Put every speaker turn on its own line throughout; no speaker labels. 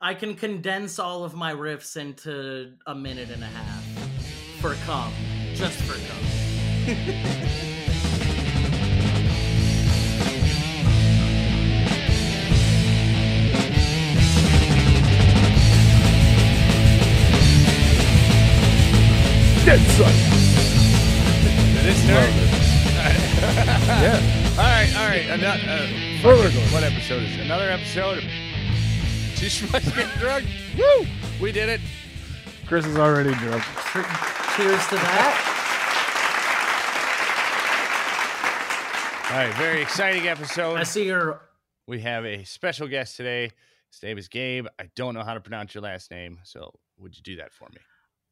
I can condense all of my riffs into a minute and a half for cum, just for cum.
Dead son.
This nerd.
Yeah.
All right, all right. Another, uh,
Where we're going.
what episode is it? Another episode of Two Schmucks Get Drunk. Woo! We did it.
Chris is already drunk.
Tr- Cheers to that.
All right, very exciting episode.
I see your
We have a special guest today. His name is Gabe. I don't know how to pronounce your last name, so would you do that for me?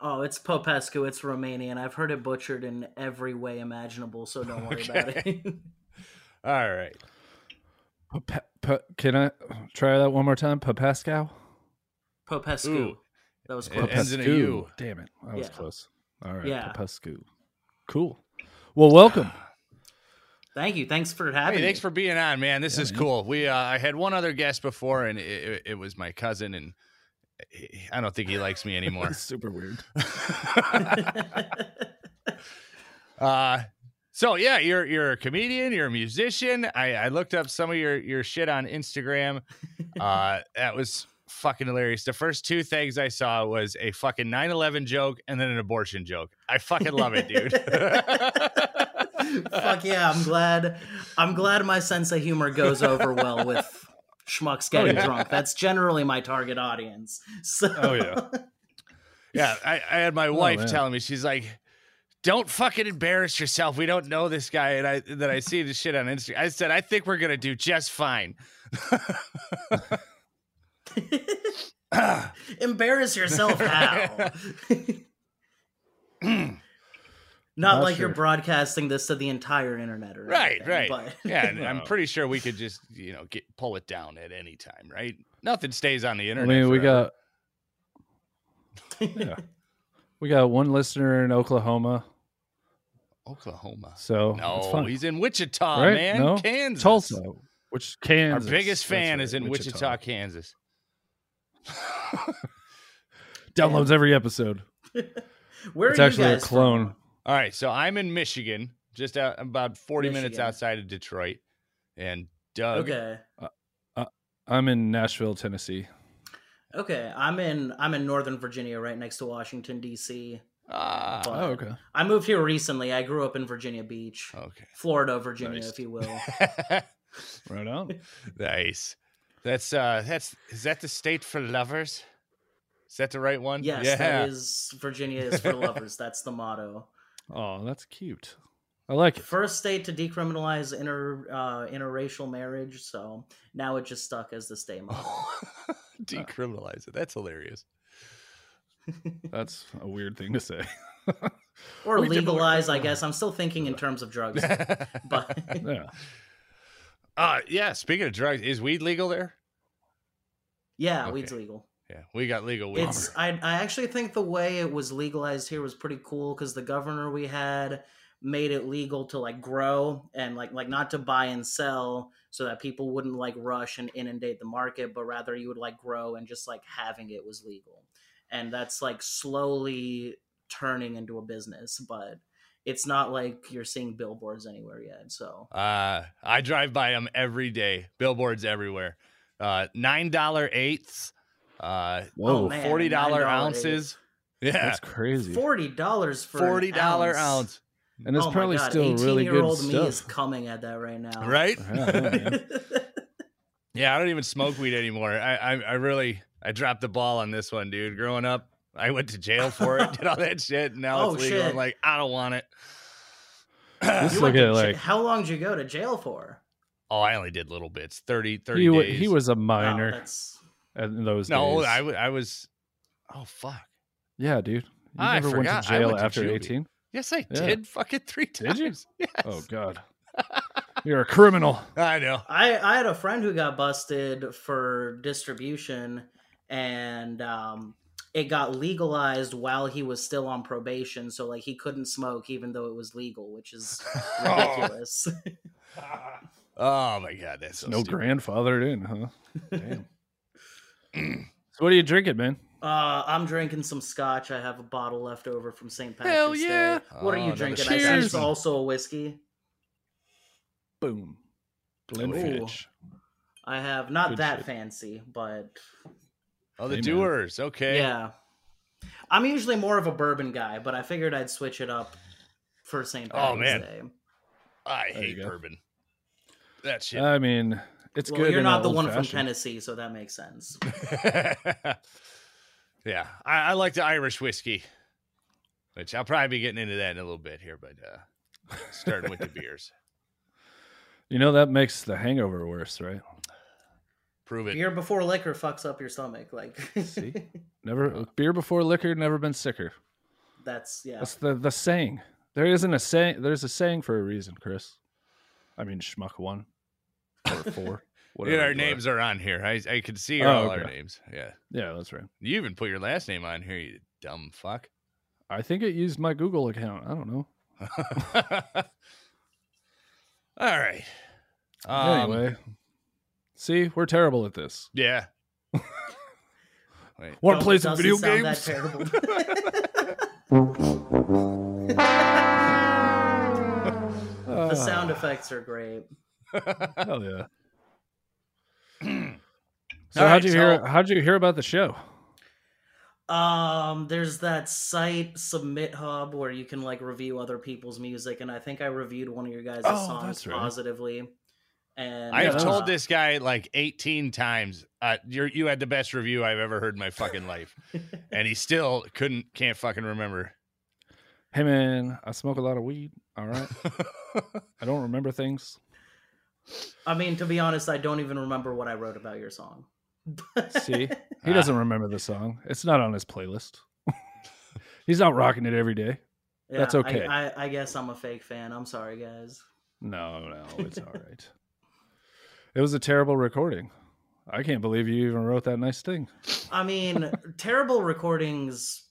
Oh, it's Popescu. It's Romanian. I've heard it butchered in every way imaginable, so don't worry about it.
All right.
Pa- pa- pa- can I try that one more time? Papascow?
Popescu.
Ooh.
That was
It
close.
ends in a
Papescu.
U.
Damn it. That was
Yeah.
close. All right.
Yeah.
Papescu. Cool. Well, welcome.
Thank you. Thanks for having
Hey,
me.
thanks for being on, man. This
Yeah,
is
man.
cool. We uh, I had one other guest before, and it, it, it was my cousin, and he- I don't think he likes me anymore.
Super weird.
Uh, so yeah, you're you're a comedian, you're a musician. I, I looked up some of your your shit on Instagram. Uh, that was fucking hilarious. The first two things I saw was a fucking 9/11 joke and then an abortion joke. I fucking love it, dude.
Fuck yeah! I'm glad. I'm glad my sense of humor goes over well with schmucks
Oh,
getting drunk. That's generally my target audience. So
Oh yeah. Oh, Yeah, I, I had my wife
man.
telling me she's like, "Don't fucking embarrass yourself. We don't know this guy." And I that I see this shit on Instagram. I said, "I think we're gonna do just fine."
embarrass yourself how? Not like
sure.
you're broadcasting this to the entire internet, or
Right, right.
anything, But
Yeah, and I'm
No.
pretty sure we could just you know get pull it down at any time, right? Nothing stays on the
I
internet.
mean, we
forever.
got. Yeah. We got one listener in Oklahoma,
Oklahoma.
so it's
No,
fun.
he's in Wichita,
Oh, Right?
man.
No?
Kansas.
Tulsa, which
Our
Kansas. That's
biggest fan
right,
is in Wichita, Kansas.
Downloads every episode.
Where
It's
are
actually
you
a
guys from?
clone.
All right, so I'm in Michigan, just out, about 40 minutes
Michigan.
outside of Detroit, and Doug.
Okay.
I'm in Nashville, Tennessee.
Okay, I'm in I'm in Northern Virginia, right next to Washington D.C.
Ah,
But I moved here recently. I grew up in Virginia Beach,
okay.
Florida, Virginia,
Nice.
if you will.
Right on.
nice. That's uh, that's is that the state for lovers? Is that the right one?
Yes, that is Virginia is for lovers. That's the motto.
Oh, that's cute. I like it.
First state to decriminalize inter uh, interracial marriage, so now it just stuck as the state motto. Uh,
Decriminalize it. That's hilarious.
That's a weird thing to say.
Or
We did-
legalize, I guess. I'm still thinking in terms of drugs, but
Yeah.
Uh, yeah. Speaking of drugs, is weed legal there?
yeah,
Okay.
weed's legal.
Yeah, we got legal weed.
It's I I actually think the way it was legalized here was pretty cool because the governor we had made it legal to like grow and like like not to buy and sell so that people wouldn't like rush and inundate the market, but rather you would like grow and just like having it was legal. And that's like slowly turning into a business, but it's not like you're seeing billboards anywhere yet. So
Uh, I drive by them every day. Billboards everywhere. Uh, nine dollar eighths. Uh,
Whoa.
Oh, man.
forty dollar
$9
ounces. Yeah,
That's crazy.
forty dollars for an
forty dollar
ounce.
ounce.
and it's
oh
probably
my God,
still
18
really
year
good
old me is
stuff.
coming at that right now.
Right?
Yeah, yeah,
Yeah, I don't even smoke weed anymore. I, I, I really, I dropped the ball on this one, dude. Growing up, I went to jail for it, did all that shit. and Now
Oh,
it's legal.
shit.
I'm like, I don't want it.
This
You
look
went to
at,
ja-
like-
how long did you go to jail for?
Oh, I only did little bits, 30, 30
He, wa-
days.
he was a
Wow,
minor
that's-
in those
no,
days.
I, w- I was. Oh fuck!
yeah, dude. You
I
never went to
forgot. I
jail
went to
after
juvie.
18?
Yes, I
Yeah.
did. Fucking three
Did
times.
you?
Yes.
Oh, God. You're a criminal.
I know.
I I had a friend who got busted for distribution, and um, it got legalized while he was still on probation. So like he couldn't smoke even though it was legal, which is ridiculous.
Oh my god, that's so
No
stupid.
grandfathered in, huh? Damn. So what are you drinking, man?
Uh, I'm drinking some scotch. I have a bottle left over from St. Patrick's
Hell yeah.
Day. What
Oh,
are you
another
drinking? I
Cheers.
see it's also a whiskey.
Boom.
Glenfiddich.
Glenfiddich.
I have not
Good
that
shit.
fancy, but
Oh, the
Hey, man.
doers. Okay.
yeah. I'm usually more of a bourbon guy, but I figured I'd switch it up for St.
Oh,
Patrick's
man.
Day.
I
There you
hate
go. Uh,
bourbon. That shit.
I mean, it's
well,
good.
you're
in
not
a
the one from
old-fashioned.
Tennessee, so that makes sense.
yeah, I, I like the Irish whiskey, which I'll probably be getting into that in a little bit here, but uh, starting with the beers.
You know that makes the hangover worse, right?
Prove it.
Beer before liquor fucks up your stomach. Like
See? Never beer before liquor, never been sicker.
that's yeah.
That's the the saying. There isn't a saying. There's a saying for a reason, Chris. I mean, schmuck one or four.
Yeah,
Whatever
our
you are.
names are on here. I I can see
Oh,
all our
okay.
names. Yeah,
Yeah, that's right.
you even put your last name on here. You dumb fuck.
I think it used my Google account. I don't know.
all right. Um,
anyway, see, we're terrible at this.
Yeah.
Want
Don't-
to play some
doesn't
video
sound
games?
That terrible. the sound effects are great.
Ah, hell yeah. so
All
how'd
right,
you
so-
hear? How'd you hear about the show?
Um, there's that site Submit Hub where you can like review other people's music, and I think I reviewed one of your guys'
Oh,
songs
that's right.
positively. And
I
Yeah,
have
that
told
uh,
this guy like 18 times. Uh, you're, you had the best review I've ever heard in my fucking life, and he still couldn't, can't fucking remember.
Hey man, I smoke a lot of weed. All right, I don't remember things.
I mean, to be honest, I don't even remember what I wrote about your song.
See,
Ah.
he doesn't remember the song. It's not on his playlist. He's not rocking it every day.
Yeah,
That's
I-
okay.
I, I, guess I'm a fake fan. I'm sorry, guys.
No, no, it's all right. It was a terrible recording. I can't believe you even wrote that nice thing.
I mean, terrible recordings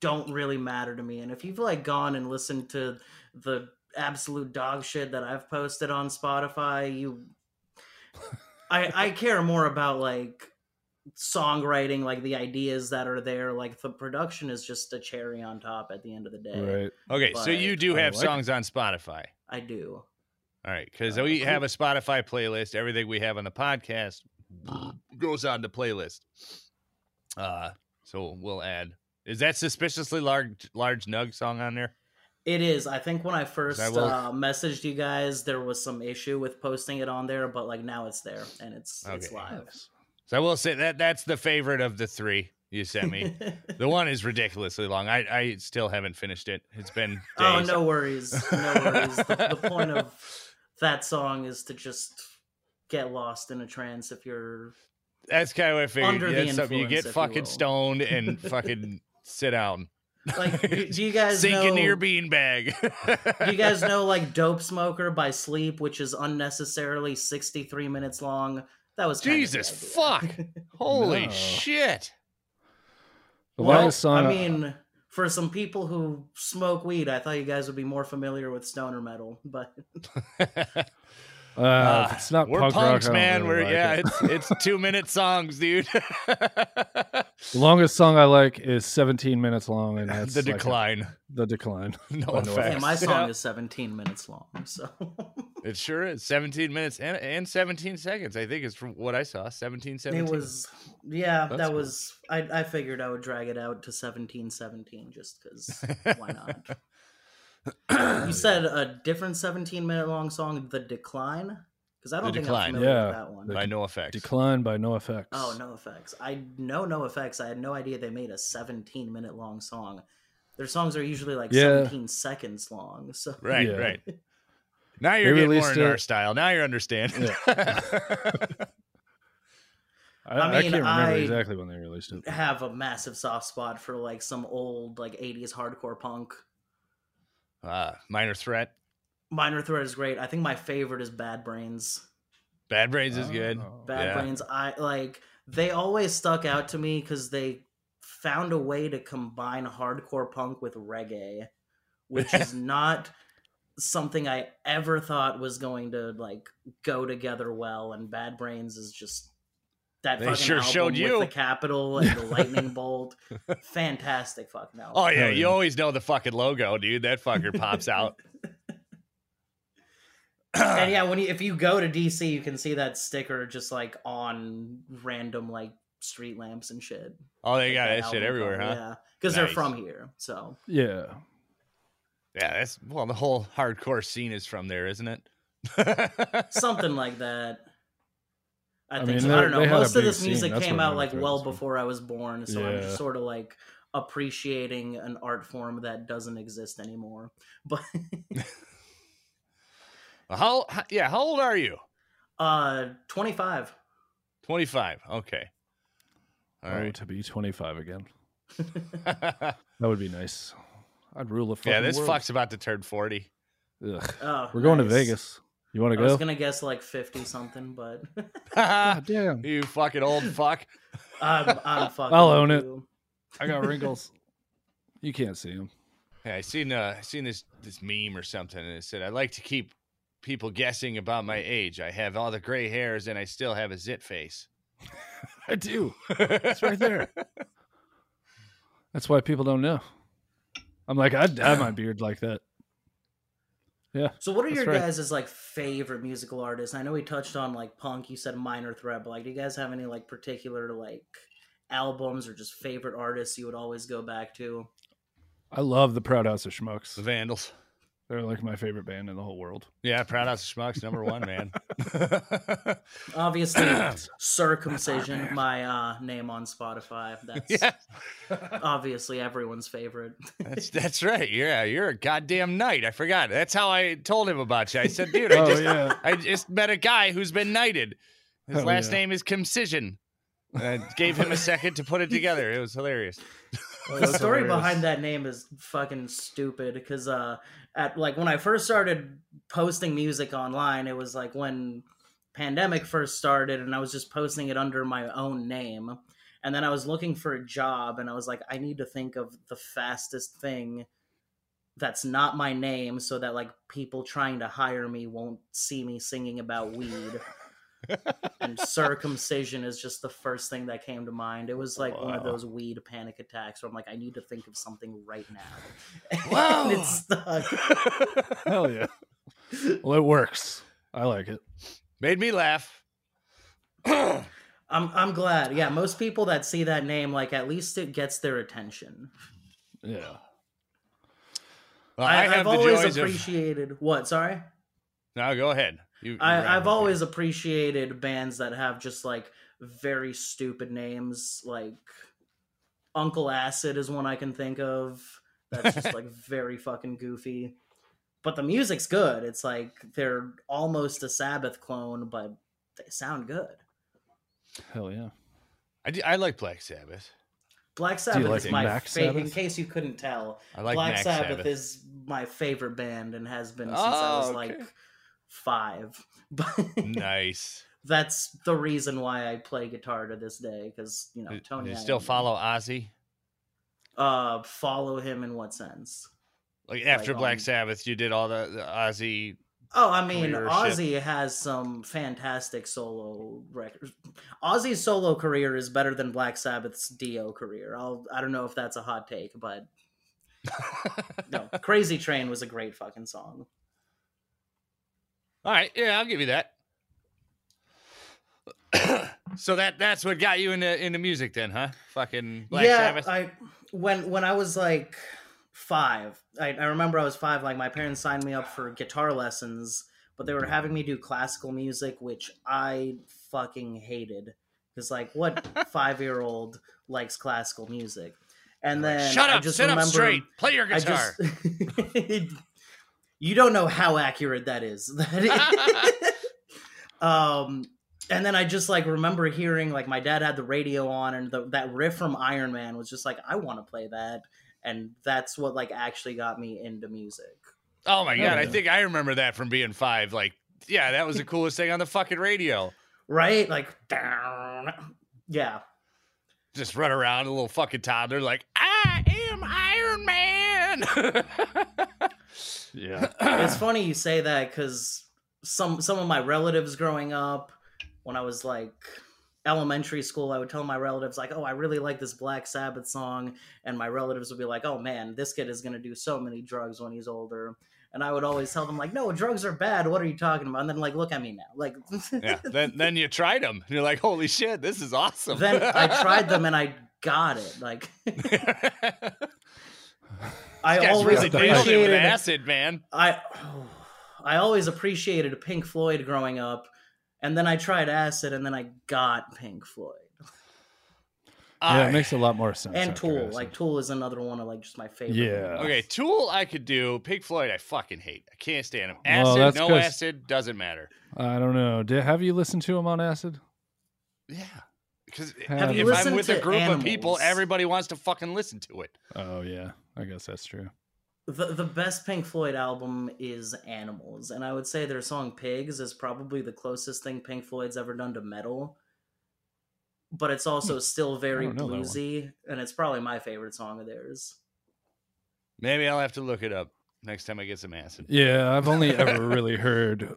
don't really matter to me. And if you've like gone and listened to the absolute dog shit that I've posted on Spotify, you I I care more about like songwriting, like the ideas that are there. Like the production is just a cherry on top at the end of the day.
Right.
okay, so
But
you do
I
have
like it.
songs on Spotify.
I do.
All right, because
Uh,
we
cool.
have a Spotify playlist. Everything we have on the podcast goes on the playlist. Uh, so we'll add. Is that suspiciously large, large Nug song on there?
It is. I think when I first
I will-
uh, messaged you guys, there was some issue with posting it on there, but like now it's there and it's it's
Okay.
live.
So I will say that that's the favorite of the three you sent me. The one is ridiculously long. I, I still haven't finished it. It's been days.
Oh no worries, no worries. the, the point of that song is to just get lost in a trance if you're
that's kind of what I figured.
Under
yeah,
the
something you
influence,
get
if you
fucking
will.
stoned and fucking sit down,
like. do, do you guys
sink
know?
into your beanbag.
do you guys know like "Dope Smoker" by Sleep, which is unnecessarily sixty-three minutes long? That was kinda the
Jesus
idea.
Holy
No.
shit!
The
Well,
longest song.
I mean, for some people who smoke weed, I thought you guys would be more familiar with stoner metal, but
uh, if it's not
we're
punk rock,
punks,
I don't
man.
really
we're
like
yeah,
it.
it's it's two minute songs, dude.
The longest song I like is 17 minutes long, and that's
the
like a-
decline.
the decline.
no
I know it.
effects.
hey, Oh, my song
Yeah.
is seventeen minutes long, so
It sure is. 17 minutes and, and 17 seconds, I think, is from what I saw. 17, 17.
it was yeah.
That's
that
cool.
was I, I figured I would drag it out to seventeen seventeen just because why not? you said a different seventeen minute long song, "The Decline," because I don't think
Decline.
I'm familiar
Yeah.
with that one.
By no effects.
Decline by No Effects.
Oh, no effects. I know no effects. I had no idea they made a 17 minute long song. Their songs are usually like
Yeah.
17 seconds long. So
Right,
Yeah.
right. Now you're
They
getting more
released
into our
it-
style. Now you're understanding.
I,
I
I
mean,
can't remember
I-
exactly when they released it.
have a massive soft spot for like some old like 80s hardcore punk.
uh, minor threat.
Minor Threat is great. I think my favorite is Bad Brains.
Bad Brains is good.
Oh.
Bad
Yeah.
Brains, I like they always stuck out to me cuz they found a way to combine hardcore punk with reggae, which is not something I ever thought was going to like go together well and Bad Brains is just That
They
fucking
sure
album
showed
with
you.
the Capitol and the lightning bolt. Fantastic fucking album.
Oh yeah,
Hell
you
yeah.
always know the fucking logo, dude. That fucker pops out.
and yeah, when you, if you go to DC, you can see that sticker just like on random like street lamps and shit.
oh, they got
Like,
that shit
album
everywhere,
cover,
huh?
Yeah, because
Nice.
they're from here. So
Yeah.
Yeah. that's well, the whole hardcore scene is from there, isn't it?
something like that. I
I
think
mean,
so.
they-
I don't know.
they had a
Most of
big
this
scene,
music
that's
came
what
out
really
like
throws
well
me.
before I was born, so I'm
Yeah.
just sort of like appreciating an art form that doesn't exist anymore. But
how, how? Yeah. How old are you?
uh 25.
Twenty five. Okay. All
Oh,
right.
to be 25 again.
yeah,
That would be nice. I'd rule a fucking
this
world.
fuck's about to turn forty.
Ugh.
Oh,
We're going
nice.
to Vegas. You want
I
to
was
go?
gonna guess like 50 something, but
God Ah, damn.
you fucking old fuck.
I'm, I'm fucking.
I'll own it.
you.
I got wrinkles. you can't see them.
Yeah, I seen uh I seen this this meme or something, and it said, "I like to keep people guessing about my age. I have all the gray hairs, and I still have a zit face."
I do.
That's
It's right there. That's why people don't know. I'm like, I'd dye my beard like that.
So, what are
That's
your
right.
guys' like favorite musical artists? I know we touched on like punk. You said Minor Threat, but like, do you guys have any like particular like albums or just favorite artists you would always go back to?
I love the Proud House of Schmucks.
The Vandals.
They're like my favorite band in the whole world.
Yeah, Proud House of Schmucks, number one, man.
Obviously, Circumcision, my uh, name on Spotify. That's
yeah,
obviously everyone's favorite.
that's that's right. Yeah, you're a goddamn knight. I forgot. That's how I told him about you. I said, dude, I
Oh
just
yeah.
I just met a guy who's been knighted. His
Hell
last
Oh, yeah.
name is Concision. And I gave him a second to put it together. It was hilarious.
Oh,
the story behind that name is fucking stupid because uh at like when i first started posting music online it was like when pandemic first started and i was just posting it under my own name and then i was looking for a job and i was like i need to think of the fastest thing that's not my name so that like people trying to hire me won't see me singing about weed and circumcision is just the first thing that came to mind it was like one of
Wow.
those weed panic attacks where i'm like i need to think of something right now
Wow.
and it stuck
Hell yeah. Well, it works. I like it.
Made me laugh.
i'm i'm glad yeah most people that see that name like at least it gets their attention
Yeah.
Well,
I,
I, have
have
the
always
joys of.
appreciated what sorry
No, go ahead. You, you round
I, I've
up
always appreciated bands that have just like very stupid names. Like Uncle Acid is one I can think of. That's just like very fucking goofy. But the music's good. It's like they're almost a Sabbath clone, but they sound good.
Hell yeah.
here. I, do- I like Black Sabbath.
Black Sabbath
like
is my
Mac
favorite. In
Sabbath?
case you couldn't tell,
I like
Black
Max
Sabbath,
Sabbath.
is my favorite band and has been since I
Oh,
was
okay.
like five. But
nice.
that's the reason why I play guitar to this day because you know
Do-
Tony.
do you
I-
still follow Ozzy?
Uh, follow him in what sense?
Like after
Like,
Black
um,
Sabbath, you did all the, the Ozzy.
Oh, I mean,
Career
Ozzy has some fantastic solo records. Ozzy's solo career is better than Black Sabbath's Dio career. I'll I don't know if that's a hot take, but no, Crazy Train was a great fucking song.
all right, yeah, I'll give you that. so that that's what got you into into music, then, huh? Fucking Black
yeah,
Sabbath.
I when when I was like five, I, I remember I was five. Like my parents signed me up for guitar lessons, but they were having me do classical music, which I fucking hated because like what five year old likes classical music? And
Like,
then
shut
I
up,
just
sit
remember
up straight, play your
I
guitar.
just you don't know how accurate that is. That is- um, and then I just like remember hearing like my dad had the radio on, and the, that riff from Iron Man was just like I want to play that, and that's what like actually got me into music.
Oh my
Hell
god, I
yeah.
think I remember that from being five. Like, yeah, that was the coolest thing on the fucking radio.
Right? Like, down. yeah.
Just run around a little fucking toddler, like, I am Iron Man.
Yeah.
it's funny you say that because some some of my relatives growing up when i was like elementary school, I would tell my relatives like, "Oh, I really like this Black Sabbath song," and my relatives would be like, "Oh man, this kid is going to do so many drugs when he's older." And I would always tell them like, "No, drugs are bad. What are you talking about?" And then like, look at me now. Like
yeah. Then then you tried them. And you're like, holy shit, this is awesome.
then I tried them and I got it. Like I
Guys
always
really nailed it with
appreciated
acid, man.
I I always appreciated Pink Floyd growing up, and then I tried acid, and then I got Pink Floyd
yeah,
I-
it makes a lot more sense.
and
after
Tool.
this.
Like Tool is another one of like just my favorite.
Yeah.
okay, Tool I could do. Pig Floyd I fucking hate. I can't stand him.
Well,
Acid,
that's
no
'cause-
acid, doesn't matter.
I don't know. Did, have you listened to him on acid?
Yeah. Because
Have you
if I'm
listened
with a
to
group of people,
Animals?
everybody wants to fucking listen to it.
Oh yeah, I guess that's true.
The the best Pink Floyd album is Animals, and I would say their song Pigs is probably the closest thing Pink Floyd's ever done to metal. But it's also still very
Hmm. don't know that one.
bluesy, and it's probably my favorite song of theirs.
Maybe I'll have to look it up next time I get some acid.
Yeah, I've only ever really heard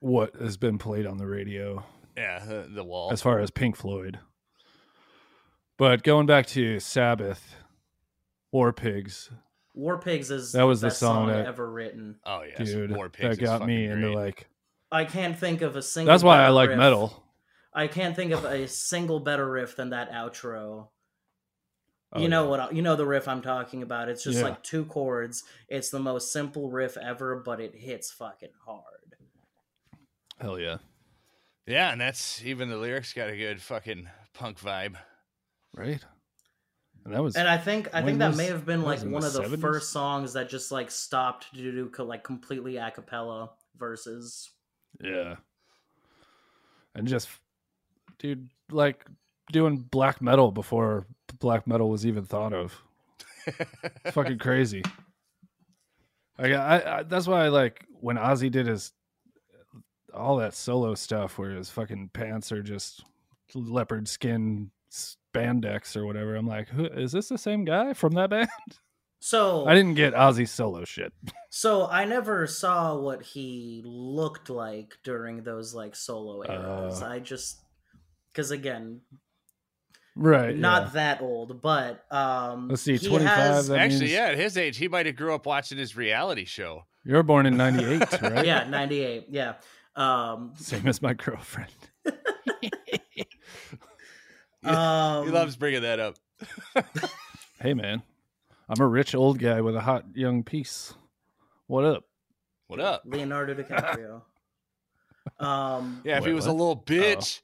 what has been played on the radio
Yeah, the, the wall.
as far as Pink Floyd. But going back to Sabbath, War Pigs,
War Pigs is
That was the
best song
song that-
ever written.
oh yeah,
dude,
War Pigs
that
is
got me
fucking
into
great.
like.
I can't think of a single.
That's why I
better
like
riff.
metal.
I can't think of a single better riff than that outro.
Oh,
you know
yeah.
what? I, you know the riff I'm talking about. It's just
Yeah.
like two chords. It's the most simple riff ever, but it hits fucking hard.
Hell yeah!
Yeah, and that's even the lyrics got a good fucking punk vibe.
Right. And that was
And I think I
When
think that
was-
may have been
that was
like
in
one
the
of the
70s?
first songs that just like stopped to do co- like completely a cappella verses.
Yeah. And just, dude, like doing black metal before black metal was even thought of. Fucking crazy. Like I, I, that's why I like when Ozzy did his all that solo stuff where his fucking pants are just leopard skin spandex or whatever. I'm like, who is this the same guy from that band?
So
I didn't get Ozzy solo shit.
so I never saw what he looked like during those like solo eras.
Oh.
I just because again
Right.
not
yeah.
that old, but um,
Let's see,
he
25
has-
That
Actually,
means-
yeah, at his age, he might have grew up watching his reality show.
you were born in 98, right?
yeah, ninety eight. Yeah, um,
Same as my girlfriend.
um,
He loves bringing that up.
Hey, man, I'm a rich old guy with a hot young piece. What up?
What up?
Leonardo DiCaprio. um.
Yeah, if he
Wait,
was
what?
a
Oh.
little bitch.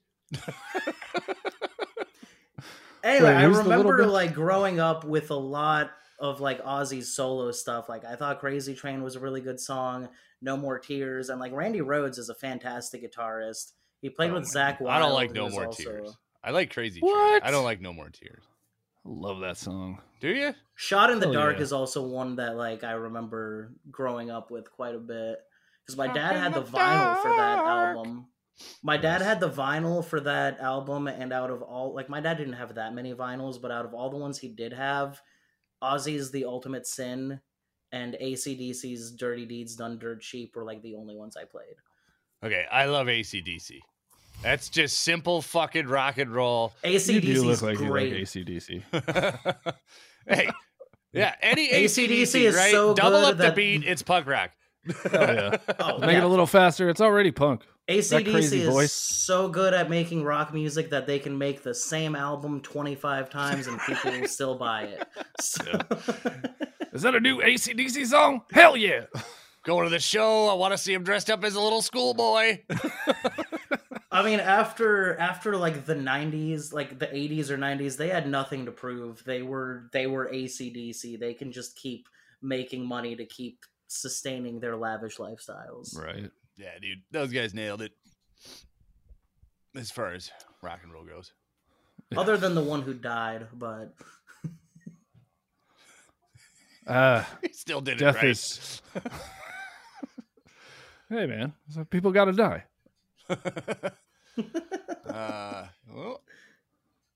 Anyway,
Wait,
I
who's the little
remember
bitch?
like growing up with a lot of like Ozzy's solo stuff. Like I thought "Crazy Train" was a really good song. No More Tears, and like Randy Rhodes is a fantastic guitarist. He played
Oh
with
my
Zach
God.
Wild.
I don't like
who
No
was
More
also-
Tears. I like Crazy
What?
Train. I don't like No More Tears.
Love that song.
Do you?
Shot in the
Hell
Dark
Oh, yeah.
is also one that like I remember growing up with quite a bit because my dad had the vinyl for that album. My dad
Nice.
had the vinyl for that album, and out of all, like my dad didn't have that many vinyls, but out of all the ones he did have, Ozzy's "The Ultimate Sin" and ACDC's "Dirty Deeds Done Dirt Cheap" were like the only ones I played.
Okay, I love ACDC. That's just simple fucking rock and roll.
You do
ACDC's
look like
great.
you like ACDC.
hey, yeah, any
AC/DC
ACDC,
is
right?
so
Double
good
up the
that-
beat, it's punk rock.
Hell yeah.
oh,
Make it
yeah.
a little faster. It's already punk.
ACDC
crazy
is
voice.
so good at making rock music that they can make the same album 25 times and people will still buy it. So-
Is that a new ACDC song? Hell yeah.
Going to the show, I want to see him dressed up as a little schoolboy.
I mean, after after like the 90s, like the 80s or 90s, they had nothing to prove. They were they were ACDC. They can just keep making money to keep sustaining their lavish lifestyles.
Right.
Yeah, dude, those guys nailed it. As far as rock and roll goes,
Other than the one who died, but
Uh,
he still did
Death
it right.
is- hey, man. So people got to die.
uh, well,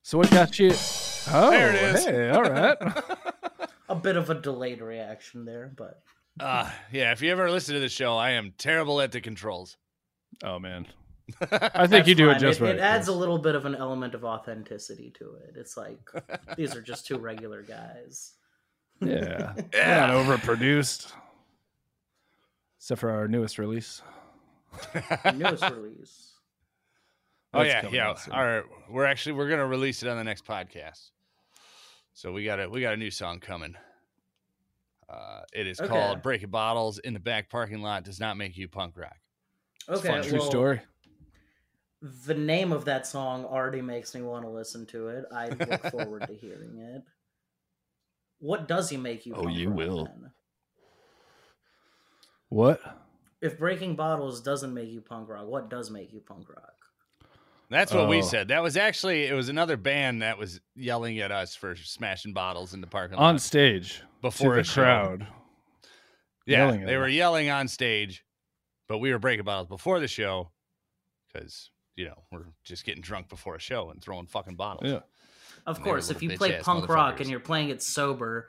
So what got you? Oh,
There it is.
hey, all right.
a bit of a delayed reaction there, but
uh, yeah, if you ever listen to the show, I am terrible at the controls.
oh, man. I think
That's
you do it
fine.
just
it,
right.
It adds a
yes.
little bit of an element of authenticity to it. It's like these are just two regular guys.
Yeah. We're not overproduced. Except for our newest release.
Newest release.
Oh
That's
yeah,
coming
yeah.
out soon.
All right, we're actually we're gonna release it on the next podcast. So we got a we got a new song coming. Uh, it is
Okay.
called "Breaking Bottles in the Back Parking Lot Does Not Make You Punk Rock."
Okay,
fun.
True
well,
story.
The name of that song already makes me want to listen to it. I look forward to hearing it. What does he make you?
Oh,
punk
you
rock
will.
then?
What?
If breaking bottles doesn't make you punk rock, what does make you punk rock?
That's what we
Oh.
said. That was actually it was another band that was yelling at us for smashing bottles in the parking lot
On stage.
before
to
a
the
show.
crowd.
Yeah,
yelling at
they were
us.
yelling on stage, but we were breaking bottles before the show because you know we're just getting drunk before a show and throwing fucking bottles.
Yeah.
Of
They
course,
were
if you
bitch
play
ass
punk rock
motherfuckers.
and you're playing it sober,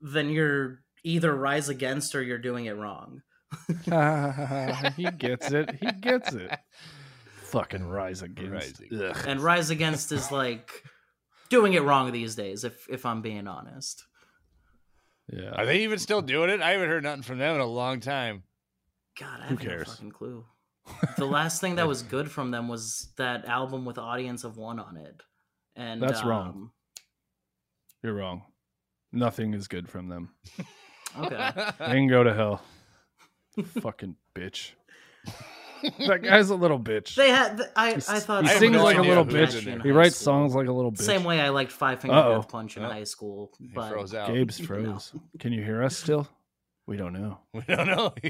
then you're either rise against or you're doing it wrong.
he gets it. He gets it. Fucking rise against.
Rising.
Ugh.
And rise against is like doing it wrong these days. If if I'm being honest,
Yeah.
Are they even still doing it? I haven't heard nothing from them in a long time.
God, I
Who
have no
cares?
fucking clue. The last thing that was good from them was that album with Audience of One on it, and
That's
um,
wrong. You're wrong. Nothing is good from them.
Okay.
They can go to hell. Fucking bitch. That guy's a little bitch.
They had. th- I, I
He's-
thought
he
that
sings
was
like a
all
little
about
bitch.
Kardashian in
He
high
writes
school.
songs like a little bitch.
Same way I liked Five Finger
Uh-oh.
Death Punch in
Oh.
high school,
He
but
froze out.
Gabe's
No.
froze. Can you hear us still? We don't know.
We don't know.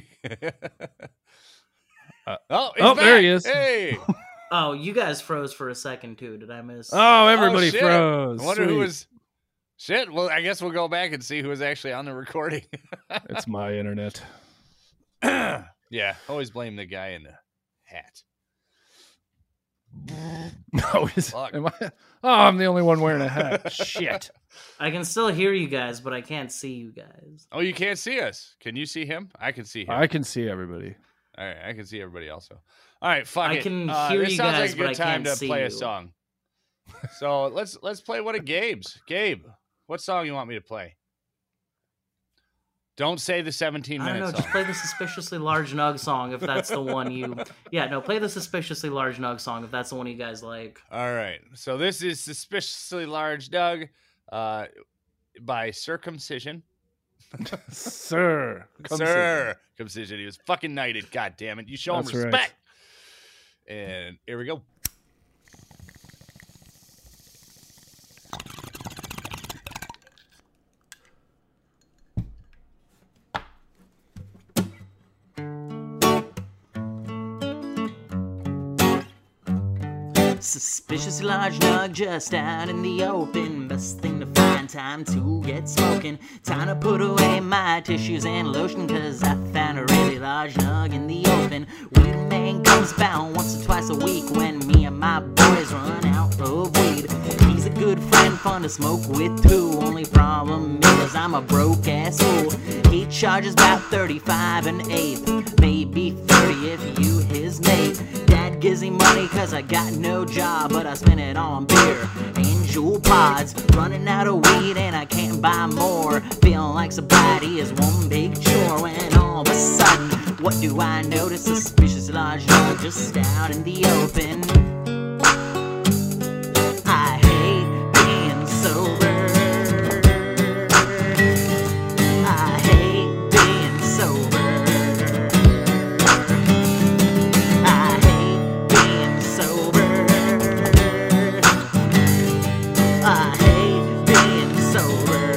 Uh,
oh, he's
oh, there he
back.
is.
Hey,
oh, you guys froze for a second too. Did I miss?
Oh, everybody
shit. I
froze.
wonder who
Sweet.
was. Shit. Well, I guess we'll go back and see who was actually on the recording.
It's my internet.
yeah, always blame the guy in the hat.
No, is,
Fuck.
am I- oh, I'm the only one wearing a hat. Shit.
I can still hear you guys, but I can't see you guys.
Oh, you can't see us. Can you see him? I can see him.
I can see everybody.
All right, I can see everybody also. All right, fuck
I
it.
can
Uh,
hear
this
you
sounds
guys,
like a
but
good
I
time
can't
to
see
play a
you.
song. so let's let's play one of Gabe's. Gabe, what song you want me to play? Don't say the seventeen
I don't know.
minutes.
Just play the suspiciously large nug song if that's the one you. Yeah, no, play the suspiciously large nug song if that's the one you guys like.
All right, so this is suspiciously large, Doug, uh, by Circumcision.
Sir. come
Sir, Circumcision. He was fucking knighted. God damn it! You show
That's
him
right.
respect. And here we go.
Suspicious large nug just out in the open. Best thing to find, time to get smoking. Time to put away my tissues and lotion, cause I found a really large nug in the open. Weed man comes about once or twice a week when me and my boys run out of weed. He's a good friend, fun to smoke with too. Only problem is I'm a broke ass fool. He charges about 35 and eighth, maybe 30 if you his mate. Dad gives me money cause I got no job, but I spend it all on beer and jewel pods. Running out of weed and I can't buy more. Feeling like sobriety is one big chore when all of a sudden, what do I notice? Suspicious large dog just out in the open. I hate being sober. I hate being sober. I hate being sober. I hate being sober.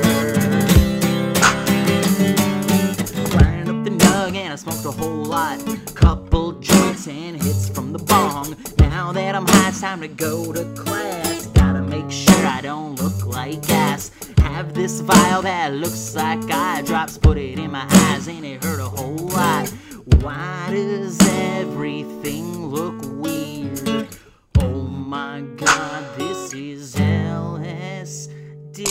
Grinding up the nug and I smoked a whole lot. Couple joints and hits from the bong. Now that I'm high, it's time to go to class. Gotta make sure I don't look like ass. Have this vial that looks like eye drops. Put it in my eyes and it hurt a whole lot. Why does everything look weird? Oh my god, this is LSD.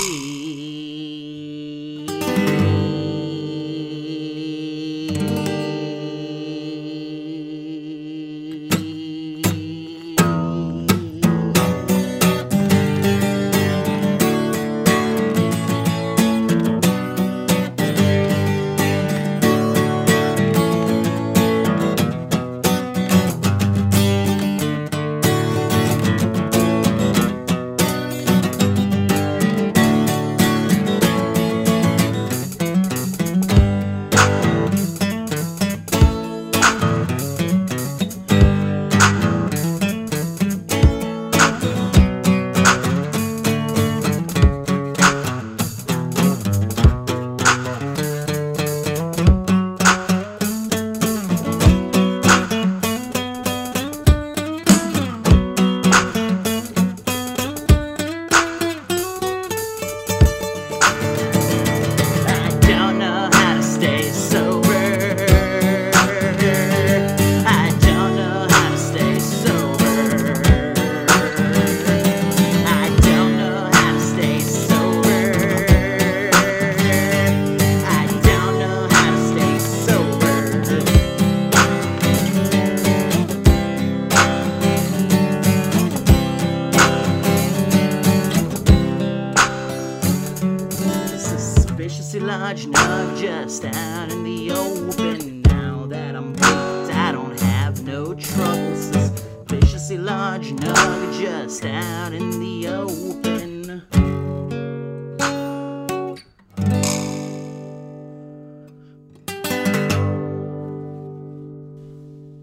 fancy large nug just out in the open. Now that I'm baked, I don't have no troubles. This viciously large nug just out in the open.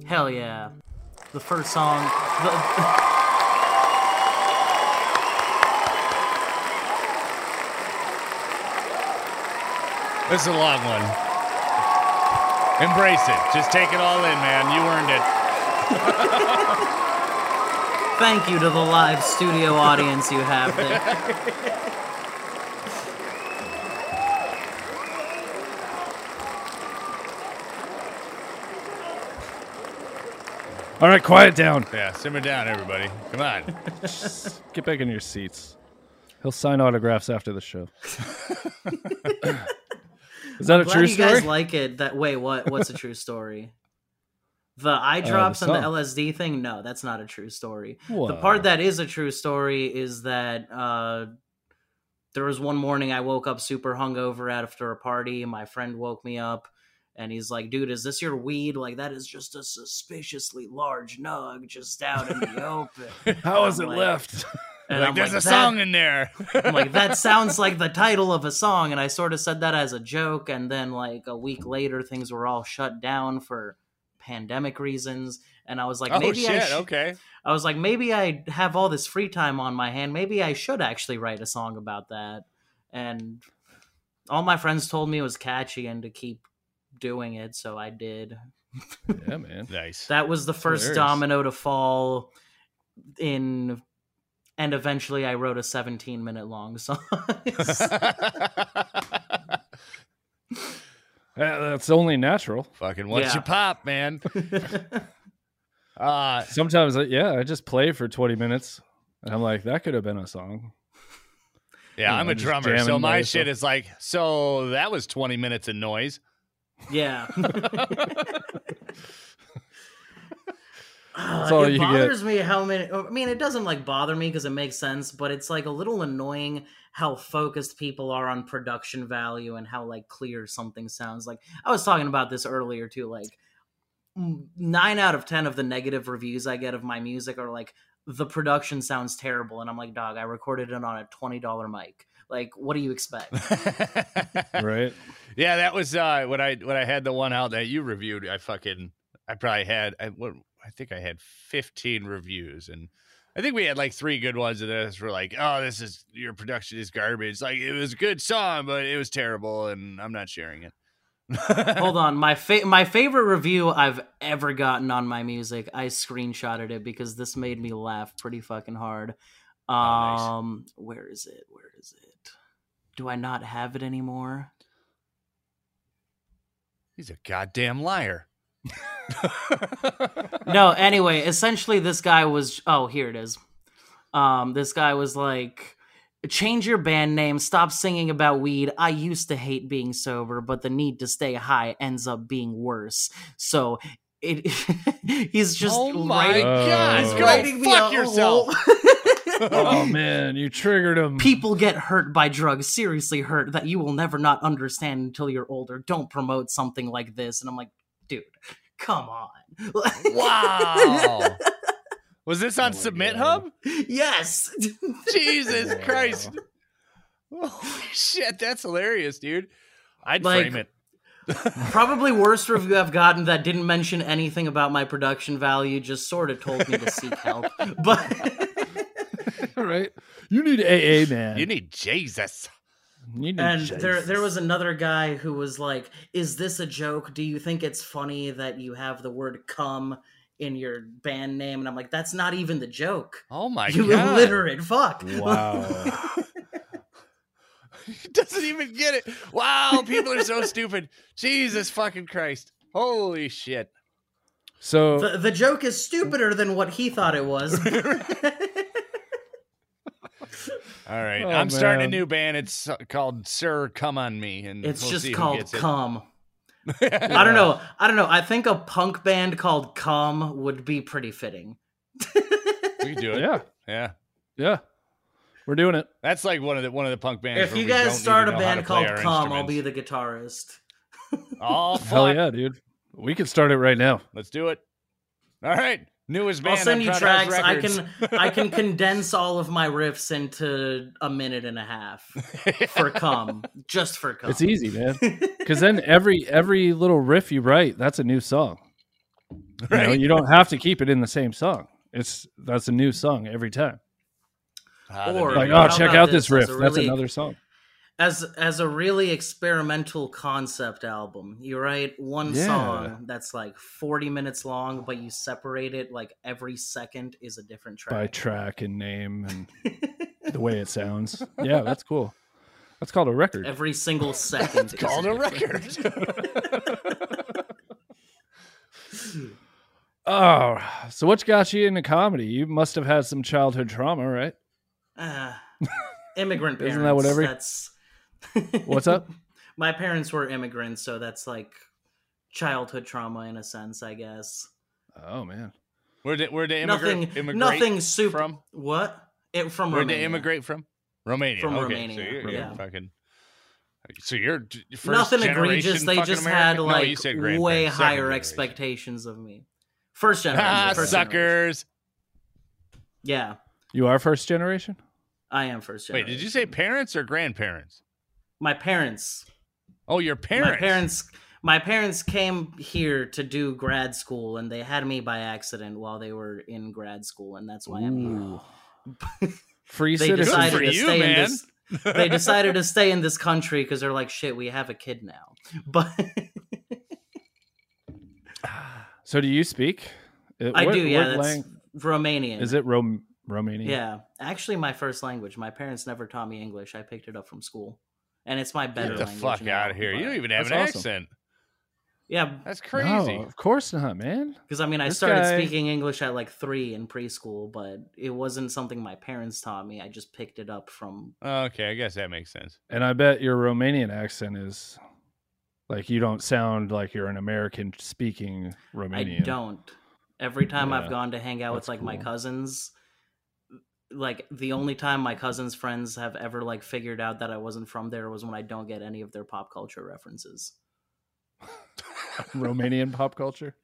Hell yeah. The first song. The,
This is a long one. Embrace it. Just take it all in, man. You earned it.
thank you to the live studio audience you have there.
All right, quiet down.
Yeah, simmer down, everybody. Come on.
Get back in your seats. He'll sign autographs after the show. Is that a
Glad
true
you
story?
guys like it. That wait, what? What's a true story? The eye
Uh, the
drops and the
song.
LSD thing? No, that's not a true story. The
Whoa.
part that is a true story is that uh, there was one morning I woke up super hungover after a party. and My friend woke me up and he's like, dude, is this your weed? Like, that is just a suspiciously large nug just out in the open.
How is it
I'm like-
left?
And
like,
I'm
there's
like,
a
"That-
song in there.
I'm like, that sounds like the title of a song. And I sort of said that as a joke. And then, like, a week later, things were all shut down for pandemic reasons. And I was like,
oh,
maybe
shit.
I, sh-
okay.
I was like, maybe I have all this free time on my hand. Maybe I should actually write a song about that. And all my friends told me it was catchy and to keep doing it. So I did.
yeah, man.
Nice.
That was the first
hilarious.
domino to fall in. And eventually I wrote a 17 minute long song.
Uh, That's only natural.
Fucking once
Yeah.
you pop, man. Uh,
Sometimes, uh, yeah, I just play for 20 minutes. And I'm like, that could have been a song.
yeah,
Yeah,
I'm a
just
drummer,
jamming
so
by
my
yourself.
shit is like, so that was 20 minutes of noise.
Yeah. Ah,
all
it
you get.
bothers me how many. I mean, it doesn't like bother me because it makes sense, but it's like a little annoying how focused people are on production value and how like clear something sounds. Like I was talking about this earlier too. Like m- nine out of ten of the negative reviews I get of my music are like the production sounds terrible, and I'm like, dog, I recorded it on a twenty dollar mic. Like, what do you expect?
Right?
Yeah, that was uh, when I when I had the one out that you reviewed. I fucking I probably had I what I think I had fifteen reviews, and I think we had like three good ones. And us were like, "Oh, this is your production is garbage." Like it was a good song, but it was terrible, and I'm not sharing it.
Hold on, my fa- my favorite review I've ever gotten on my music. I screenshotted it because this made me laugh pretty fucking hard.
Oh, nice.
Um, where is it? Where is it? Do I not have it anymore?
He's a goddamn liar.
no, anyway, essentially this guy was oh, here it is. Um this guy was like change your band name, stop singing about weed. I used to hate being sober, but the need to stay high ends up being worse. So it he's just
oh my
writing
god!
Oh.
he's
Go fuck yourself.
oh, man. You triggered him.
People get hurt by drugs, seriously hurt, that you will never not understand until you're older. Don't promote something like this. And I'm like, dude, come on.
Wow. Was this on
Oh my
Submit
God.
Hub?
yes.
Jesus
Wow.
Christ. Holy shit, that's hilarious, dude. I'd
Like-
frame it.
Probably worst review I've gotten that didn't mention anything about my production value, just sort of told me to seek help. But
right? You need AA, man.
You need Jesus.
You need
and there there
Jesus.
was another guy who was like, "Is this a joke? Do you think it's funny that you have the word cum in your band name?" And I'm like, "That's not even the joke.
Oh my
you
god.
illiterate fuck."
Wow.
He doesn't even get it. Wow, people are so stupid. Jesus fucking Christ. Holy shit.
so
the, the joke is stupider than what he thought it was.
All right.
Oh,
I'm starting a
man.
new band. It's uh, called Sir Come On Me. And
it's
we'll see
just
who
called
gets it.
cum. I don't know. I don't know. I think a punk band called cum would be pretty fitting.
We can do it.
yeah,
Yeah.
yeah. We're doing it.
That's like one of the one of the punk bands.
If
where
you
we don't
guys start a
need to know how to
band
play
called
our
Cum, I'll be
instruments.
the guitarist.
Hell
Oh fuck!
yeah, dude. We can start it right now.
Let's do it. All right, newest band.
I'll send
on
you
Proud House
tracks. I
Records.
can I can condense all of my riffs into a minute and a half for Cum, just for Cum.
It's easy, man. Because then every every little riff you write, that's a new song. You, know,
Right.
you don't have to keep it in the same song. It's that's a new song every time.
Ah, the
Or-
new
Like,
band.
oh,
how
check
about
out this,
this
riff.
as a
That's
relief?
another song.
as as a really experimental concept album you write one
Yeah.
song that's like 40 minutes long but you separate it like every second is a different
by
track
track and name and the way it sounds. Yeah, that's cool. That's called a record.
every single second is
called a
different-
record.
Oh, so what got you into comedy? You must have had some childhood trauma, right?
Ah, immigrant parents
Isn't that what every-
that's
What's up?
my parents were immigrants so that's like childhood trauma in a sense i guess
Oh man,
Where did where did immigrate,
nothing
immigrate
nothing super
from?
what it from
Where did
Romania.
immigrate from? Romania.
From
okay,
Romania,
So you're, you're
yeah.
fucking. So you're d- first
nothing
generation
egregious. They
fucking
just had
American? No, you
like
said
way
grandparents, second
higher
generation.
expectations of me. First generation,
Ah,
first generation.
suckers!
Yeah,
you are first generation.
I am first
Wait,
generation.
did you say parents or grandparents?
my parents?
Oh, your parents.
My parents. My parents came here to do grad school, and they had me by accident while they were in grad school, and that's why I'm here.
Ooh. Free
They
citizen.
decided
for
to
you,
stay in
man.
this. They decided to stay in this country because they're like, shit, we have a kid now. But
So do you speak? Uh,
I
what-
do, yeah.
what
That's
lang-
Romanian.
Is it Rom- Romanian?
Yeah, actually, my first language. My parents never taught me English. I picked it up from school, and it's my better
Get the
language.
fuck
now,
out of here! You
but-
don't even have
That's awesome.
an accent.
Yeah,
That's crazy.
No, of course not, man.
because I mean, I
This
started
guy-
speaking English at like three in preschool, but it wasn't something my parents taught me. I just picked it up from.
Okay, I guess that makes sense.
And I bet your Romanian accent is like you don't sound like you're an American speaking Romanian.
I don't. Every time
Yeah,
I've gone to hang out with
that's
like my
cool.
cousins, like the only time my cousins' friends have ever like figured out that I wasn't from there was when I don't get any of their pop culture references.
Romanian pop culture.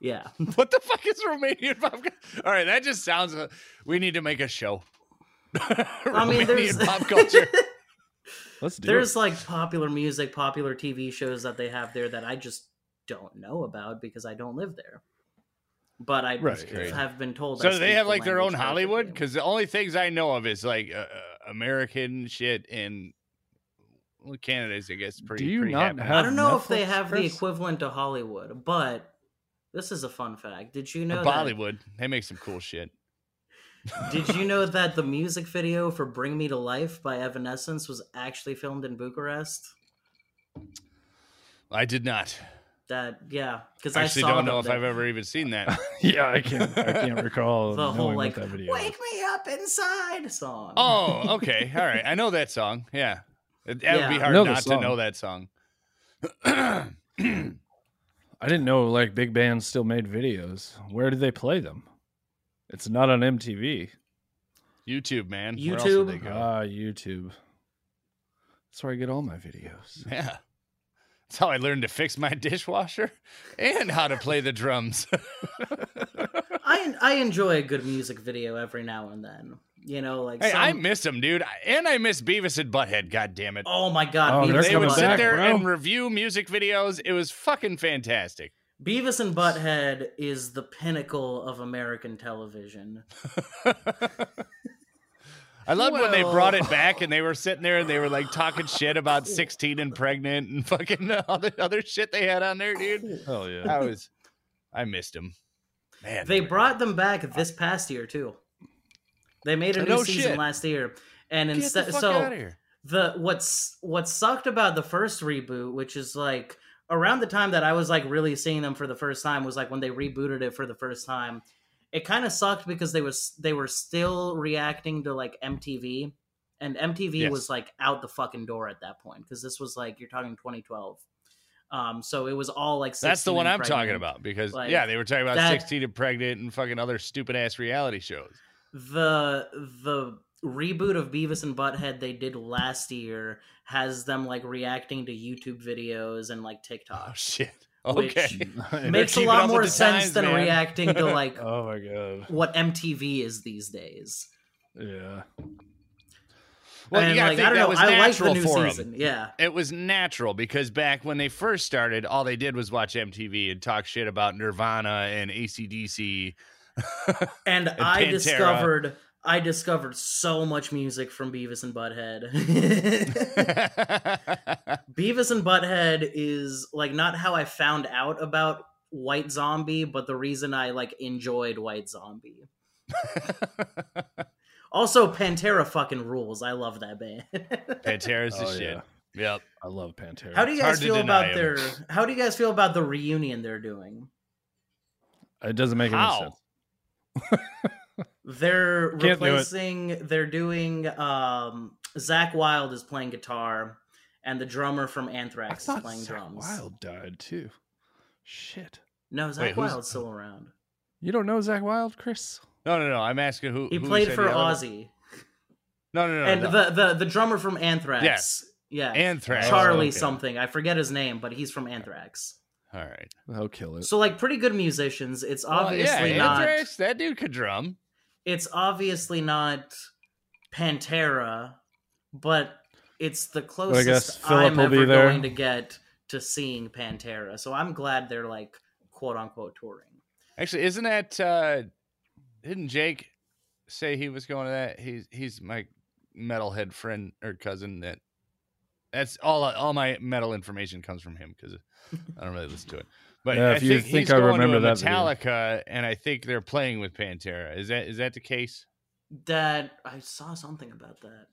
Yeah.
What the fuck is Romanian pop? cul- All right, that just sounds. uh, we need to make a show.
I mean, there's
Romanian pop culture.
Let's do it.
There's like popular music, popular TV shows that they have there that I just don't know about because I don't live there. But I
Right.
have
Crazy.
been told. I
So do they
speak
have
the
like their own
language
Hollywood?
perfectly.
Because the only things I know of is like uh, uh, American shit and well, Canada's. I guess pretty.
you
pretty
not
happy.
have-
I don't know if they
Netflix,
have the
Chris?
equivalent to Hollywood, but this is a fun fact. Did you know?
Or
That,
Bollywood? They make some cool shit.
did you know that the music video for "Bring Me to Life" by Evanescence was actually filmed in Bucharest?
I did not.
That yeah, because
I
I
actually
saw
don't
them
know if
there.
I've ever even seen that.
yeah, I can't. I can't
the
recall knowing
whole
what
like
that
"Wake
video. was.
Me Up Inside" song.
Oh, okay. All right. I know that song. Yeah. It, that would be
Yeah.
hard
Know the
not to
song.
know that song.
I didn't know like big bands still made videos. Where did they play them? It's not on MTV.
YouTube, man. Where else would
YouTube?
they go?
Ah, YouTube. That's where I get all my videos.
Yeah. That's how I learned to fix my dishwasher and how to play the drums.
I I enjoy a good music video every now and then. You know, like
hey,
some,
I miss them, dude. I- And I miss Beavis and Butthead. God damn it.
oh my god,
Oh, they're
Beavis,
they
and
would
coming
Butthead.
sit
back,
there
bro.
and review music videos. It was fucking fantastic.
Beavis and Butthead is the pinnacle of American television.
I loved when they brought it
Well-
back and they were sitting there and they were like talking shit about 16 and pregnant and fucking all the other shit they had on there, dude.
Hell
I
yeah.
was, I missed him. Man,
They
were-
brought them back this past year too. They made a new
No
season
shit.
last year, and
Get
instead,
the fuck
so
outta here.
the what's what sucked about the first reboot, which is like around the time that I was like really seeing them for the first time, was like when they rebooted it for the first time. It kind of sucked because they was they were still reacting to like MTV, and MTV
Yes.
was like out the fucking door at that point because this was like you're talking 2012. Um, so it was all like
That's the
16
one
and
I'm talking
pregnant.
about because
Like,
yeah, they were talking about
that-
16 and pregnant and fucking other stupid ass reality shows.
the the reboot of Beavis and Butthead they did last year has them like reacting to YouTube videos and like
Oh
TikTok.
shit. Okay.
Makes a
keeping up
lot
with
more
the
sense
times,
than
man.
reacting to like
oh my god.
what MTV is these days.
Yeah.
Well, you
and
gotta
like
think
I don't
that
know,
was
I like
natural
the new
for 'em.
season. Yeah.
It was natural because back when they first started, all they did was watch MTV and talk shit about Nirvana and ACDC.
And, I
Pantera.
discovered I discovered so much music from Beavis and Butthead. Beavis and Butthead is like not how I found out about White Zombie, but the reason I like enjoyed White Zombie. Also, Pantera fucking rules. I love that band.
Pantera's the
Oh,
shit.
yeah.
Yep.
I love Pantera.
how do you
hard
guys
to
feel
deny
about
'em.
their? How do you guys feel about the reunion they're doing?
it doesn't make
How?
any sense.
They're
Can't do it.
replacing. They're doing. Um, Zach Wild is playing guitar, and the drummer from
I
Anthrax is
thought
playing
Zach
drums.
Wild died too. Shit.
No, Zach
Wait, who's-
Wild's still around.
You don't know Zach Wild, Chris?
No, no, no. I'm asking who
He
who
played
said
for
the other one.
Ozzy,
No, no, no.
and
no.
the, the the drummer from Anthrax.
Yes.
Yeah,
Anthrax. Oh,
Charlie
Okay.
something. I forget his name, but he's from Anthrax.
All right.
I'll kill it.
So like pretty good musicians. It's obviously
yeah,
not.
Anthrax, that dude could drum.
It's obviously not Pantera, but it's the closest
guess Philip
I'm
will be
ever
there.
going to get to seeing Pantera. So I'm glad they're like quote unquote touring.
Actually, isn't that uh didn't Jake say he was going to that? He's he's my metalhead friend or cousin that that's all all my metal information comes from him because I don't really listen to it. But
Yeah,
I
if you
think,
think
he's
I
going
remember
to a
that video.
Metallica and I think they're playing with Pantera. Is that is that the case?
That I saw something about that.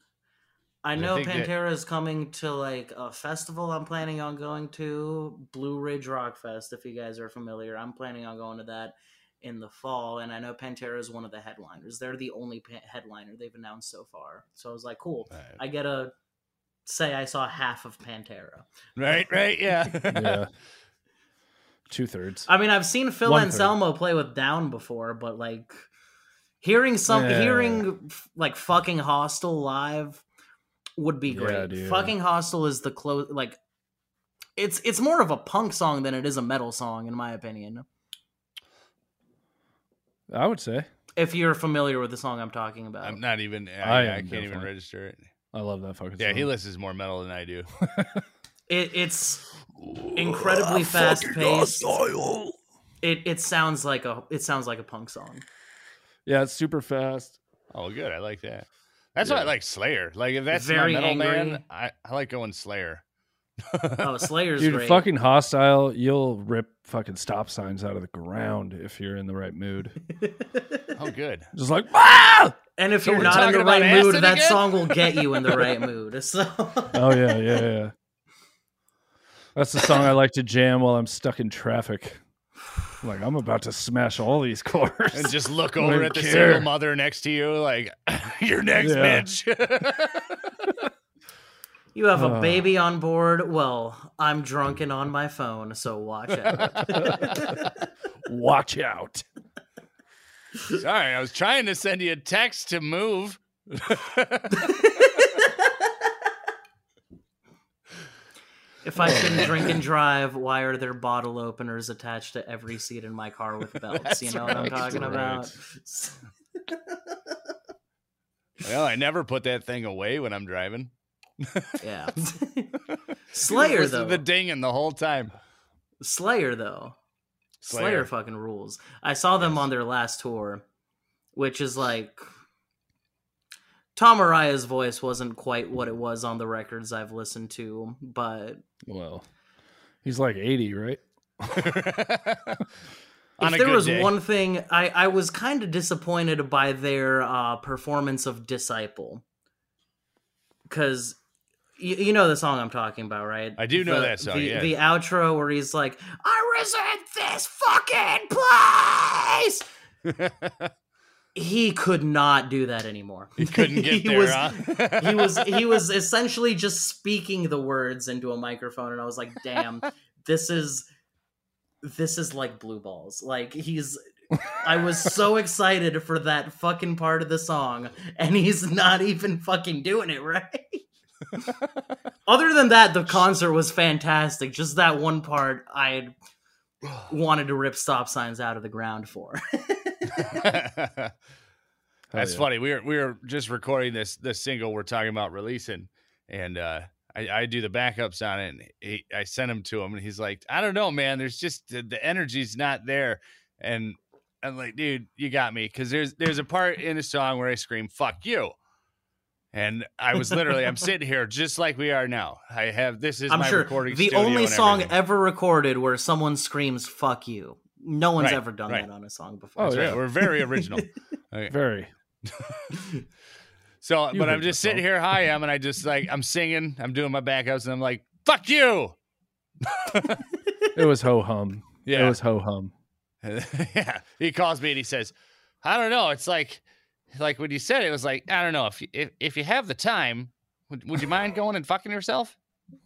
I
I
know
think that-
Pantera is coming to like a festival I'm planning on going to, Blue Ridge Rock Fest, if you guys are familiar. I'm planning on going to that in the fall, and I know Pantera is one of the headliners. They're the only pa- headliner they've announced so far. So I was like, cool.
Uh,
I get to say I saw half of Pantera.
Right, right, yeah.
yeah. Two thirds.
I mean, I've seen Phil
One third.
Anselmo play with Down before, but like hearing some
Yeah.
hearing f- like fucking Hostel live would be
Yeah,
great.
dude.
fucking Hostel is the close like it's it's more of a punk song than it is a metal song in my opinion.
I would say.
If you're familiar with the song I'm talking about.
I'm not even
I
I, I,
am
can't even
definitely.
register it.
I love that fucking
Yeah,
song.
he listens more metal than I do.
It it's incredibly fast paced. It it sounds like a it sounds like a punk song.
Yeah, it's super fast.
Oh, good. I like that. That's why I
Yeah.
like Slayer. Like if that's
Very
my metal
angry.
band, I, I like going Slayer.
Oh, Slayer's
Dude,
great.
fucking hostile. You'll rip fucking stop signs out of the ground if you're in the right mood.
Oh, good.
Just like, ah!
And if
So
you're
we're
not in
talking
the
about
right mood,
acid
that
again?
song will get you in the right mood. So
Oh, yeah, yeah, yeah. That's the song I like to jam while I'm stuck in traffic. Like, I'm about to smash all these
And
cars.
just look
Wouldn't
over at the
care.
single mother next to you, like you're next,
Yeah.
bitch.
you have a
Oh.
Ah.
baby on board. Well, I'm drunken on my phone, so watch out.
Watch out.
Sorry, I was trying to send you a text to move.
if I
Oh.
couldn't drink and drive, why are there bottle openers attached to every seat in my car with belts? you
That's
know what I'm
right.
talking
Right.
about?
Well, I never put that thing away when I'm driving.
yeah. Slayer
Listen
though.
to the dinging the whole time.
Slayer though. Slayer.
Slayer.
fucking rules. I saw them on their last tour, which is like Tom Araya's voice wasn't quite what it was on the records I've listened to, but
Well, he's like 80, right?
On a
if there
good
was
day.
one thing I, I was kind of disappointed by their uh, performance of Disciple, because you, you know the song I'm talking about, right?
I do know
The-
that song,
The,
yeah.
the outro where he's like, "I resent this fucking place." he could not do that anymore.
he couldn't get
He
there.
was-
huh?
he was he was essentially just speaking the words into a microphone and i was like damn this is this is like blue balls like he's I was so excited for that fucking part of the song, and he's not even fucking doing it right. Other than that, the concert was fantastic. Just that one part, I had wanted to rip stop signs out of the ground for.
That's
Oh, yeah.
funny. We were we were just recording this this single we're talking about releasing, and uh, I, I do the backups on it. And he, I sent him to him, and he's like, "I don't know, man. There's just the, the energy's not there." And I'm like, "Dude, you got me." Because there's there's a part in the song where I scream, "Fuck you." And I was literally, I'm sitting here just like we are now. I have this is
I'm
my
sure
recording.
the
studio
only
and
song
everything.
ever recorded where someone screams "fuck you." No one's
Right,
ever done
right.
that on a song before.
Oh,
That's right.
yeah.
We're very original.
Very.
So,
You
but I'm
heard
just
that
sitting
song.
here, hi, I am, and I just like I'm singing, I'm doing my backups, and I'm like, "Fuck you!"
It was ho hum. It
Yeah,
was ho hum.
yeah. He calls me and he says, "I don't know." It's like, like when you said it, it was like, "I don't know." If you, if if you have the time, would, would you mind going and fucking yourself?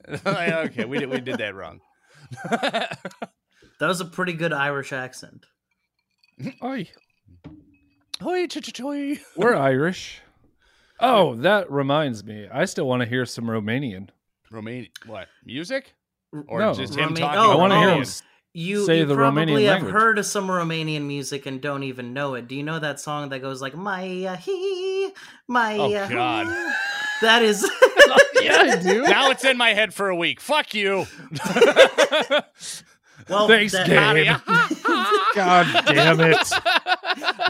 Like, okay, we did we did that wrong.
That was a pretty good Irish accent.
Oi.
Hoi, choi, choi, choi.
We're Irish. Oh, that reminds me. I still want to hear some Romanian.
Romanian, what music? Or
No.
just him
Roman-
talking?
Oh,
I want to hear
oh.
him.
Romanian?
You,
Say
you
the
probably
Romanian
have
language.
heard of some Romanian music and don't even know it. Do you know that song that goes like "Maya he, Maya"?
Oh, God.
he"? that is
Yeah, I do.
Now it's in my head for a week. Fuck you.
well.
Thanks,
that,
Gabe. God damn it.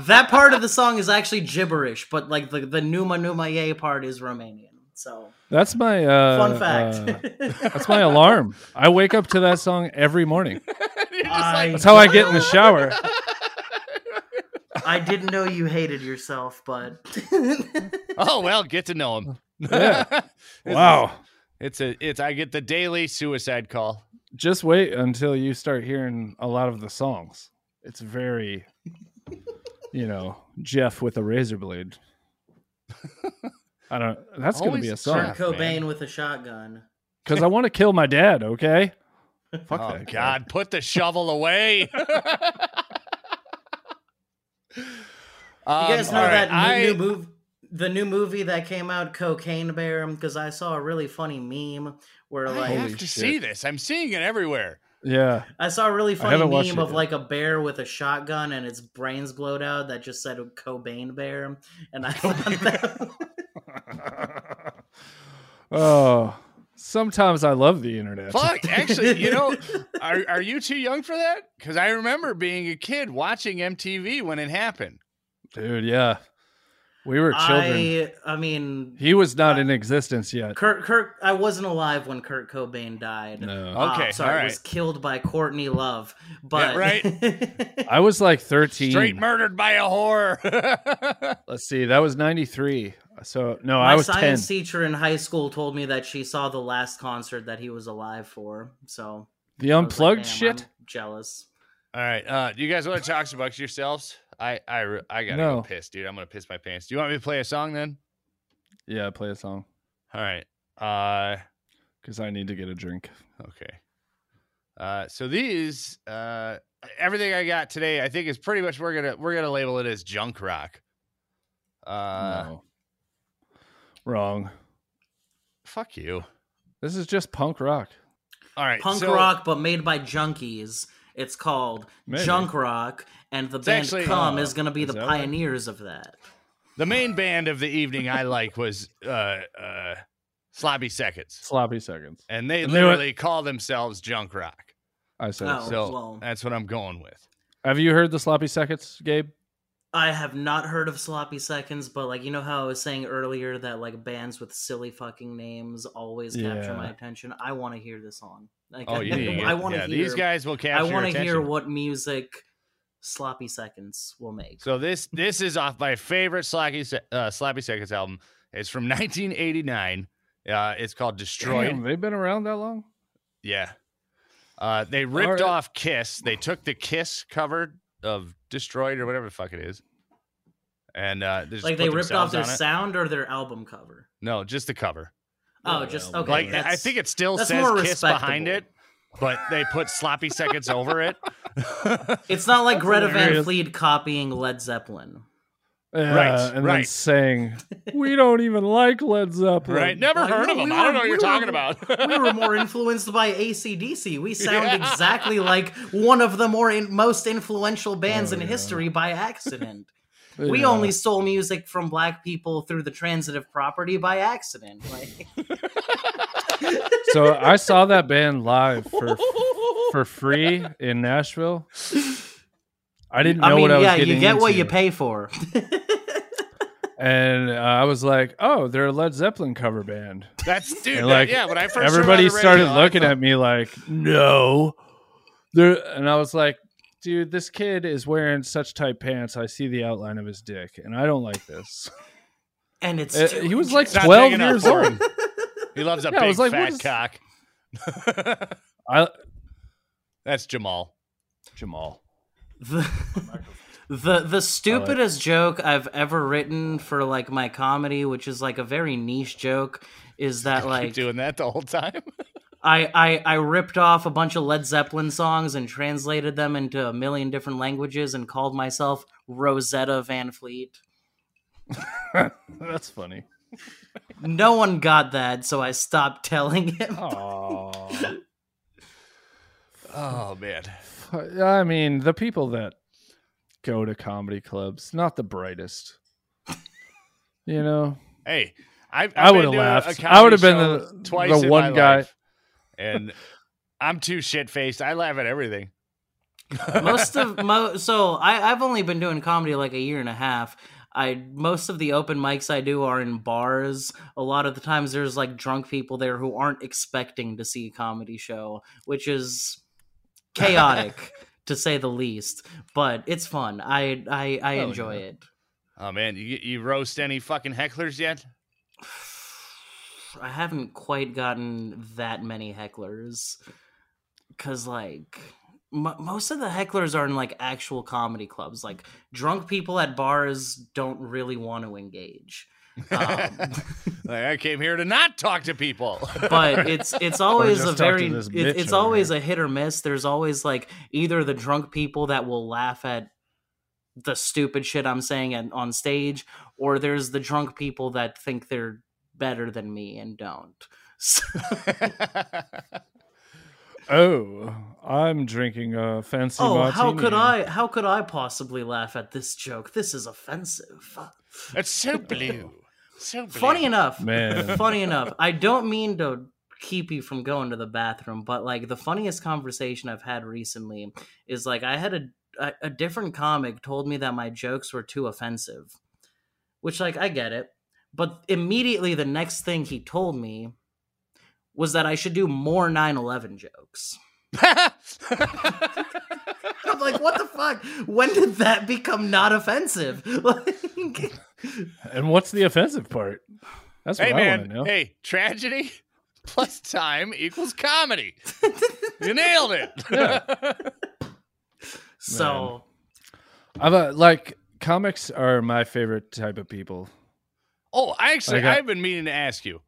that part of the song is actually gibberish, but like the the Numa Numa Ye part is Romanian. So
That's my uh,
fun
uh,
fact.
that's my alarm. I wake up to that song every morning.
I,
That's how I get in the shower.
I didn't know you hated yourself, but
oh well, get to know him.
Yeah. Wow.
It's a it's I get the daily suicide call.
Just wait until you start hearing a lot of the songs. It's very, you know, Jeff with a razor blade. I don't. That's going to be
Always
a
Kurt
song
crap, man.
Cobain with a shotgun.
because I want to kill my dad. Okay. Fuck
oh
that guy.
God, put the shovel away. Um, you Um,
You guys know that new, new move, the new movie that came out, Cocaine Bear? Because I saw a really funny meme where
I
like
have
Holy
to
shit.
see this. I'm seeing it everywhere.
Yeah.
I saw a really funny
haven't watched
meme
it
of
yet.
like a bear with a shotgun and its brains blowed out that just said Cobain Bear, and I thought that,
oh, sometimes I love the internet.
Fuck, actually, you know, are are you too young for that? Because I remember being a kid watching MTV when it happened.
Dude, yeah. We were children.
I I mean
He was not in existence yet.
Kurt Kurt I wasn't alive when Kurt Cobain died.
No.
Ah,
Okay,
sorry,
all right.
was killed by Courtney Love, but right.
I was like 13.
Straight murdered by a whore.
Let's see. That was 93. So, no,
My
I was 10.
science teacher in high school told me that she saw the last concert that he was alive for. So
The
I was like,
unplugged
"Damn,
shit?
I'm jealous.
All right. Uh, do you guys want to talk about yourselves? I I re- I gotta go
No.
piss, dude. I'm gonna piss my pants. Do you want me to play a song then?
Yeah, play a song
All right. Uh,
because I need to get a drink.
okay. Uh, so these uh, everything I got today, I think is pretty much we're gonna we're gonna label it as junk rock. Uh,
no. Wrong.
fuck you.
This is just punk rock.
All right.
Punk
so-
rock, but made by junkies. It's called
Maybe.
Junk Rock, and the band
actually-
Cum
Oh,
is going to be
is
the
that what-
pioneers of that.
The main band of the evening I like was uh, uh, Sloppy Seconds,
Sloppy seconds.
and they
Knew it.
literally call themselves junk rock.
I said.
Oh,
so.
So uh,
well.
that's what I'm going with.
Have you heard the sloppy seconds, Gabe?
I have not heard of Sloppy Seconds, but like you know how I was saying earlier that like bands with silly fucking names always capture
Yeah.
my attention. I want to hear this song. Like,
Oh, you need to
I
get-
want to
yeah,
hear
these guys will capture.
I
want to
hear what music Sloppy Seconds will make.
So this this is off my favorite Slappy Se- uh, Slappy Seconds album. It's from 1989. Uh, it's called Destroyed.
Damn, they've been around that long?
Yeah. Uh, they ripped
right.
off Kiss. They took the Kiss cover of Destroyed or whatever the fuck it is, and uh, they just
like
put
they ripped off
themselves
their
on it.
sound or their album cover.
No, just the cover.
Oh,
Yeah,
just
well,
okay.
like I
that's-
think it still
that's
says
more
Kiss behind it,
respectable.
but they put sloppy seconds over it.
It's not like Greta Van
hilarious.
Fleet copying Led Zeppelin.
Yeah,
Right,
and then
right.
saying we don't even like Led Zeppelin.
Right? Never
Like,
heard
no,
of them.
we
I
were-
don't know what
we
you're
were-
talking about.
We were more influenced by ACDC. We sound
Yeah.
exactly like one of the more in, most influential bands
Oh,
in
yeah.
history by accident. We
Yeah.
only stole music from black people through the transitive property by accident. Like,
so I saw that band live for for free in Nashville. I didn't know
I mean,
what I was
yeah,
getting
you get what
into.
you pay for.
and uh, I was like, "Oh, they're a Led Zeppelin cover band."
That's dude.
And, like,
yeah, when I first heard
Everybody
about the
started
radio, I
looking
thought-
at me like, "No," they're, and I was like, "Dude, this kid is wearing such tight pants. I see the outline of his dick, and I don't like this."
and it's
Uh,
too-
he was like
It's not big
twelve
enough
years
for
old.
him. He loves a
Yeah, I
big
was like,
fat
what is-
cock.
I
That's Jamal.
Jamal.
the, the the stupidest joke I've ever written for like my comedy, which is like a very niche joke, is that
Keep
like
doing that the whole time.
I, I I ripped off a bunch of Led Zeppelin songs and translated them into a million different languages and called myself Rosetta Van Fleet.
That's funny.
No one got that, so I stopped telling him.
Oh,
Oh man.
I mean, the people that go to comedy clubs, not the brightest. You know,
Hey, I I've
I
been
would've
to a- a
laughed. I
comedy
would've been
show
the-
twice
the
in
one
my
guy-
life, and I'm too shit faced. I laugh at everything.
most of mo- so I, I've only been doing comedy like a year and a half. I most of the open mics I do are in bars. A lot of the times there's like drunk people there who aren't expecting to see a comedy show, which is chaotic to say the least. But it's fun. I I, I
Oh,
enjoy
yeah.
it.
Oh man, you you roast any fucking hecklers yet?
I haven't quite gotten that many hecklers because like m- most of the hecklers are in like actual comedy clubs like drunk people at bars don't really want to engage um,
Like, I came here to not talk to people.
but it's it's always a
just talk to
very
this
it,
bitch
it's
over
always a hit or miss there's always like either the drunk people that will laugh at the stupid shit i'm saying and on stage or there's the drunk people that think they're better than me and don't so
oh, I'm drinking a fancy
Oh,
martini.
how could I? How could I possibly laugh at this joke? This is offensive.
it's so blue. So blue.
Funny enough,
Man.
Funny enough, I don't mean to keep you from going to the bathroom, but like the funniest conversation I've had recently is like I had a a, a different comic told me that my jokes were too offensive, which like I get it, but immediately the next thing he told me was that I should do more 9/11 jokes. I'm like, what the fuck? When did that become not offensive? Like,
And what's the offensive part? That's what
hey
I want to
man,
know.
hey, tragedy plus time equals comedy. you nailed it.
so
I've uh, like comics are my favorite type of people.
Oh, I actually,
I got-
I've been meaning to ask you.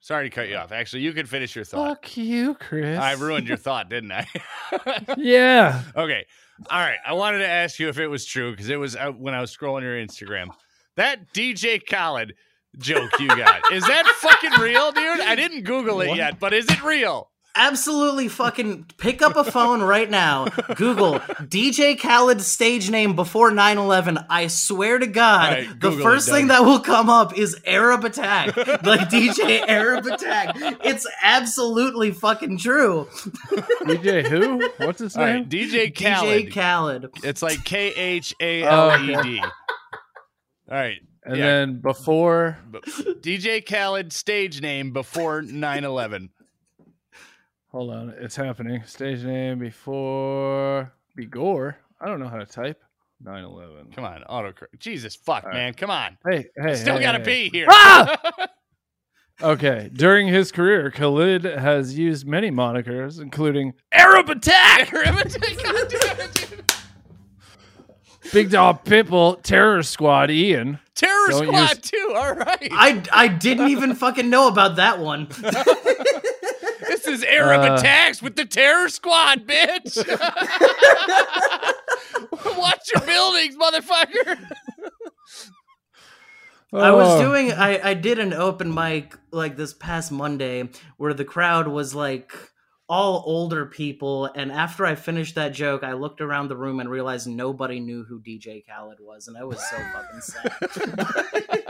Sorry to cut you off. Actually, you can finish your thought.
Fuck you, Chris.
I ruined your thought, didn't I?
Yeah.
okay. All right. I wanted to ask you if it was true because it was uh, when I was scrolling your Instagram. That DJ Khaled joke you got is that fucking real, dude? I didn't Google it
What?
yet, but is it real?
absolutely fucking pick up a phone right now. Google DJ Khaled's stage name before 9/11. I swear to God,
All right,
the
Google it,
first thing
Doug.
that will come up is Arab Attack, like DJ Arab Attack. It's absolutely fucking true.
DJ who? What's his
All
name?
right, DJ Khaled.
DJ Khaled.
it's like K H A L
Oh,
E D. All right,
And
Yeah.
then before
but DJ Khaled stage name before 9/11.
Hold on, it's happening. Stage name before Begor. I don't know how to type. 9-11.
Come on, autocorrect. Jesus fuck,
All right.
man. Come on.
Hey, hey.
Still
hey,
gotta
hey.
be here.
Ah! Okay. During his career, Khalid has used many monikers, including Arab Attack, Big Dog Pitbull, Terror Squad, Ian.
Terror
Don't
Squad
use-
too. All right.
I I didn't even fucking know about that one.
this is his Arab
Uh.
attacks with the terror squad, bitch. Watch your buildings, motherfucker.
I was
Oh,
doing I, I did an open mic like this past Monday where the crowd was like all older people and after I finished that joke I looked around the room and realized nobody knew who DJ Khaled was and I was so fucking sad.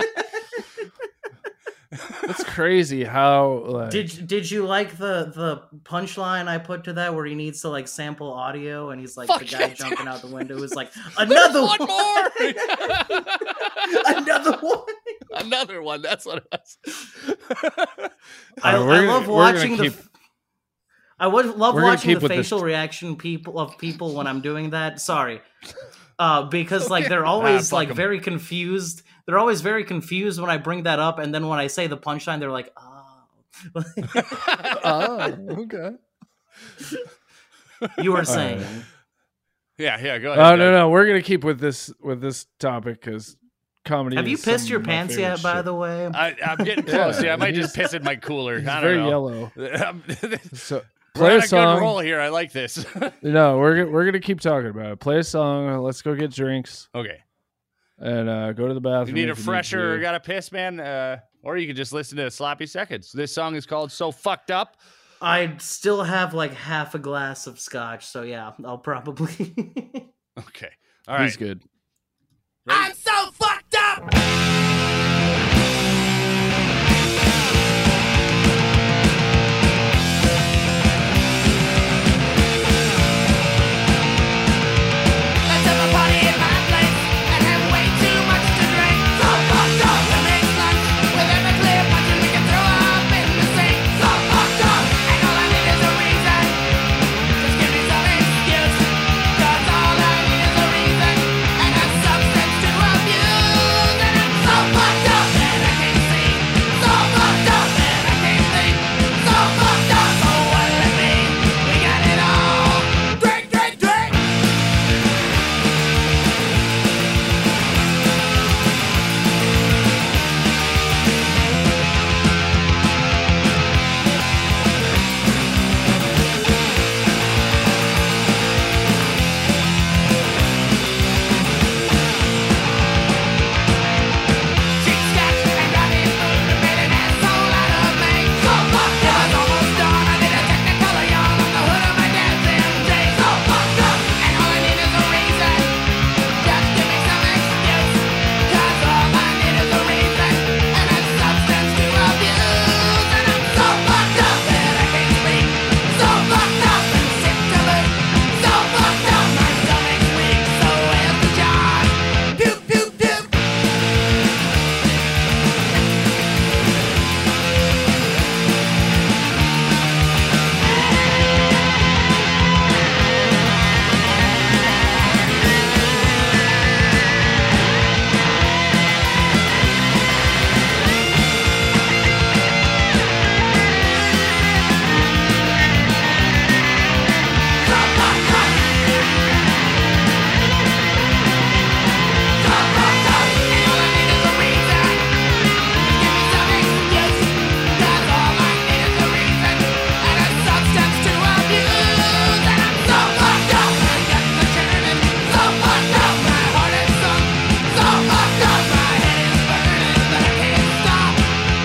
It's crazy how like
Did did you like the the punchline I put to that where he needs to like sample audio and he's like
Fuck
the guy
yeah,
jumping
dude.
out the window is like
There's
another
one
one,
more.
another one.
Another one. That's what it was.
I, I
Uh, we're gonna-
love
we're gonna
watching the.
keep-
I would love
we're gonna
watching
keep
the
with this
facial
t-
reaction people of people when I'm doing that. Sorry, uh, because like they're
Ah,
always
fuck
like
'em.
very confused. They're always very confused when I bring that up, and then when I say the punchline, they're like, "Oh,
oh, okay.
you were
Uh,
saying."
yeah, yeah, go ahead.
Oh no,
Doug.
no, we're gonna keep with this with this topic because comedy.
Have you
is
pissed
some
your
of my
pants
favorite
yet? By
shit.
the way,
I, I'm getting close. Yeah,
Yeah,
I might just piss in my cooler. I don't
very
know.
yellow.
Um,
So
We're
play
on
a
a good roll
song.
here. I like this.
No, we're gonna- we're gonna keep talking about it. Play a song. Let's go get drinks
okay.
and uh, go to the bathroom.
You need a
if
fresher or
to.
got a piss, man? Uh, or you could just listen to Sloppy Seconds. This song is called So Fucked Up.
I still have like half a glass of scotch, so yeah, I'll probably.
Okay. All
He's
right.
good.
I'm
so fucked up. Let's have a party in my place and have way too much to drink. So fucked up. The next lunch with every clear punch and we can throw up in the sink. So fucked up. And all I need is a reason. Just give me some excuse. 'Cause all I need is a reason and a substance to abuse. And I'm so fucked up that I can't see. So fucked up that I can't think. So fucked up. Oh, what does it mean? We got it all. Drink, drink, drink. Pew, pew, pew.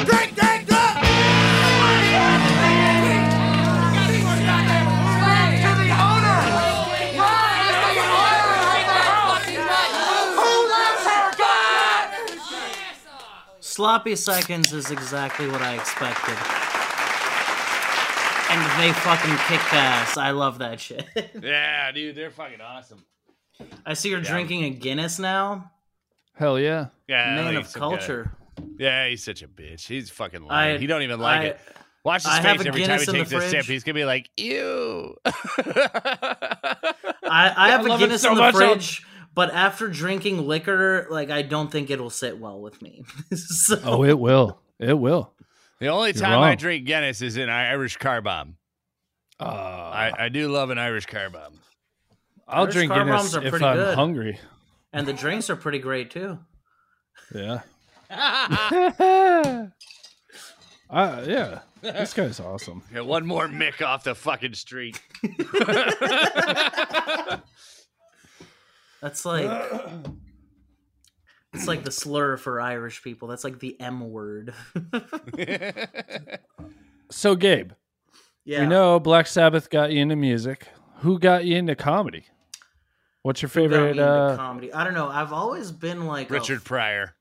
Drink, drink, drink!
Sloppy seconds is exactly what I expected. And they fucking kicked ass. I love that shit.
Yeah, dude, they're fucking awesome.
I see you're drinking a Guinness now.
Hell yeah.
Yeah,
Man
he's
of
some guy.
culture.
Yeah, he's such a bitch. He's fucking lying.
I-
he don't even like
I-
it. Watch his
I have
face
a
every time he
Guinness in the
takes a sip.
fridge.
He's gonna be like, "Ew."
I, I have a
love it
Guinness
so
in the
much, I'll-
fridge, but after drinking liquor, like I don't think it'll sit well with me. so,
Oh, it will. It will.
the only
You're
time I
wrong.
drink Guinness is in an Irish car bomb.
Uh, I,
I, I do love an Irish car bomb.
I'll
Irish
drink
car
Guinness
bombs are
if I'm
pretty good.
hungry.
and the drinks are pretty great too.
Yeah. uh, yeah. This guy's awesome.
Yeah, one more Mick off the fucking street.
That's like it's like the slur for Irish people. That's like the M word.
So, Gabe,
yeah.
we know Black Sabbath got you into music. Who got you into comedy? What's your
Got me
favorite?
into
Uh,
comedy. I don't know. I've always been like a-
Richard Pryor.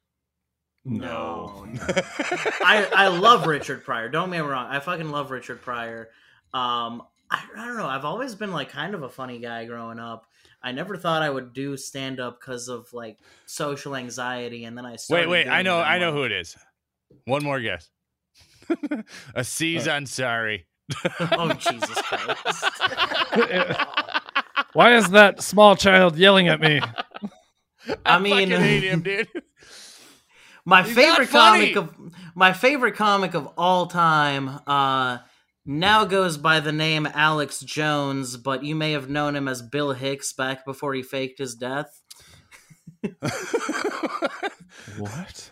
No. I, I love Richard Pryor. Don't get me wrong. I fucking love Richard Pryor. Um, I, I don't know. I've always been like kind of a funny guy growing up. I never thought I would do stand up because of like social anxiety, and then I started.
Wait, wait.
doing
I know.
it.
I know
I'm
who it is. One more guess. A C's Ansari.
like, Oh Jesus Christ!
why is that small child yelling at me?
I
fucking
mean,
hate him, dude.
my
He's not
favorite
funny.
comic of my favorite comic of all time uh now goes by the name Alex Jones, but you may have known him as Bill Hicks back before he faked his death.
What?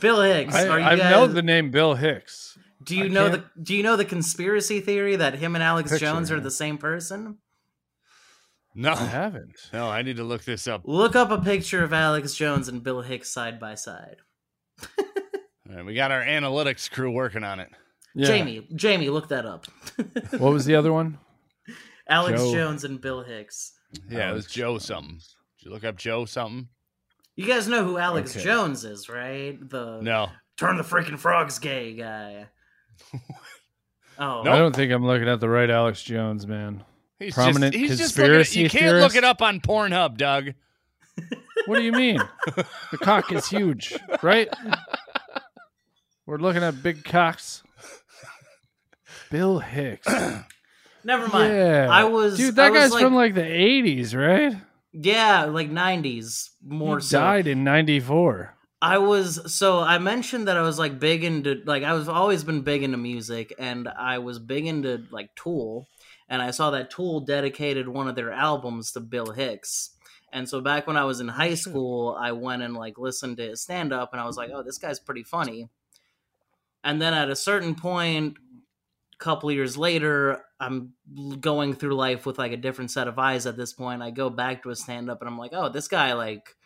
Bill Hicks,
I,
are you
I
guys,
know the name Bill Hicks.
do you
I
know
can't-
the do you know the conspiracy theory that him and Alex
Picture,
Jones are
yeah.
the same person?
No,
I haven't.
no. I need to look this up.
Look up a picture of Alex Jones and Bill Hicks side by side.
All right, we got our analytics crew working on it.
Yeah.
Jamie, Jamie, look that up.
What was the other one?
Alex
Joe.
Jones and Bill Hicks.
Yeah, it was
Alex
Joe something. Did you look up Joe something?
You guys know who Alex
Okay.
Jones is, right? The
No.
turn the freaking frogs gay guy. oh,
I don't think I'm looking at the right Alex Jones, man.
He's
Prominent
just, he's just looking at- you
conspiracy
can't look
theorist?
it up on Pornhub, Doug.
What do you mean? the cock is huge, right? We're looking at big cocks. Bill Hicks.
never mind.
yeah.
I was
Dude, that
I was
guy's
like,
from like the 80s, right?
yeah, like '90s more
he
so.
died in 94.
I was so I mentioned that I was like big into like I was always been big into music and I was big into like Tool and I saw that Tool dedicated one of their albums to Bill Hicks. And so back when I was in
Hmm.
high school, I went and like listened to his stand up and I was like, "Oh, this guy's pretty funny." And then at a certain point a couple years later, I'm going through life with like a different set of eyes at this point. I go back to his stand up and I'm like, "Oh, this guy like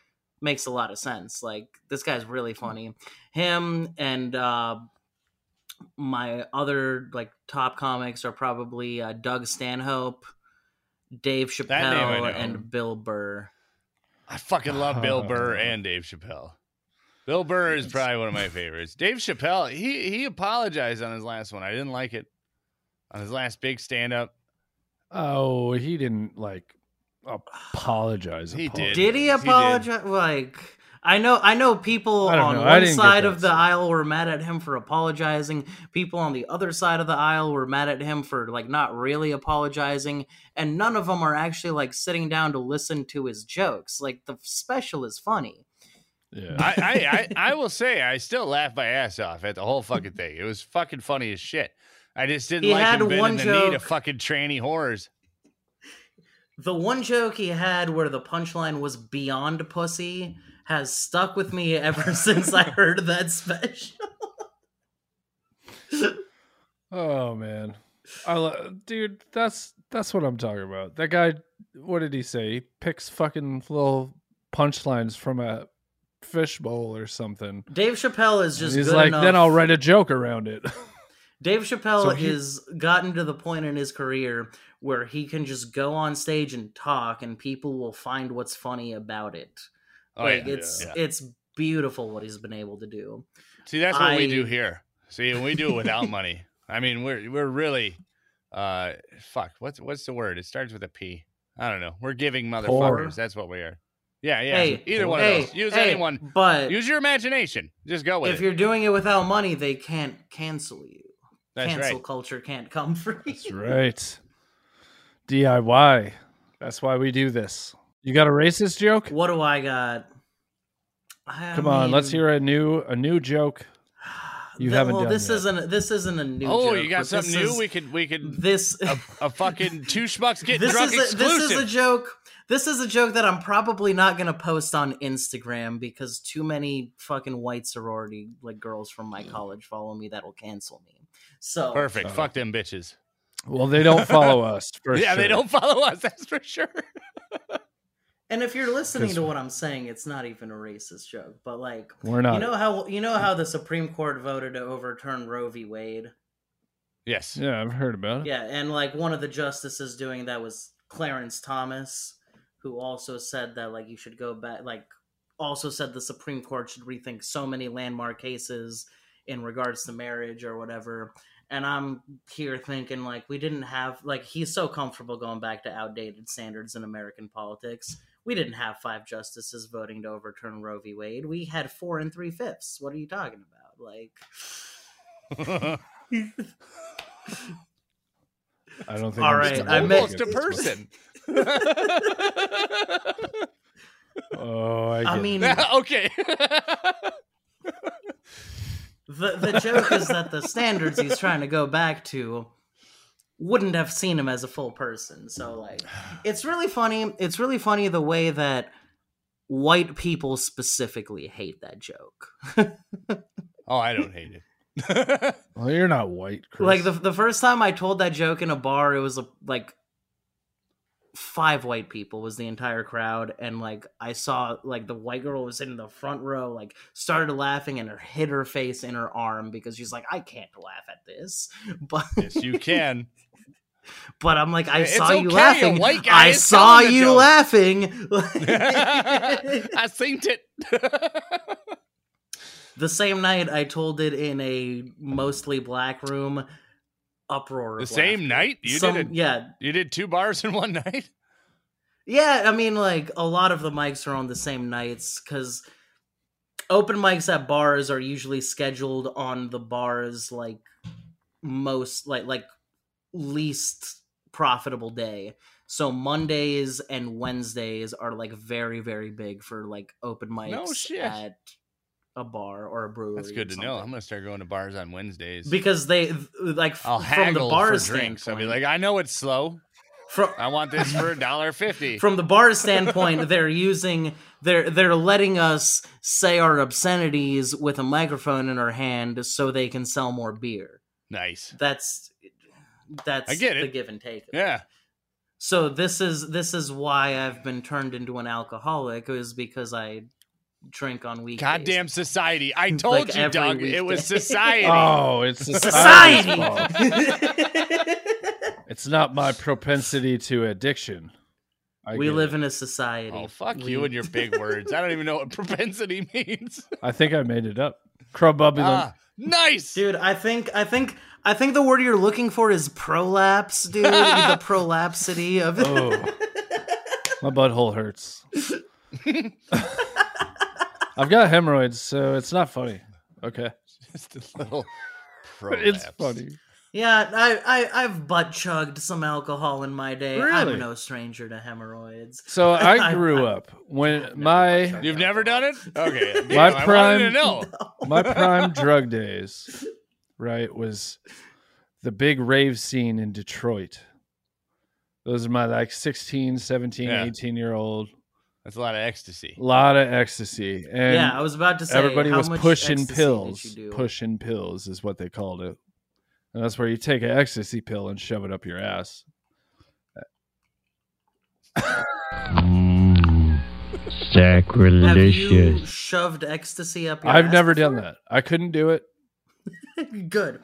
makes a lot of sense. Like this guy's really
Hmm.
funny. Him and uh, my other like top comics are probably uh, Doug Stanhope, Dave
That name I know.
Chappelle, and Bill Burr.
I fucking love Bill Burr
Oh.
and Dave Chappelle. Bill Burr is probably one of my favorites. Dave Chappelle, he he apologized on his last one. I didn't like it. On his last big stand up,
Oh, he didn't like apologize.
He
apologize.
Did
Did he
he
apologize? Like I know, I know people
I don't
on
know. I
one
didn't get
side
that
of the
stuff.
aisle were mad at him for apologizing. People on the other side of the aisle were mad at him for like not really apologizing, and none of them are actually like sitting down to listen to his jokes. Like the special is funny.
Yeah.
I, I, I, I will say I still laughed my ass off at the whole fucking thing. It was fucking funny as shit. I just didn't
He
like
had
him bending
one
the knee to
joke.
fucking tranny horrors.
The one joke he had where the punchline was beyond pussy has stuck with me ever since I heard that special.
Oh man, I lo- dude, that's that's what I'm talking about. That guy, what did he say? He picks fucking little punchlines from a fishbowl or something.
Dave Chappelle is
And
just
he's
good
like,
enough.
then I'll write a joke around it.
Dave Chappelle
So he-
has gotten to the point in his career where he can just go on stage and talk, and people will find what's funny about it.
Oh,
like
yeah.
it's
Yeah.
it's beautiful what he's been able to do.
See, that's what we
I-
do here. See, we do it without money. I mean, we're we're really, uh, fuck. What's what's the word? It starts with a P. I don't know. We're giving motherfuckers.
Poor.
That's what we are. Yeah, yeah.
Hey,
Either one
hey,
of those. Use
hey,
anyone.
but
Use your imagination. Just go with
if
it.
you're doing it without money, they can't cancel you.
That's
Cancel
right.
culture can't come free.
that's right. DIY. That's why we do this. You got a racist joke?
What do I got? I
Come on, let's
mean,
hear a new a new joke. You
th-
haven't
well,
done
this
yet.
isn't this isn't a new.
Oh,
joke,
you
but
got
this
something new?
is-
we could we could
this
a, a fucking two schmucks get
this is
drunk
a, this
exclusive.
is a joke This is a joke that I'm probably not gonna post on Instagram because too many fucking white sorority like girls from my college follow me that'll cancel me. So
Mm. Perfect.
Oh.
Fuck them bitches.
Well, they don't follow us. For
yeah, they
sure.
don't follow us. That's for sure.
and if you're listening
This
to
one.
what I'm saying, it's not even a racist joke, but like
We're not.
you know how you know how
Mm.
the Supreme Court voted to overturn Roe v. Wade?
Yes.
yeah, I've heard about it.
Yeah, and like one of the justices doing that was Clarence Thomas, who also said that like you should go back like also said the Supreme Court should rethink so many landmark cases in regards to marriage or whatever. And I'm here thinking like we didn't have like he's so comfortable going back to outdated standards in American politics. We didn't have five justices voting to overturn Roe v. Wade. We had four and three fifths. What are you talking about? Like
I don't think.
All
I'm
right,
still
I
gonna
meant-
almost
get
a
this one.
person.
Oh, I,
I
get it.
mean
okay.
The the joke is that the standards he's trying to go back to wouldn't have seen him as a full person. So like it's really funny. It's really funny the way that white people specifically hate that joke.
oh, I don't hate it.
Well, you're not white, Chris.
Like the the first time I told that joke in a bar, it was a, like five white people was the entire crowd and like I saw like the white girl was in the front row like started laughing and her hit her face in her arm because she's like I can't laugh at this. But
yes, you can.
but I'm like, I
It's
saw you
okay, a
laughing.
white guy
I
is
saw
telling the
you
joke.
laughing.
I synced it.
the same night, I told it in a mostly black room. Uproar.
the
of
same
laughter.
night you
Some-
did. A,
yeah,
You did two bars in one night.
yeah. I mean, like a lot of the mics are on the same nights because open mics at bars are usually scheduled on the bars like most like like least profitable day. So Mondays and Wednesdays are like very very big for like open mics
No shit.
at a bar or a brewery.
That's good
or
to know. I'm
something.
gonna start going to bars on Wednesdays.
Because they like f-
I'll
from
haggle
the bar
for drinks. I'll
standpoint.
be like, I know it's slow.
from,
I want this for a dollar fifty.
from the bar standpoint, they're using they're they're letting us say our obscenities with a microphone in our hand so they can sell more beer.
Nice.
That's that's
I get
the
it.
give and take. of it.
Yeah.
So this is this is why I've been turned into an alcoholic is because I drink on weekdays.
Goddamn society. I told you,
every
Doug, it was
weekday.
society.
oh, it's society's
society.
fault. It's not my propensity to addiction. I
we
get
live
it.
in a society.
Oh, fuck
We-
you and your big words. I don't even know what propensity means.
I think I made it up. Crobubulum.
Ah, nice.
Dude, I think I think I think the word you're looking for is prolapse, dude. the prolapsity of
oh, my butthole hurts. I've got hemorrhoids, so it's not funny. Okay,
Just a little
it's
prolapse.
funny.
Yeah, I, I I've butt chugged some alcohol in my day.
Really?
I'm no stranger to hemorrhoids.
So I
I-
grew up when my
You've never done it? Okay. Damn,
My
I
prime-
wanted to know.
my prime drug days, right, was the big rave scene in Detroit. Those are my like 16, 17,
Yeah.
18 year old.
That's a lot of ecstasy.
A lot of ecstasy. And
yeah, I was about to say
everybody
how
was
much
pushing
ecstasy did you
pills.
do?
Pushing pills is what they called it. And that's where you take an ecstasy pill and shove it up your ass.
Have
Sacrilegious.
you shoved ecstasy up your
I've
ass
never done
before?
that. I couldn't do it.
Good.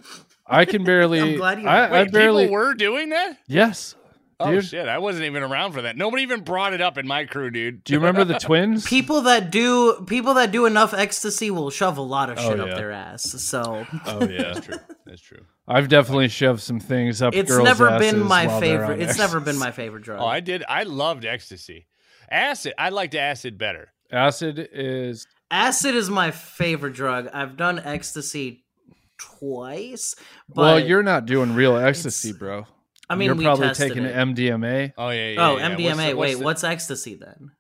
I can barely.
I'm glad you-
I, I
Wait,
barely.
people were doing that?
yes.
Oh
Dude.
shit! I wasn't even around for that. Nobody even brought it up in my crew, dude.
Do you remember the twins?
People that do people that do enough ecstasy will shove a lot of
Oh,
shit
yeah.
up their ass. So
oh yeah.
That's true. That's true.
I've definitely shoved some things up.
it's
girls'
never been
asses
my
while they're on
favorite. It's
ecstasy.
never been my favorite drug.
Oh, I did. I loved ecstasy. Acid. I liked acid better.
acid is
Acid is my favorite drug. I've done ecstasy twice. But
well. You're not doing real ecstasy, bro.
I mean,
you're
we
probably
tested
taking
it.
MDMA.
Oh yeah. yeah
Oh,
yeah. What's
MDMA.
the-
Wait,
the-
what's ecstasy then?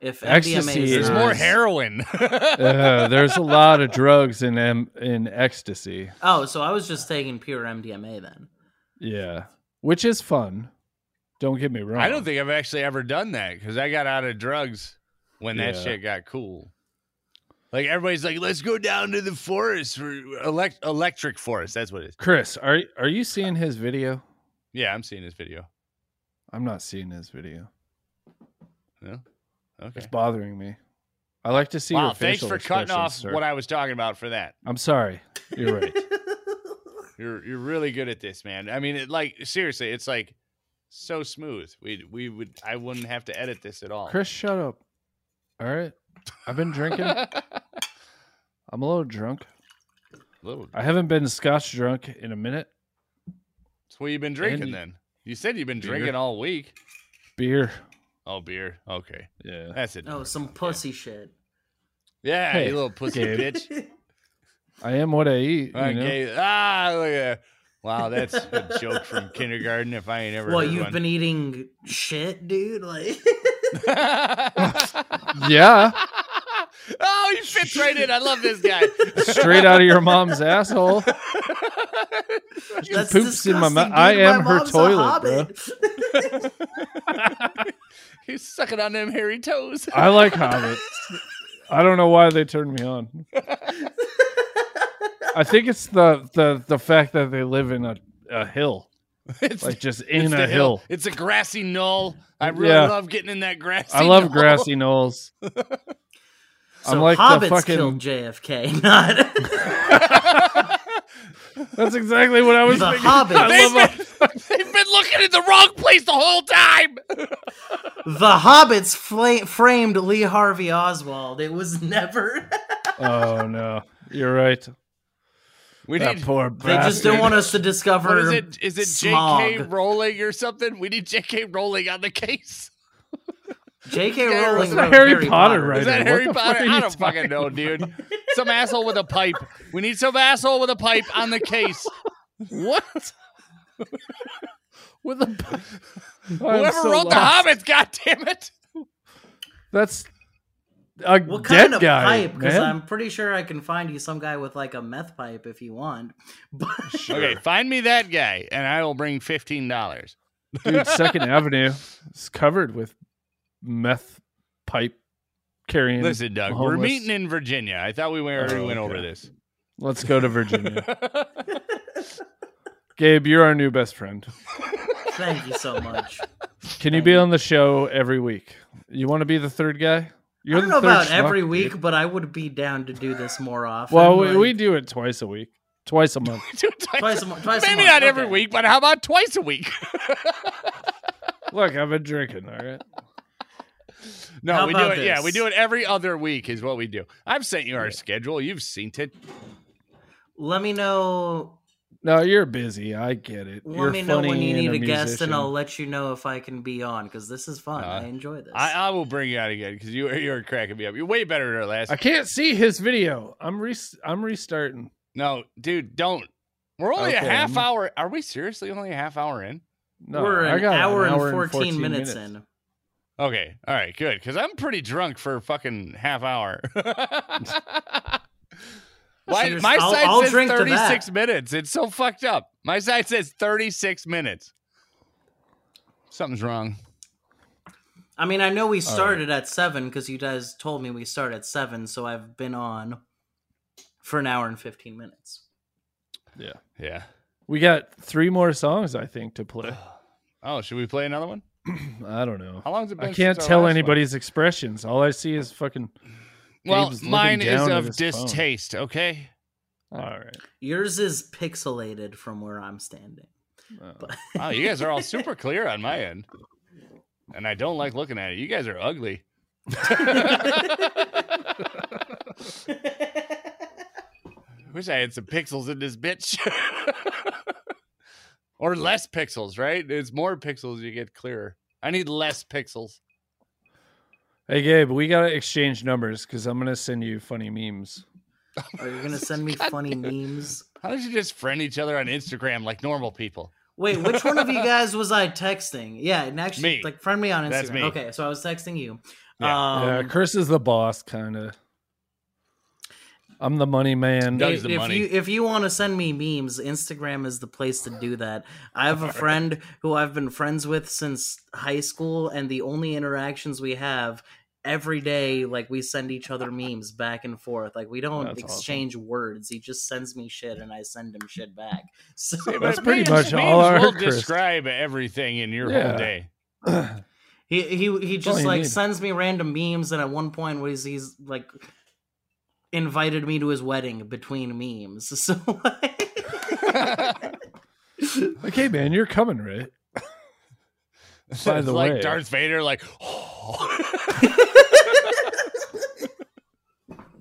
If
Ecstasy
MDMA is
is-
There's more
Nice.
heroin.
Uh, there's a lot of drugs in M- in ecstasy.
oh, so I was just taking pure MDMA then.
Yeah, which is fun. Don't get me wrong.
I don't think I've actually ever done that because I got out of drugs when that
Yeah.
shit got cool. Like everybody's like, let's go down to the forest for elect- electric forest. That's what it is.
Chris, are are you seeing his video?
Yeah, I'm seeing this video.
I'm not seeing his video.
Okay.
It's bothering me. I like to see
Wow,
your
thanks
facial
for cutting off what I was talking about for that.
I'm sorry. You're right.
You're you're really good at this, man. I mean, it, like seriously, it's like so smooth. We we would I wouldn't have to edit this at all.
Chris, shut up. All right. I've been drinking.
Little-
I'm a little drunk. I haven't been scotch drunk in a minute.
So what you been drinking
Andy-
then? You said you've been
Beer.
drinking all week.
Beer.
Oh, beer. Okay,
Yeah.
that's it.
oh, some pussy shit.
Yeah,
Hey,
you little pussy
Gabe.
bitch.
I am what I eat.
Uh,
you know?
gay- Ah, look at that. Wow, that's a joke from kindergarten. If I ain't ever.
well,
heard
you've
one.
been eating shit, dude. Like,
Yeah.
oh, he fits right in. I love this guy.
Straight out of your mom's asshole.
that's
poops in
disgusting,
my mou-
dude.
I am
My
her
mom's a
toilet,
hobbit.
He's sucking on them hairy toes.
I like hobbits. I don't know why they turned me on. I think it's the the the fact that they live in a, a hill,
It's,
like just
it's
in
the
a hill.
It's a grassy knoll. I really
Yeah.
love getting in that grassy.
I love
knoll.
grassy knolls.
so
I'm like the
hobbits
fucking-
killed JFK, not
That's exactly what I was
the
thinking.
hobbits.
They've been, they've been looking in the wrong place the whole time.
the hobbits fla- framed Lee Harvey Oswald. It was never.
Oh no, you're right.
We
That
need.
poor
they
bastard.
just don't want us to discover.
What is it? Is it J.K.
smog.
Rowling or something? We need J.K. Rowling on the case.
J.K.
Yeah,
Rowling
it's
wrote
Harry Potter, right?
Is that
What
Harry
the fuck
Potter?
are you
I don't fucking know, dude. Some asshole with a pipe. We need some asshole with a pipe on the case.
what? With a
Whoever wrote the Hobbits, god damn it.
That's a
What
dead
kind of
guy,
pipe? Because
man.
I'm pretty sure I can find you some guy with like a meth pipe if you want. But
Okay, find me that guy, and I will bring fifteen dollars.
Dude, Second Avenue is covered with meth pipe carrying.
Listen, Doug, we're
homeless.
meeting in Virginia. I thought we were- already
Oh,
went
okay.
over this.
Let's go to Virginia. Gabe, you're our new best friend.
thank you so much.
Can you
Thank
be
you.
on the show every week? You want to be the third guy? You're
I don't
the
know
third
about
schmuck,
every
dude.
week, but I would be down to do this more often.
Well, we,
like,
we do it twice a week, twice a month.
Two times-
twice a month. Twice a
Maybe
month,
not every
okay.
week, but how about twice a week?
Look, I've been drinking. All right.
No,
How
we do
about
it. Yeah,
this?
we do it every other week is what we do. I've sent you our schedule. You've seen it.
Let me know.
No, you're busy. I get it.
Let
you're
me know
funny
when you
and
need a,
a
guest, and
musician.
I'll let you know if I can be on because this is fun.
Uh,
I enjoy this.
I, I will bring you out again because you you're cracking me up. You're way better than our last.
I can't see his video. I'm re- I'm restarting.
No, dude, don't. We're only
Okay,
a half
I'm-
hour. Are we seriously only a half hour in?
No,
We're
I
an
got
hour,
an
and 14, minutes, in.
Okay, all right, good. Because I'm pretty drunk for a fucking half hour. Why,
you're-
my
I'll-
side
I'll
says
drink to that.
36 minutes. It's so fucked up. My side says 36 minutes. Something's wrong.
I mean, I know we started at seven because you guys told me we start at seven, so I've been on for an hour and 15 minutes.
Yeah.
We got three more songs, I think, to play.
Oh, should we play another one?
I don't know.
How long's it been?
I can't
since our
tell
last one?
anybody's expressions. All I see is fucking.
Well,
Gabe's looking
mine is
down at
of
his phone.
distaste. Okay.
All right.
Yours is pixelated from where I'm standing.
Uh,
Wow, you guys are all super clear on my end. And I don't like looking at it. You guys are ugly. Wish I had some pixels in this bitch. or less pixels, right? It's more pixels you get clearer. I need less pixels.
Hey, Gabe, we got to exchange numbers because I'm going to send you funny memes.
Are you going to send me funny memes?
How did you just friend each other on Instagram like normal people?
Wait, which one of you guys was I texting? Yeah, and actually,
Me.
like, friend me on Instagram.
That's me.
Okay, so I was texting you.
Yeah.
Um,
yeah, Chris is the boss, kind of. I'm the money man.
Doug's
if,
the
if
money.
you if you want to send me memes, Instagram is the place to do that. I have a friend who I've been friends with since high school, and the only interactions we have every day, like we send each other memes back and forth. Like we don't
That's awesome.
exchange words. He just sends me shit, and I send him shit back. So
That's
But
pretty much
memes-
all
memes
I
will
heard, Chris.
describe everything in your
Yeah.
whole day.
he he he
all
just
you
like
need.
sends me random memes, and at one point, was he's like invited me to his wedding between memes. So. like-
like, hey man, you're coming, right? By
it's
the
like
way.
Darth Vader, like, oh.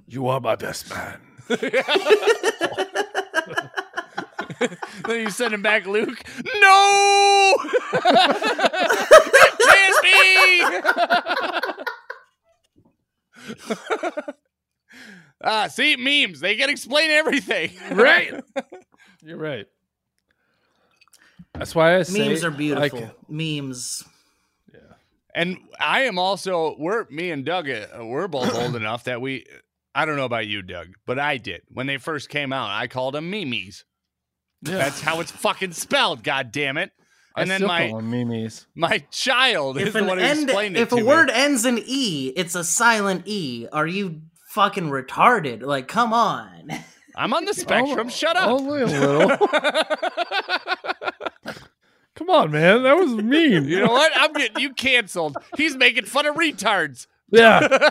You are my best man.
then you send him back, Luke. No, it can't be. ah, see, memes. They can explain everything,
Right. You're right. That's why I say
Memes are beautiful.
like,
Memes.
And I am also we're me and Doug. Uh, we're both old enough that we. I don't know about you, Doug, but I did when they first came out. I called them memes.
yeah,
That's how it's fucking spelled. God damn it!
I
And then
still
my
call them memes.
my child is
If,
the
an
one who
end,
explained it
if
to
a
me.
word ends in E, it's a silent E. Are you fucking retarded? Like, come on.
I'm on the spectrum.
Oh,
Shut up.
Only a little. Come on, man. That was mean.
You know what? I'm getting you canceled. He's making fun of retards.
Yeah.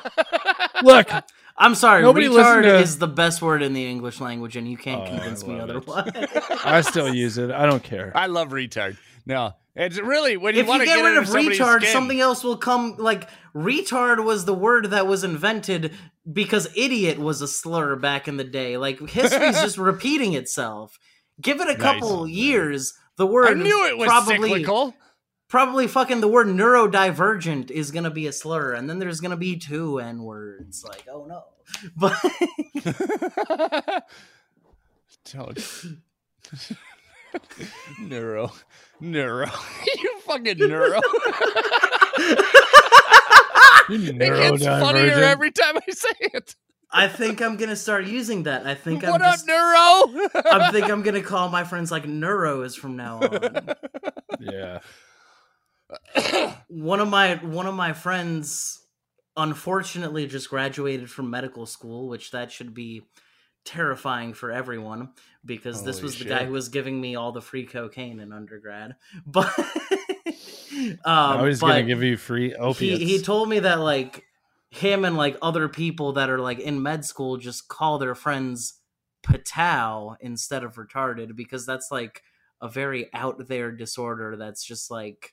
Look,
I'm sorry.
Nobody listened
retard
to-
is the best word in the English language, and you can't
Oh, I
convince me
love it.
otherwise.
I still use it. I don't care.
I love retard. No, it's really when you
if you
want to
get, rid
under
of
somebody's
retard,
skin-
something else will come. Like, retard was the word that was invented because idiot was a slur back in the day. Like, history's just repeating itself. Give it a couple years, the word
I knew it was
probably
cyclical.
probably fucking the word neurodivergent is gonna be a slur, and then there's gonna be two n words. Like, oh no! But
Don't. neuro, neuro, you fucking neuro.
You
it gets funnier
neurodivergent.
every time I say it.
I think I'm gonna start using that. I think I'm
what up,
just,
neuro?
I think I'm gonna call my friends like neuros from now on.
Yeah.
one of my one of my friends unfortunately just graduated from medical school, which that should be terrifying for everyone because this
Holy
was the
shit.
guy who was giving me all the free cocaine in undergrad. But um,
now he's
but-
gonna give you free opiates.
he, he told me that like him and like other people that are like in med school just call their friends patow instead of retarded because that's like a very out there disorder that's just like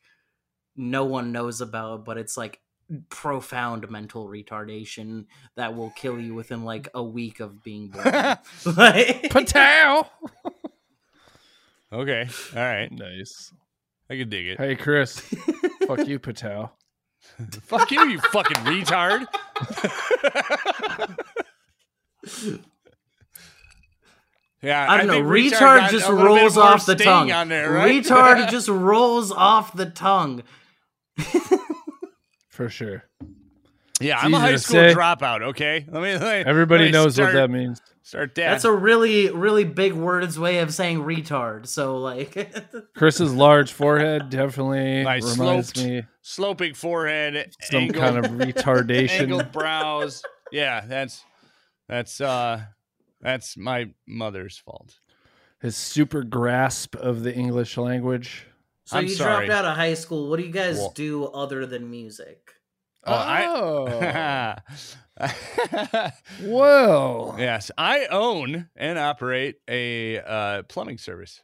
no one knows about but it's like profound mental retardation that will kill you within like a week of being born Like-
Patow.
okay, all right,
Nice.
I can dig it.
Hey, Chris. Fuck you, Patow.
Fuck you, you fucking retard. yeah,
I don't know.
think
Retard,
got
just
a little bit
rolls
more
off the
sting
tongue.
On there, right?
Retard just rolls off the tongue.
For sure.
yeah,
It's
I'm a
easy
high
to
school
say.
dropout. Okay, let me. Let me
Everybody
let me
knows
start,
what that means.
Start that.
That's a really, really big words way of saying retard. So like,
Chris's large forehead definitely
My
reminds
sloped
me
sloping forehead,
some
angled,
kind of retardation.
angled brows. Yeah, that's that's uh that's my mother's fault.
His super grasp of the English language.
so
I'm
you
sorry.
dropped out of high school. What do you guys
Well-
do other than music?
Oh,
I,
Oh.
I.
well,
Yes, I own and operate a uh, plumbing service.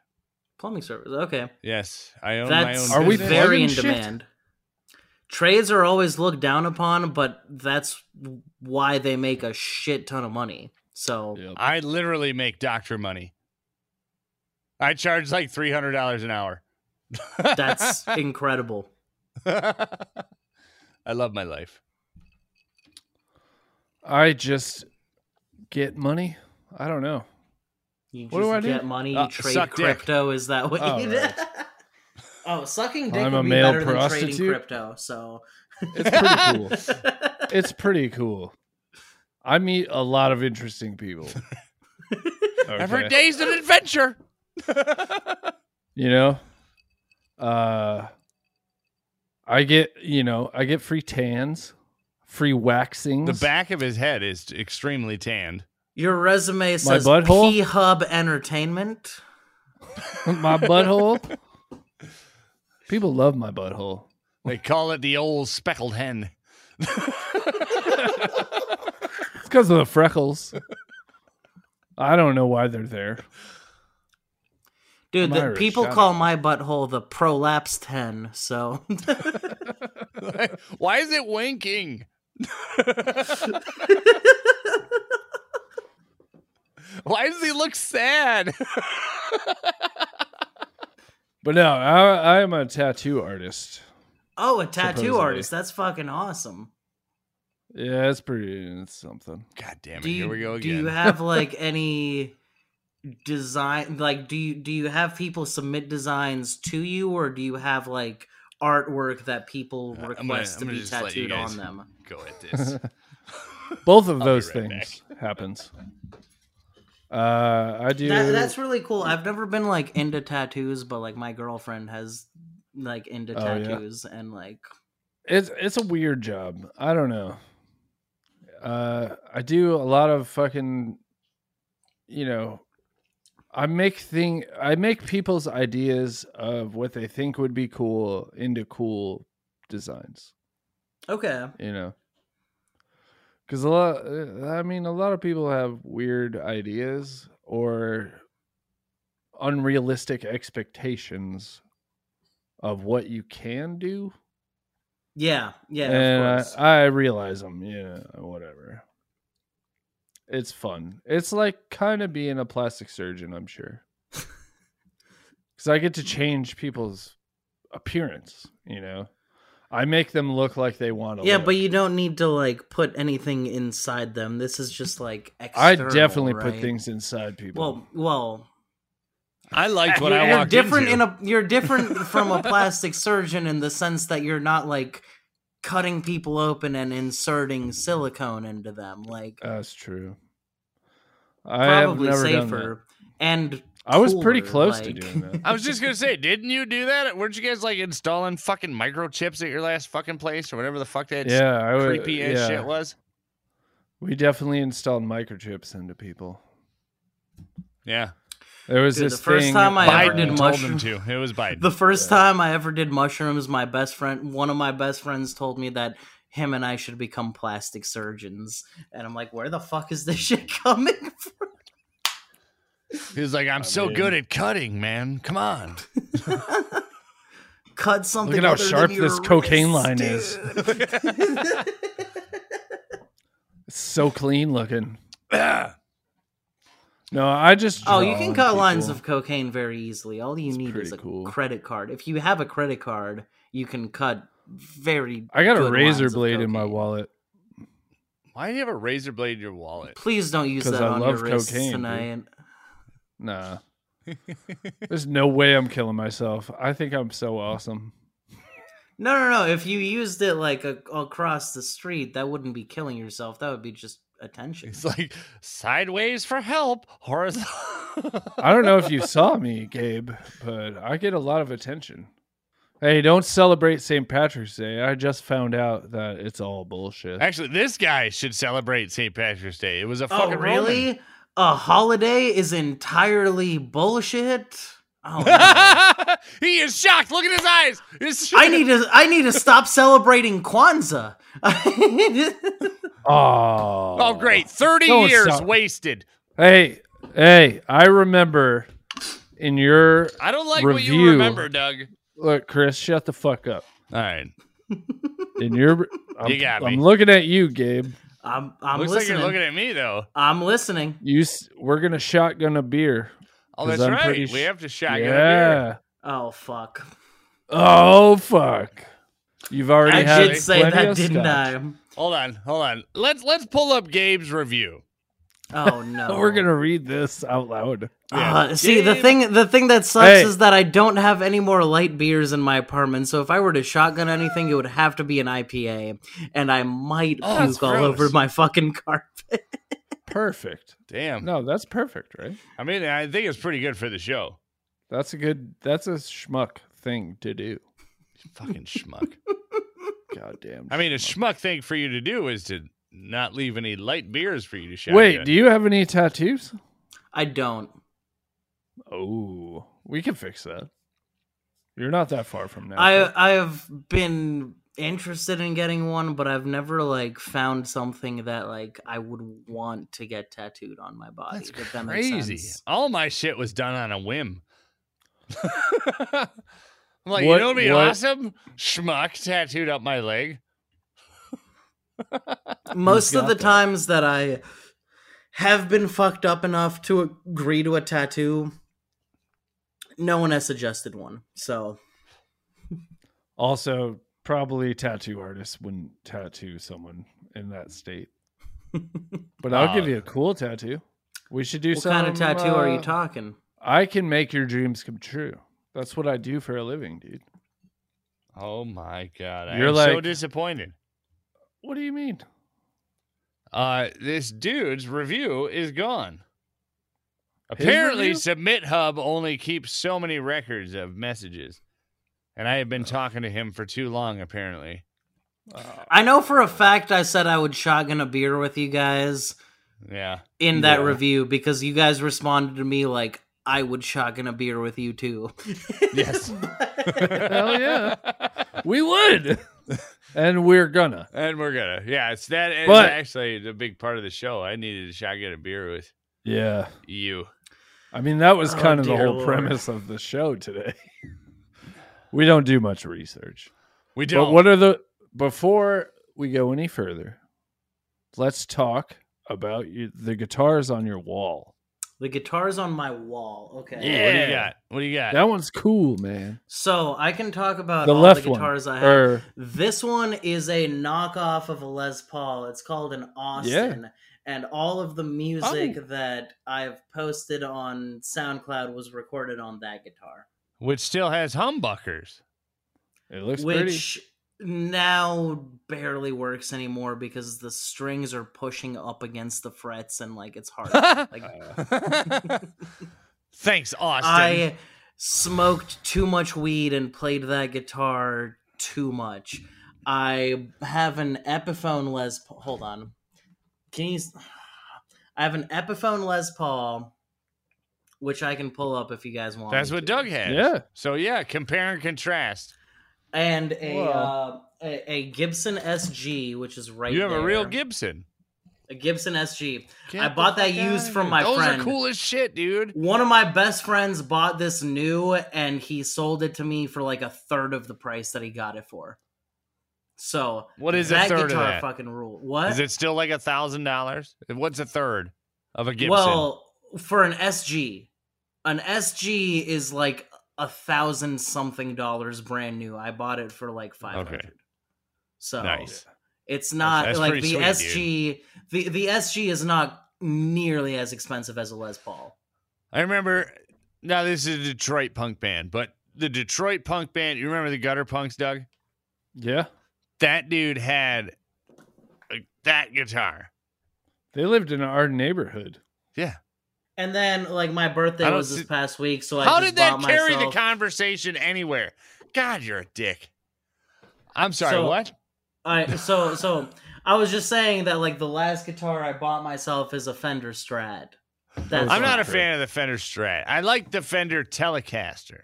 Plumbing service. Okay,
Yes, I own
that's
my own.
Are we
business.
very
plumbing
in
shit?
demand. Trades are always looked down upon, but that's why they make a shit ton of money. So
I literally make doctor money. I charge like three hundred dollars an hour.
that's incredible.
I love my life.
I just get money. I don't know.
You just
What do I do?
get money, you
Uh,
trade
suck dick.
crypto. Is that what
Oh,
you do?
right.
oh, sucking dick
I'm
would
a
be
male
better than trading
prostitute?
crypto. So
It's pretty cool. It's pretty cool. I meet a lot of interesting people.
Every
Okay.
day's an adventure.
you know uh i get you know i get free tans free waxings
The back of his head is extremely tanned.
Your resume says
butthole?
P Hub Entertainment.
my butthole people love my butthole
They call it the old speckled hen.
it's because of the freckles i don't know why they're there
Dude,
I'm
the,
Irish,
people
shut
call
up.
my butthole the prolapsed hen, so
Why is it winking? Why does he look sad?
but no i i am a tattoo artist
Oh, a tattoo
Supposedly.
artist. That's fucking awesome.
yeah it's pretty it's something
God damn it!
Do you,
Here we go
do you
again.
have like any design like do you do you have people submit designs to you or do you have like artwork that people
Uh, I'm
request to
gonna- I'm gonna
be
just let you
tattooed on
guys-
them?
go at this.
both of
be
those
right
things happens uh i do
That, that's really cool. I've never been like into tattoos, but like my girlfriend has like into
Oh, yeah.
tattoos and like
it's it's a weird job. I don't know. Uh, I do a lot of fucking, you know, I make thing I make people's ideas of what they think would be cool into cool designs.
okay.
You know, because a lot. uh, I mean, a lot of people have weird ideas or unrealistic expectations of what you can do
Yeah, yeah,
and
of
I-
course.
I, realize them. Yeah, whatever. It's fun. It's like kind of being a plastic surgeon, I'm sure, because I get to change people's appearance. You know, I make them look like they want to.
yeah,
look.
but you don't need to like put anything inside them. This is just like
I
external,
definitely
right?
put things inside people.
Well, well,
I liked what
you're,
I
you're
walked
different
into.
in a you're different from a plastic surgeon in the sense that you're not like cutting people open and inserting silicone into them. Like
that's true. I have
probably
never done that.
safer. And
I was pretty
cooler,
close to
like-
doing that.
I was just gonna say, didn't you do that? Weren't you guys like installing fucking microchips at your last fucking place or whatever the fuck that
yeah, I was.
creepy ass
yeah,
shit was?
we definitely installed microchips into people.
Yeah,
There was
Dude, the
this
first
thing
time I
uh,
ever did
Biden told them to. It was Biden.
the first time I ever did mushrooms, my best friend, one of my best friends, told me that him and I should become plastic surgeons, and I'm like, where the fuck is this shit coming from?
He was like, "I'm so
mean-
good at cutting, man. Come on."
Cut something.
Look at how
other than
sharp
your
this cocaine
wrist,
line
dude.
is. It's so clean looking. no, I just.
Oh,
draw
you can
on
cut lines
people.
of cocaine very easily. All you
It's
need is
pretty
a
cool.
credit card. If you have a credit card, you can cut very.
I got a
good
razor
lines of
blade in my
cocaine.
wallet.
Why do you have a razor blade in your wallet?
Please don't use
'Cause
that
I
on
love
your wrists
cocaine, dude.
tonight.
Nah. There's no way I'm killing myself. I think I'm so awesome.
No, no, no. If you used it like a, across the street, that wouldn't be killing yourself. That would be just attention.
It's like sideways for help, horizontal.
I don't know if you saw me, Gabe, but I get a lot of attention. Hey, don't celebrate St. Patrick's Day. I just found out that it's all bullshit.
Actually, this guy should celebrate St. Patrick's Day. It was a
Oh,
fucking
really?
Roman.
A holiday is entirely bullshit. Oh, no.
he is shocked. Look at his eyes. It's-
I need to. I need to stop celebrating Kwanzaa.
Oh.
Oh, great. 30
Don't
years
stop.
wasted.
Hey, hey, I remember in your
I don't like what you
Review.
remember, Doug.
look, Chris, shut the fuck up.
All right.
In your I'm,
You got me.
I'm looking at you, Gabe.
I'm. I'm
Looks like
listening.
you're looking at me, though.
I'm listening.
You s- we're going to shotgun a beer.
Oh,
'Cause
that's
I'm
right.
pretty
we
sh-
have to shotgun a beer.
yeah.
Oh fuck!
Oh fuck. You've already
I
had
did say
plenty
that,
of
didn't
scotch.
I?
Hold on, hold on. Let's let's pull up Gabe's review.
Oh no,
We're gonna read this out loud.
Uh, see the
Dave.
thing. The thing that sucks
Hey.
is that I don't have any more light beers in my apartment. So if I were to shotgun anything, it would have to be an IPA, and I might
Oh, that's
puke all over
gross.
my fucking carpet.
Perfect.
Damn.
No, that's perfect, right?
I mean, I think it's pretty good for the show.
That's a good. That's a schmuck thing to do.
Fucking schmuck.
Goddamn.
I mean, a schmuck thing for you to do is to not leave any light beers for you to shotgun.
Wait, do you have any tattoos?
I don't.
Oh, we can fix that. You're not that far from now.
I uh, I've been interested in getting one, but I've never like found something that like I would want to get tattooed on my body.
That's
if that makes
crazy.
sense.
All my shit was done on a whim. I'm like, you
What-
know what'd be
what-
awesome? Schmuck tattooed up my leg.
Most
You've
of
got
the
that.
times that I have been fucked up enough to agree to a tattoo, no one has suggested one. So
also probably tattoo artists wouldn't tattoo someone in that state. but I'll give
Oh.
you a cool tattoo. We should do
what
some
kind of tattoo are you
uh,
talking?
I can make your dreams come true. That's what I do for a living, dude.
Oh my god!
You're
I'm so
like-
disappointed.
What do you mean?
Uh, this dude's review is gone. Apparently,
review?
Submit Hub only keeps so many records of messages, and I have been talking to him for too long. Apparently,
I know for a fact I said I would shotgun a beer with you guys
yeah.
in that
Yeah.
review because you guys responded to me like I would shotgun a beer with you too.
Yes.
Hell yeah. we would. and we're gonna.
And we're gonna, yeah. It's that. It's
But-
actually the big part of the show. I needed to shotgun a beer with
Yeah.
you.
I mean, that was
Oh,
kind of the
dear
whole
Lord.
premise of the show today. we don't do much research.
We
But
don't.
what are the before we go any further? Let's talk about you, the guitars on your wall.
the guitar's on my wall.
yeah.
Okay.
What do you got? What do you got?
That one's cool, man.
So I can talk about
The
Uh, all
left
the guitars
one,
I
Er,
have.
or
This one is a knockoff of a Les Paul. It's called an Austin. And all of the music
Oh.
that I've posted on SoundCloud was recorded on that guitar.
Which still has humbuckers.
it looks pretty.
which now barely works anymore because the strings are pushing up against the frets and like it's hard. like
Thanks, Austin.
I smoked too much weed and played that guitar too much. I have an Epiphone Les. Pa- Hold on. Can you? s- I have an Epiphone Les Paul, which I can pull up if you guys want.
That's
me
what
to.
Doug has.
Yeah.
So yeah, compare and contrast.
And a,
Whoa.
uh, a a Gibson SG, which is right.
you have a real
there.
Gibson.
A Gibson SG.
Get
I
the
bought that
fuck outta
used from
here.
my
Those
friend.
are cool as shit, dude.
One of my best friends bought this new and he sold it to me for like a third of the price that he got it for. So
What is
that
a third
guitar
of that?
fucking rule. What?
Is it still like a thousand dollars? What's a third of a Gibson?
well, for an SG. An SG is like a thousand something dollars brand new. I bought it for like five hundred. So
Nice.
it's not
That's- that's
like
pretty
the
sweet,
SG the, the SG is not nearly as expensive as a Les Paul.
I remember. Now this is a Detroit punk band, but the Detroit punk band. You remember the Gutter Punks, Doug?
yeah,
That dude had like, that guitar.
they lived in our neighborhood.
Yeah.
And then, like, my birthday
I don't
was this
see-
past week, so I
How
just
did that
bought
carry
myself-
the conversation anywhere? God, you're a dick. I'm sorry.
So-
what?
I so so I was just saying that like the last guitar I bought myself is a Fender Strat. That's
I'm not a
true.
fan of the Fender Strat. I like the Fender Telecaster.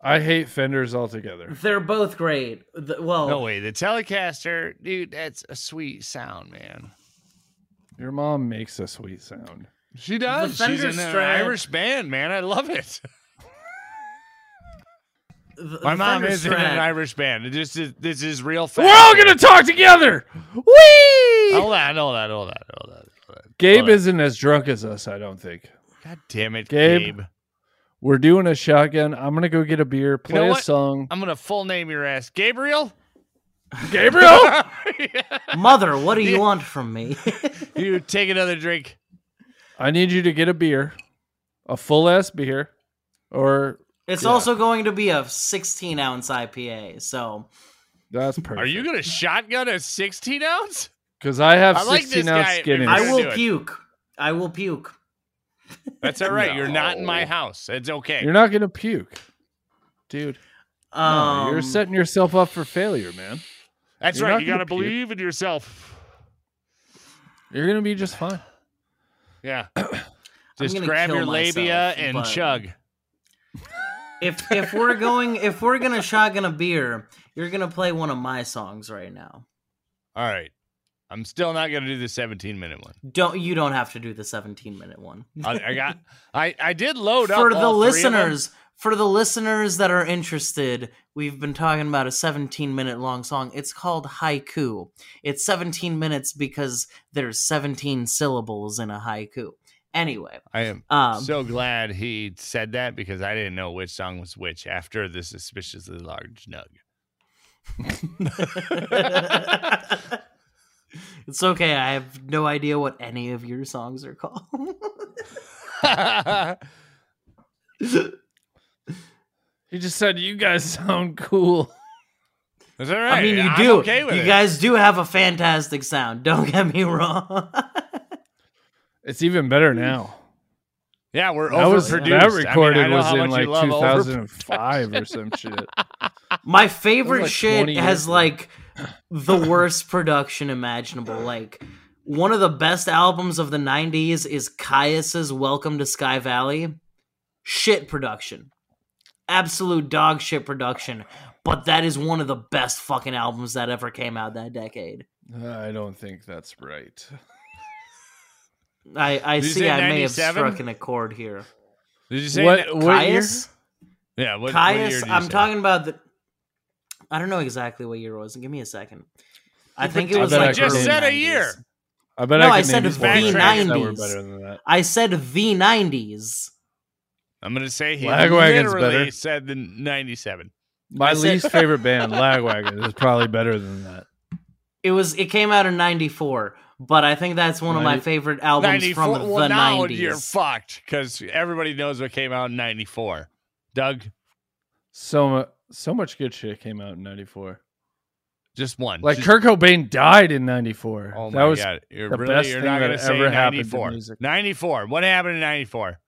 I hate Fenders altogether.
They're both great. The- well,
No way, the Telecaster, dude. That's a sweet sound, man.
Your mom makes a sweet sound.
She
does. The
She's in
Fender
an
Strat-
Irish band, man. I love it.
the-
My
the
mom
Fender
is in an
Strat-
Irish band. This is this is real. Fact.
We're all gonna talk together. Wee.
Hold on, hold on, hold on, hold on. Hold on.
Gabe
Hold on.
isn't as drunk as us, I don't think.
God damn it, Gabe.
Gabe. We're doing a shotgun. I'm gonna go get a beer, play a
what?
song.
I'm gonna full name your ass, Gabriel.
Gabriel.
Mother, what do you want from me?
You take another drink.
I need you to get a beer, a full ass beer, or
It's
Yeah.
also going to be a 16 ounce IPA. So
that's perfect.
Are you gonna shotgun a 16 ounce?
Because I have
I like this
16 ounce
guy.
Guinness.
I
Let's do
will
it.
puke. I will puke.
That's all right. You're not in my house. It's okay.
You're not gonna puke, dude. No,
Um,
you're setting yourself up for failure, man.
That's
you're
right.
not
you gotta
gonna puke.
believe in yourself.
You're gonna be just fine.
Yeah. Just
gonna
grab
kill
your labia
myself,
and
but-
chug.
If if we're going if we're gonna shotgun a beer, you're gonna play one of my songs right now.
All right. I'm still not gonna do the 17 minute one.
Don't you don't have to do the 17 minute one.
I, I got. I I did load up
for the
all three of them.
listeners for the listeners that are interested we've been talking about a 17 minute long song it's called haiku it's 17 minutes because there's 17 syllables in a haiku anyway
I am
um
so glad he said that because I didn't know which song was which after the suspiciously large nug.
it's okay i have no idea what any of your songs are called
He just said you guys sound cool.
That's all right.
i mean you
I'm
do
Okay with
you
it.
guys do have a fantastic sound don't get me wrong
It's even better now.
yeah, we're
That was
overproduced.
that recorded
I mean, I know
was
how
in like
much you love over-
2005 or some shit.
My
That
favorite
was like 20
shit
years
has
ago.
like the worst production imaginable. Like one of the best albums of the '90s is Caius's "Welcome to Sky Valley." Shit production, absolute dog shit production. But that is one of the best fucking albums that ever came out that decade.
I don't think that's right.
I, I
Did you
see.
say
I may have
97?
struck an accord here.
Did you say
What,
that-
what year?
Caius,
Yeah, what, what year
Caius.
did you
I'm
say?
talking about the. I don't know exactly what year it was. Give me a second. I think it
I
was
bet I
like
just
early
said a
90s.
year.
I bet
No,
I
I
can
said
name
the
bands that were
90s.
better than that.
I said the '90s.
I'm gonna say he
Lagwagon's
literally
better.
said the 97.
My
I said-
least favorite band, Lagwagon, is probably better than that.
It was. It came out in '94, but I think that's one of my
Ninety-
favorite albums
94.
from the
well, now you're
'90s.
fucked because everybody knows what came out in 94. Doug,
So much, so much good shit came out in '94.
just one.
Like
just
Kurt Cobain died in '94.
Oh
that
my
was
god! You're
the
really
best
you're
thing
not
that
gonna say
ever happened to
94.
music.
94. What happened in 94?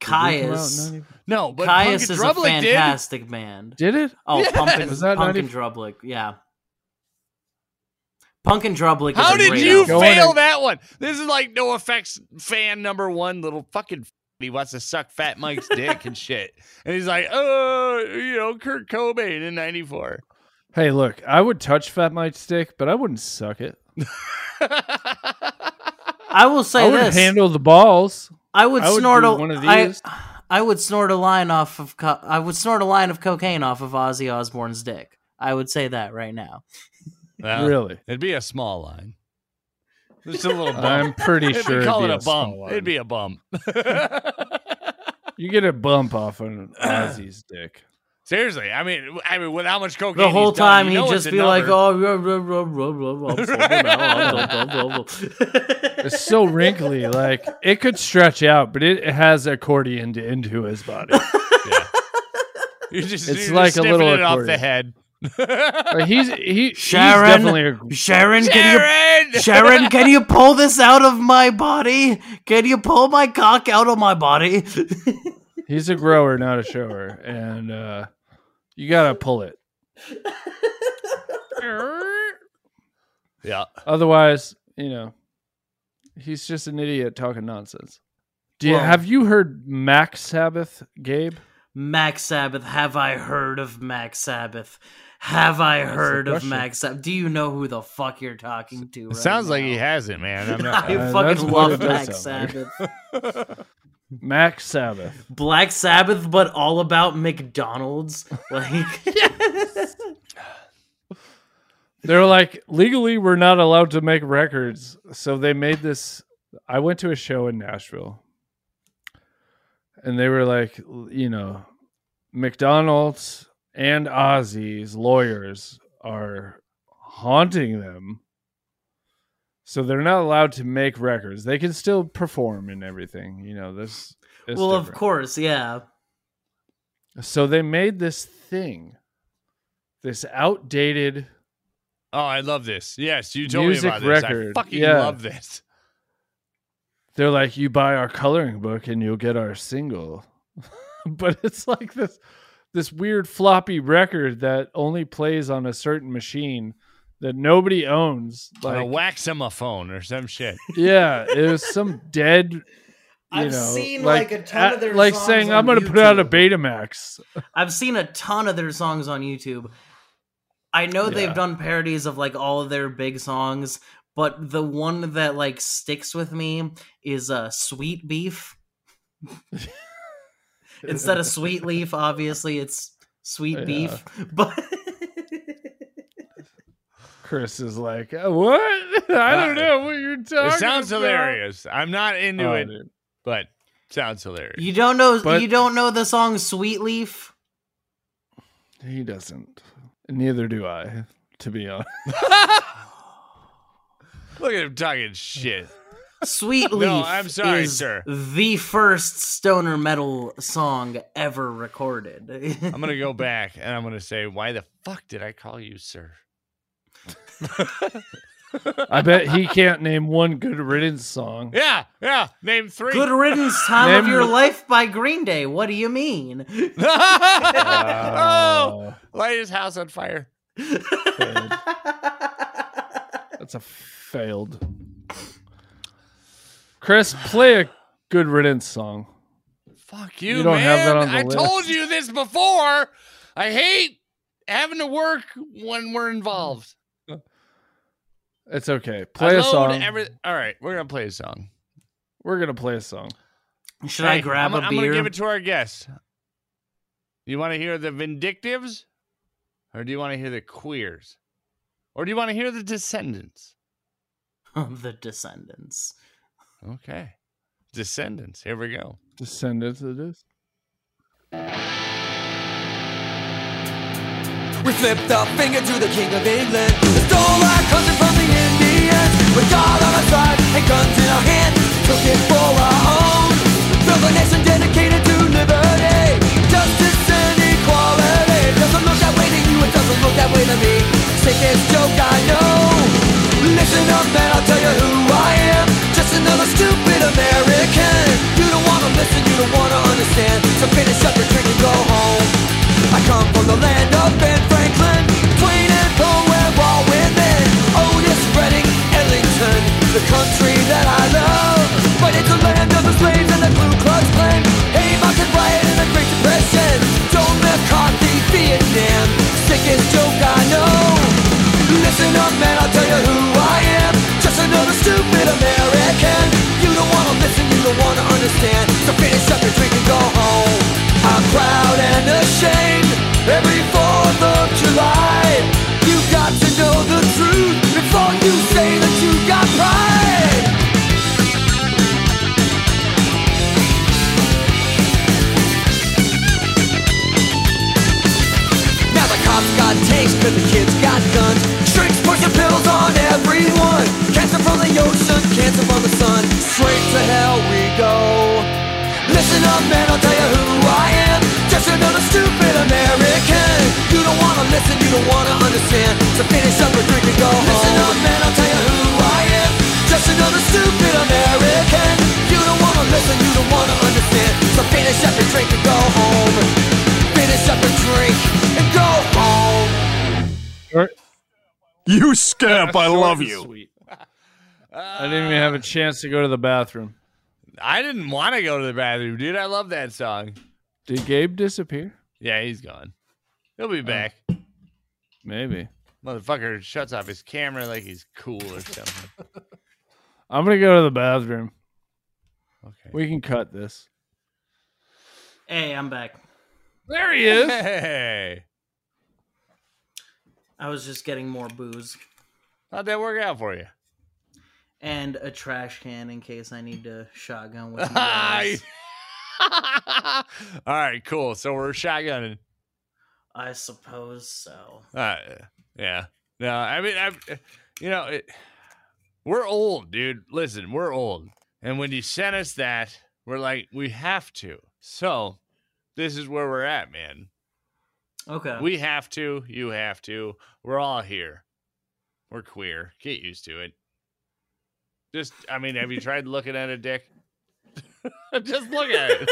Caius.
No, but
Caius is
Punk and
a
Drublick did.
fantastic band.
Did it?
Oh,
Yes.
Punk and,
Was that
Punk and Drublick, yeah. Punk and Drublick.
How
is a
did
great
you
album.
Going
fail
in-
that one? This is like no effects fan number one, little fucking. f- He wants to suck Fat Mike's dick and shit, and he's like, "Oh, you know, Kurt Cobain in '94."
Hey, look, I would touch Fat Mike Stick, but I wouldn't suck it.
I will
I
say
would
this.
handle the balls.
I would
I would
snort
do
a
one of
I-
these.
I would snort a line off of. Co- I would snort a line of cocaine off of Ozzy Osbourne's dick. I would say that right now.
really,
It'd be a small line, just a little bump.
I'm pretty
If
sure.
we
it'd
call
be
it a
small
bump.
one.
It'd be a bump.
You get a bump off on Ozzy's dick.
Seriously, I mean, I mean, with how much cocaine
The whole
he's done,
time
you know
he'd
it's
just
a
be like,
number.
"Oh, ruh, ruh, ruh, ruh, ruh, ruh, I'm sorry, now, I'm so-
It's so wrinkly, like it could stretch out, but it has accordion to into his body.
You're just,
"Oh, It's
you're
like
just
a little
sniffing it off the
accordion.
head.
Like, he's he,
Sharon!
he's definitely a
Sharon, can
Sharon!
you Sharon, can you pull this out of my body? Can you pull my cock out of my body?
He's a grower, not a shower, and uh, you gotta pull it.
Yeah.
Otherwise, you know, he's just an idiot talking nonsense. Do you
Well-
have you heard Max Sabbath, Gabe?
Max Sabbath, have I heard of Max Sabbath? Have I
the
heard of
question.
Max Sabbath? Do you know who the fuck you're talking to? Right
Sounds like
now?
he hasn't, man. I'm not.
I
Uh, that's
fucking
what
love
it does
Max
sound like.
Sabbath.
Max Sabbath.
Black Sabbath, but all about McDonald's. Like,
They were like, legally, we're not allowed to make records, so they made this. I went to a show in Nashville, and they were like, you know, McDonald's and Ozzy's lawyers are haunting them So they're not allowed to make records. They can still perform and everything. You know this. Is
well, of
different.
course, yeah.
So they made this thing, this outdated.
Oh, I love this. Yes, you told
Music
me about this.
record.
I fucking
Yeah.
love this.
They're like, you buy our coloring book and you'll get our single, but it's like this, this weird floppy record that only plays on a certain machine that nobody owns.
Like, a
Like,
waxophone or some shit.
yeah, it was some dead. You
I've
know,
seen, like, a ton of their
like
songs
saying
on
I'm going to put out a
YouTube."
Betamax.
I've seen a ton of their songs on YouTube. I know
Yeah.
they've done parodies of like all of their big songs, but the one that like sticks with me is uh Sweet Beef. Instead of Sweet Leaf, obviously it's Sweet
Yeah.
Beef. But
Chris is like, "Uh, what? I don't
Uh,
know what you're talking.
It sounds
about."
hilarious. I'm not into
Oh,
it,
dude.
but sounds hilarious.
you don't know
But-
you don't know the song Sweet Leaf?
He doesn't. Neither do I, to be honest.
Look at him talking shit.
Sweet Leaf
I'm sorry,
is
sir.
the first stoner metal song ever recorded.
I'm gonna go back and I'm gonna say, why the fuck did I call you sir?
I bet he can't name one good riddance song.
Yeah, yeah. Name three.
Good riddance, time of
Name-
your life by Green Day. What do you mean?
oh,
Wow.
light his house on fire.
That's a failed. Chris, play a good riddance song.
Fuck you,
You don't
man.
have that on the
I
list.
told you this before. I hate having to work when we're involved.
It's okay.
I
Play a
load
song.
every- All right, we're gonna play a song.
We're gonna play a song.
Should
Hey,
I grab
I'm,
a
I'm gonna
beer?
give it to our guests. You want to hear the Vindictives, or do you want to hear the Queers, or do you want to hear the Descendants?
the Descendants.
Okay, Descendants. Here we go.
Descendants of this.
We flipped the finger to the King of England. The stole our country from the Indians. With God on our side and guns in our hand, took it for our own. Built a nation dedicated to liberty, justice and equality. Doesn't look that way to you, it doesn't look that way to me. Sickest joke I know. Listen up, man, I'll tell you who I am. Just another stupid American. You don't wanna listen, you don't wanna understand. So finish up your drink and go home. I come from the land of Ben Franklin, Twain and Poe and Walt Whitman, Otis Redding, Oh, Ellington, the country that I love. But it's a land of the slaves and the Ku Klux Klan, Haymarket riot and the Great Depression, Joan McCarthy, Vietnam, sickest joke I know. Listen up, man, I'll tell you who I am. Just another stupid American. You don't wanna listen, you don't wanna understand. So finish up your drink and go home. I'm proud and ashamed every 4th of July. You got to know the truth before you say that you got pride. Now the cops got tanks, cause the kids got guns. Tricks pushing pills on everyone. Cancer from the ocean, cancer from the sun. Straight to hell we go. Listen up, man, I'll tell you who I am. Just another stupid American. You don't wanna listen, you don't wanna understand. So finish up your drink and go home. Listen up, man, I'll tell you who I am. Just another stupid American. You don't wanna listen, you don't wanna understand. So finish up your drink and go home. Finish up your drink and go home.
You scamp, I love
Short and
you.
sweet. I didn't even have a chance to go to the bathroom.
I didn't want to go to the bathroom, dude. I love that song.
Did Gabe disappear?
Yeah, he's gone. He'll
Oh.
be back.
Maybe.
Motherfucker shuts off his camera like he's cool or something.
I'm gonna go to the bathroom.
Okay.
We can cut this.
Hey, I'm back.
There he is.
Hey,
I was just getting more booze
how'd that work out for you?
and a trash can in case I need to shotgun with you
All
guys.
right, cool. So we're shotgunning.
I suppose so.
Uh, yeah. No, I mean, I, you know, it, We're old, dude. Listen, we're old. And when you sent us that, we're like, we have to. So this is where we're at, man.
Okay.
We have to. You have to. We're all here. We're queer. Get used to it. Just, I mean, have you tried looking at a dick? Just look at it.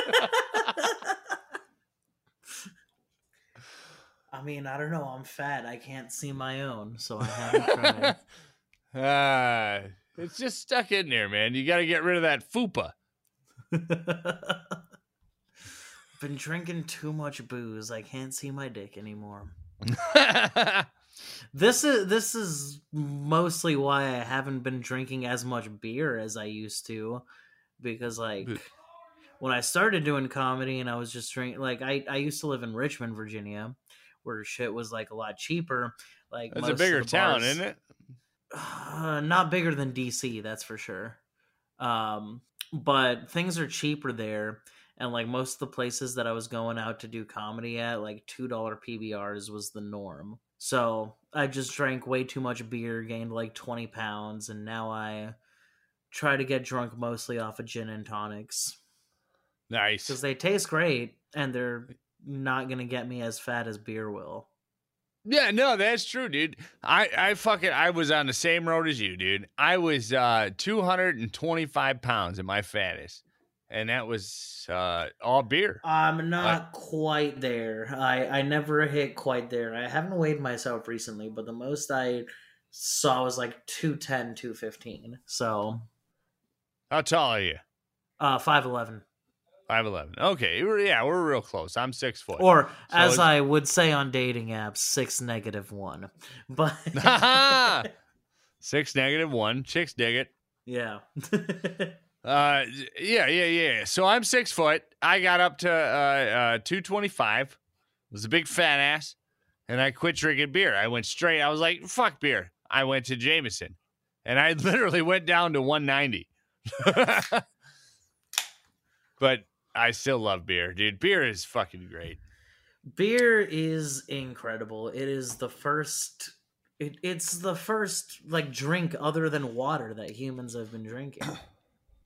I mean, I don't know. I'm fat. I can't see my own, so I haven't tried.
Ah, it's just stuck in there, man. You got to get rid of that fupa.
Been drinking too much booze. I can't see my dick anymore. This is this is mostly why I haven't been drinking as much beer as I used to because like
Th-
when I started doing comedy and I was just drinking like I I used to live in Richmond, Virginia, where shit was like a lot cheaper. Like
That's a bigger town, isn't it?
Uh, not bigger than DC, that's for sure. Um, but things are cheaper there, and like most of the places that I was going out to do comedy at, like two dollar PBRs was the norm. So I just drank way too much beer, gained like twenty pounds, and now I try to get drunk mostly off of gin and tonics because
Nice.
they taste great and they're not gonna get me as fat as beer will.
Yeah, no, that's true, dude. I, I fucking, I was on the same road as you, dude. I was uh, 225 pounds at my fattest, and that was uh, all beer.
I'm not quite there. I I never hit quite there. I haven't weighed myself recently, but the most I saw was like 210, 215. So,
How tall are you?
uh 5'11.
5'11. Okay, we're, yeah, we're real close. I'm six foot.
Or
So
as
it's-
I would say on dating apps, 6 negative 1. But
six negative one. Chicks dig it.
yeah.
Uh, yeah, yeah, yeah. So I'm six foot. I got up to uh, uh 225. Was a big fat ass, and I quit drinking beer. I went straight. I was like, fuck beer. I went to Jameson, and I literally went down to 190. but I still love beer, dude. Beer is fucking great.
Beer is incredible. It is the first it, it's the first like drink other than water that humans have been drinking.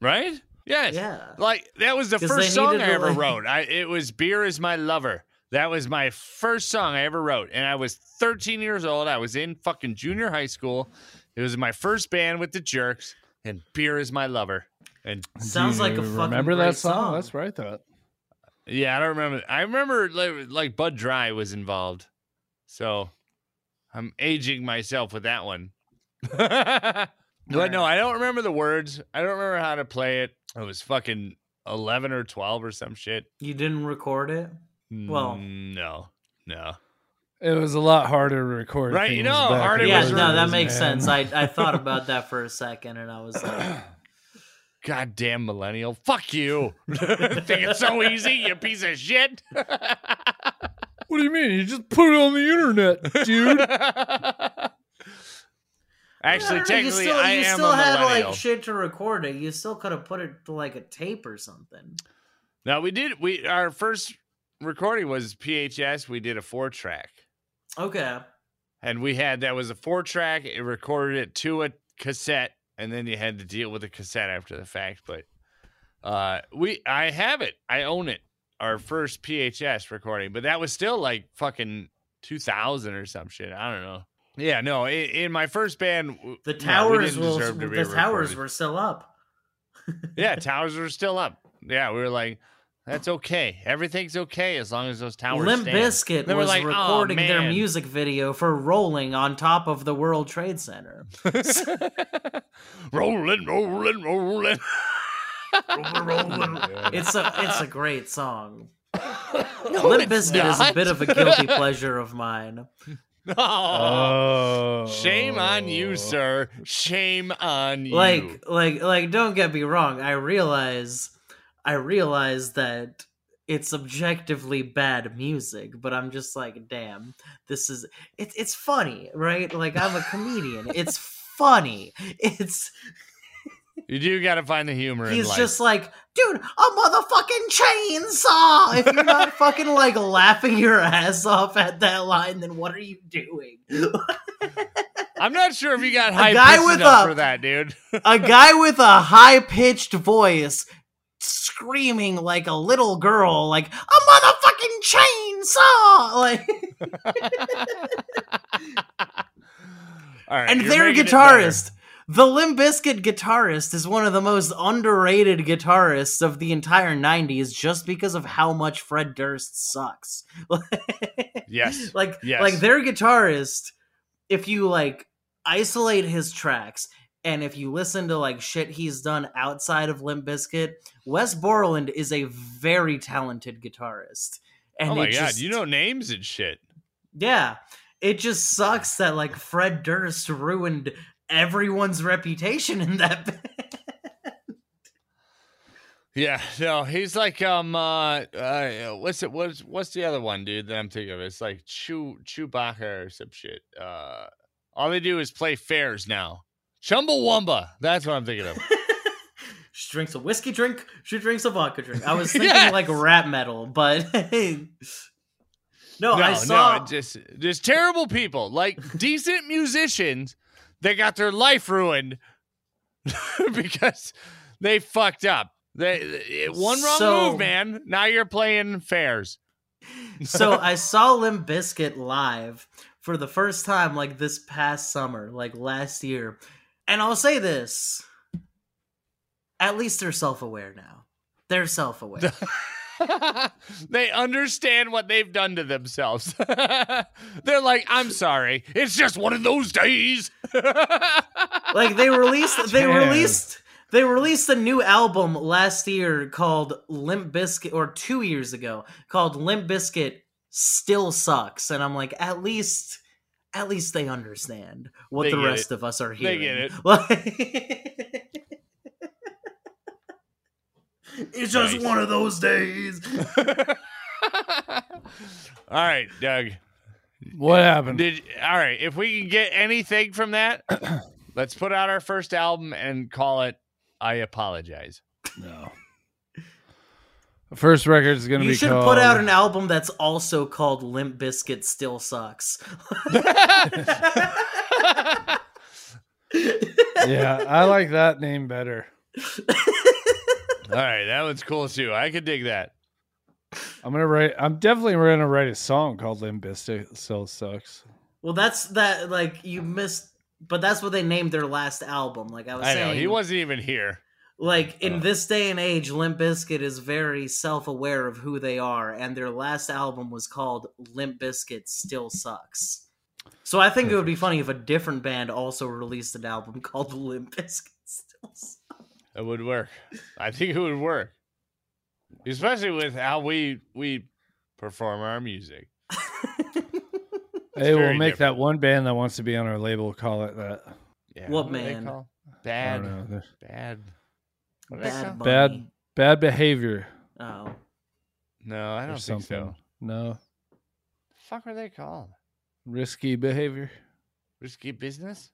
Right? Yes.
Yeah.
Like that was the
'Cause
first
they
song
needed
I
to,
ever
like-
wrote. I it was "Beer Is My Lover." That was my first song I ever wrote, and I was 13 years old. I was in fucking junior high school. It was my first band with the Jerks, and "Beer Is My Lover." And
Do
Sounds like a
you
fucking
Remember
great
that song?
song.
Let's write that.
yeah, I don't remember. I remember like, like Bud Dry was involved, so I'm aging myself with that one. but no, I don't remember the words. I don't remember how to play it. I was fucking 11 or 12 or some shit.
You didn't record it? Well-
Mm, no, no.
It was a lot harder to record.
Right,
things
you know,
back
harder
in
to
the
yeah,
was
days,
no, that
man.
makes sense. I, I thought about that for a second, and I was like,
Goddamn millennial. Fuck you. Think it's so easy, you piece of shit.
What do you mean? You just put it on the internet, dude.
Actually,
I don't know, you
technically,
still,
I
you
am
still
a
had
millennial.
like shit to record it. You still could have put it to like a tape or something.
no, we did. We our first recording was PHS. We did a four track,
Okay,
and we had that was a four track. It recorded it to a cassette, and then you had to deal with the cassette after the fact. But uh, we, I have it. I own it. Our first PHS recording, but that was still like fucking 2000 or some shit. I don't know. Yeah, no. i- In, my first band, w-
the
no, we
towers
didn't
will
deserve to be
the towers
recorded.
were still up.
yeah, towers were still up. Yeah, we were like, that's okay. Everything's okay as long as those towers.
Limp
stand.
Bizkit
They were
was
like, "Aw,
recording their
man."
music video for "Rolling" on top of the World Trade Center.
rolling, rolling, rolling.
It's a it's a great song.
No,
Limp
it's
Bizkit is a
not.
bit of a guilty pleasure of mine.
Oh,
Oh.
shame on you, sir. Shame on you.
like like like don't get me wrong i realize i realize that it's objectively bad music but i'm just like damn this is it's it's funny right like i'm a comedian it's funny it's
you do got to find the humor. in
he's
life.
just like dude a motherfucking chainsaw if you're not fucking like laughing your ass off at that line then what are you doing
I'm not sure if you got hyped
guy
up
with a-
for that, dude.
a guy with a high pitched voice screaming like a little girl, like a motherfucking chainsaw, like
All right,
and
you're
their
making it better.
guitarist. The Limp Bizkit guitarist is one of the most underrated guitarists of the entire 90s just because of how much Fred Durst sucks.
Yes.
like
Yes.
like their guitarist if you like isolate his tracks and if you listen to like shit he's done outside of Limp Bizkit, Wes Borland is a very talented guitarist. And
oh my
it
god,
just-
you know names and shit.
yeah, it just sucks that like Fred Durst ruined everyone's reputation in that. band.
Yeah, no, he's like um uh, uh what's it what's what's the other one, dude, that I'm thinking of? It's like Chew Chewbacca or some shit. Uh all they do is play fairs now. Chumbawamba. That's what I'm thinking of.
she drinks a whiskey drink. She drinks a vodka drink. I was thinking
Yes.
like rap metal, but no,
no,
I saw
no, just just terrible people, like decent musicians that got their life ruined because they fucked up. They one wrong
So-
move, man. Now you're playing fairs.
so I saw Limp Biscuit live for the first time like this past summer, like last year. And I'll say this. At least they're self-aware now. They're self-aware.
they understand what they've done to themselves. They're like, I'm sorry. It's just one of those days.
like they released they
Damn.
released they released a new album last year called Limp Biscuit or 2 years ago called Limp Biscuit Still Sucks and I'm like at least at least they understand what
They
the
get
rest of us are
They
hearing.
get it.
Like- it's just
Nice.
one of those days.
all right, Doug.
What happened?
Did all right. If we can get anything from that, let's put out our first album and call it "I Apologize."
No. The first record is going to
You
be
should
called
put out an album that's also called Limp Biscuit Still Sucks.
Yeah, I like that name better.
All right, that one's cool too. I could dig that.
I'm going to write I'm definitely going to write a song called Limp Bizkit Still Sucks.
Well, that's that like you missed but that's what they named their last album. Like I was
I know
saying,
he wasn't even here.
like in this day and age, Limp Biscuit is very self-aware of who they are and their last album was called Limp Biscuit Still Sucks. So I think it would be funny if a different band also released an album called Limp Biscuit Still Sucks.
It would work. I think it would work, especially with how we we perform our music.
Hey, we'll
very
make
different.
that one band that wants to be on our label call it that.
Yeah,
What
do they
man?
call-
I
Bad,
don't know.
bad, what do they call-
Bad
Bad
Bunny.
bad behavior
Oh.
No, I
or
don't think
something.
so.
No.
Fuck, are they called?
Risky behavior.
Risky business.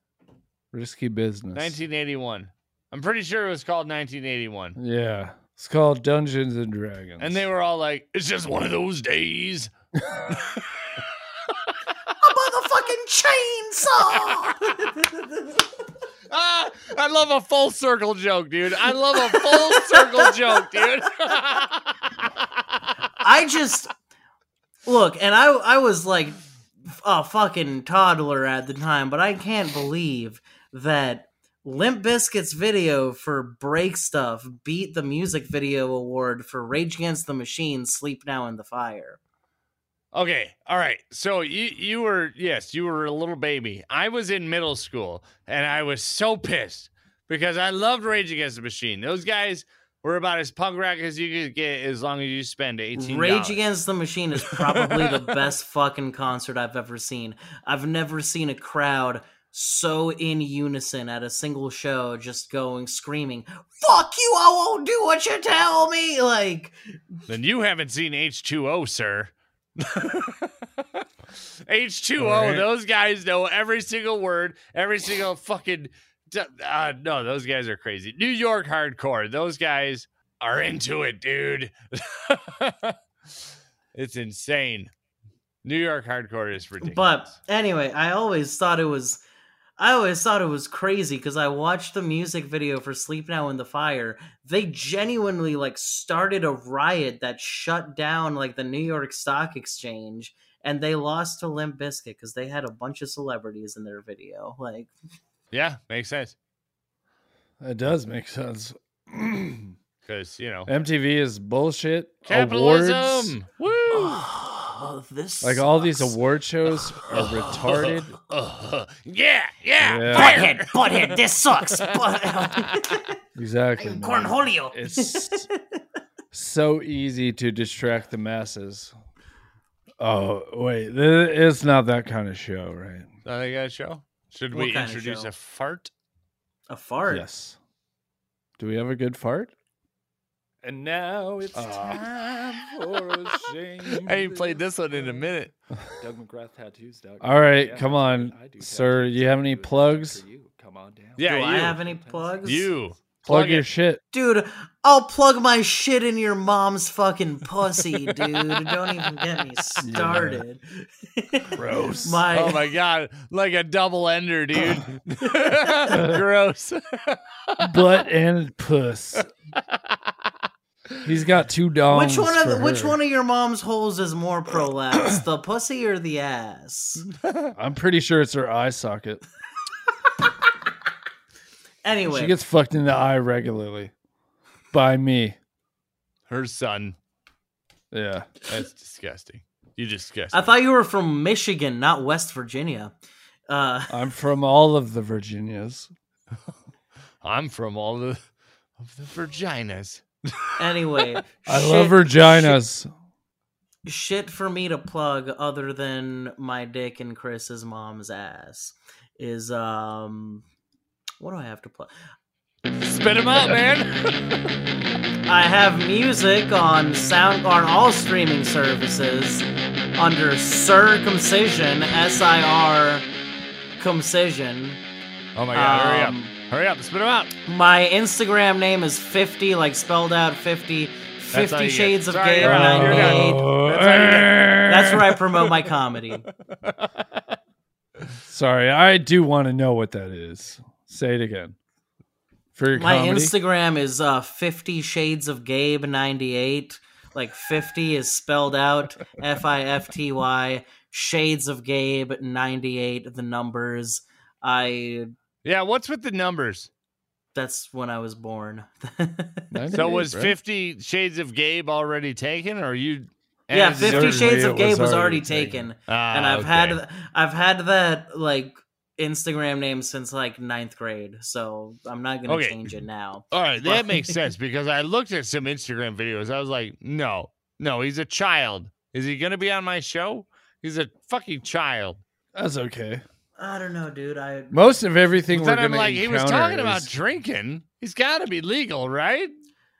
Risky business.
1981. I'm pretty sure it was called 1981.
Yeah. It's called Dungeons and Dragons.
And they were all like, it's just one of those days.
A motherfucking chainsaw!
Ah, I love a full circle joke, dude. I love a full circle joke, dude.
I just look, and I I was like a fucking toddler at the time, but I can't believe that Limp Bizkit's video for Break Stuff beat the music video award for Rage Against the Machine, Sleep Now in the Fire.
okay, all right. So you you were yes, you were a little baby. I was in middle school and I was so pissed because I loved Rage Against the Machine. Those guys were about as punk rock as you could get as long as you spend 18
Rage Against the Machine is probably the best fucking concert I've ever seen. I've never seen a crowd so in unison at a single show just going screaming, "Fuck you, I won't do what you tell me." Like
Then you haven't seen H2O, sir. H2O,
Alright.
those guys know every single word, every single fucking. d- Uh, no, those guys are crazy. New York hardcore, those guys are into it, dude. it's insane. New York hardcore is ridiculous.
But anyway, I always thought it was. I always thought it was crazy because I watched the music video for Sleep Now in the Fire. They genuinely like started a riot that shut down like the New York Stock Exchange and they lost to Limp Bizkit because they had a bunch of celebrities in their video. Like
Yeah, makes sense.
That does make sense.
Because, you know,
MTV is bullshit. Awards.
capitalism. Woo!
oh, this
Like all these
sucks.
award shows are retarded.
yeah, yeah.
Yeah.
Butthead, butthead, this sucks. But
Exactly. man.
cornholio.
It's so easy to distract the masses. Oh wait, th- it's not that kind of show, right?
Uh, they got a show? Should
What
we
kind of
introduce
show?
a fart?
A fart.
Yes. Do we have a good fart? Ah. And now it's time for a shame.
I ain't played this one in a minute.
Doug McGrath tattoos. Doug.
All right,
Yeah,
come
I
on,
do- I do
sir.
tattoos.
You have
I
any
do it
plugs?
for you. Come on down.
Yeah,
Do
you.
I have any plugs?
you.
Plug,
Plug
your
it.
shit.
Dude, I'll plug my shit in your mom's fucking pussy, dude. Don't even get me started.
Gross.
my,
Oh my god, like a double ender, dude. Gross.
Butt and puss. He's got two dogs.
which one of which one of your mom's holes is more prolapsed, the pussy or the ass?
I'm pretty sure it's her eye socket.
Anyway,
She gets fucked in the eye regularly by me.
Her son.
Yeah.
That's disgusting. You disgust.
I thought you were from Michigan, not West Virginia. Uh,
I'm from all of the Virginias.
I'm from all the of the vaginas.
anyway,
I
shit-
love vaginas.
shit for me to plug other than my dick and Chris's mom's ass is um what do I have to plug?
Spit him out, man.
I have music on sound on all streaming services under circumcision S I R concision.
Oh my god, hurry
Um,
up. Hurry up, spit him out.
My Instagram name is 50 like spelled out 50
That's all
50
you get.
Shades of
Sorry,
Gay
you're done, you're done.
98.
Oh.
That's where I promote my comedy.
Sorry, I do want to know what that is. Say it again. For your
My
comedy.
Instagram is uh, 50 Shades of Gabe 98. Like 50 is spelled out F I F T Y, Shades of Gabe 98, the numbers. I.
Yeah, what's with the numbers?
That's when I was born.
So was
50
Fifty Shades of Gabe already taken, or you?
yeah,
added
Fifty
yours?
Shades
it
of
was
Gabe was
already
already taken,
Ah,
and I've
okay.
had I've had that like Instagram name since like ninth grade, so I'm not gonna
Okay.
change it now.
All right,
Well-
that makes sense because I looked at some Instagram videos. I was like, no, no, he's a child. Is he going to be on my show? He's a fucking child.
That's okay.
I don't know, dude. I
Most of everything
But
we're
then
going
I'm
to like,
like, he was talking about drinking. He's got to be legal, right?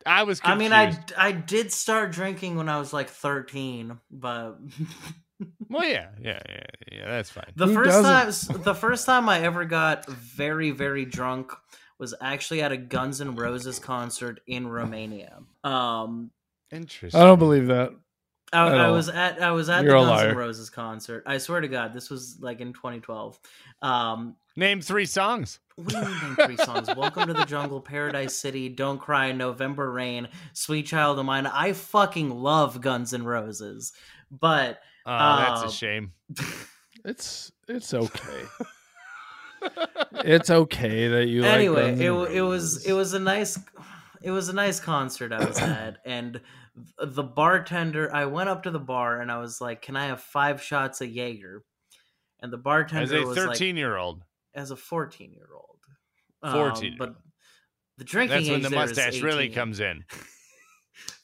I was.
I
Confused.
mean, I I did start drinking when I was like 13, but
Well, yeah, yeah, yeah, yeah. That's fine.
the
Who
1st
doesn't?
time s- the first time I ever got very very drunk was actually at a Guns N' Roses concert in Romania. Um,
Interesting.
I don't believe that.
I,
at
I
all.
was at I was at
You're a
the Guns N'
liar.
Roses concert. I swear to God, this was like in 2012. Um,
Name three songs.
what do you mean name three songs? Welcome to the Jungle, Paradise City, Don't Cry, November Rain, Sweet Child of Mine. I fucking love Guns N' Roses, but
Oh, that's
Um,
a shame.
It's it's okay. it's okay that you like
anyway,
Guns N'
it wa- it was
Roses.
it was a nice it was a nice concert I was at, and the bartender. I went up to the bar and I was like, "Can I have five shots of Jaeger?" And the bartender
As a
was like,
thirteen-year-old,
as a 14 year old. Um,
14.
but the drinking
that's when
age
the
there is
mustache really
18.
comes in.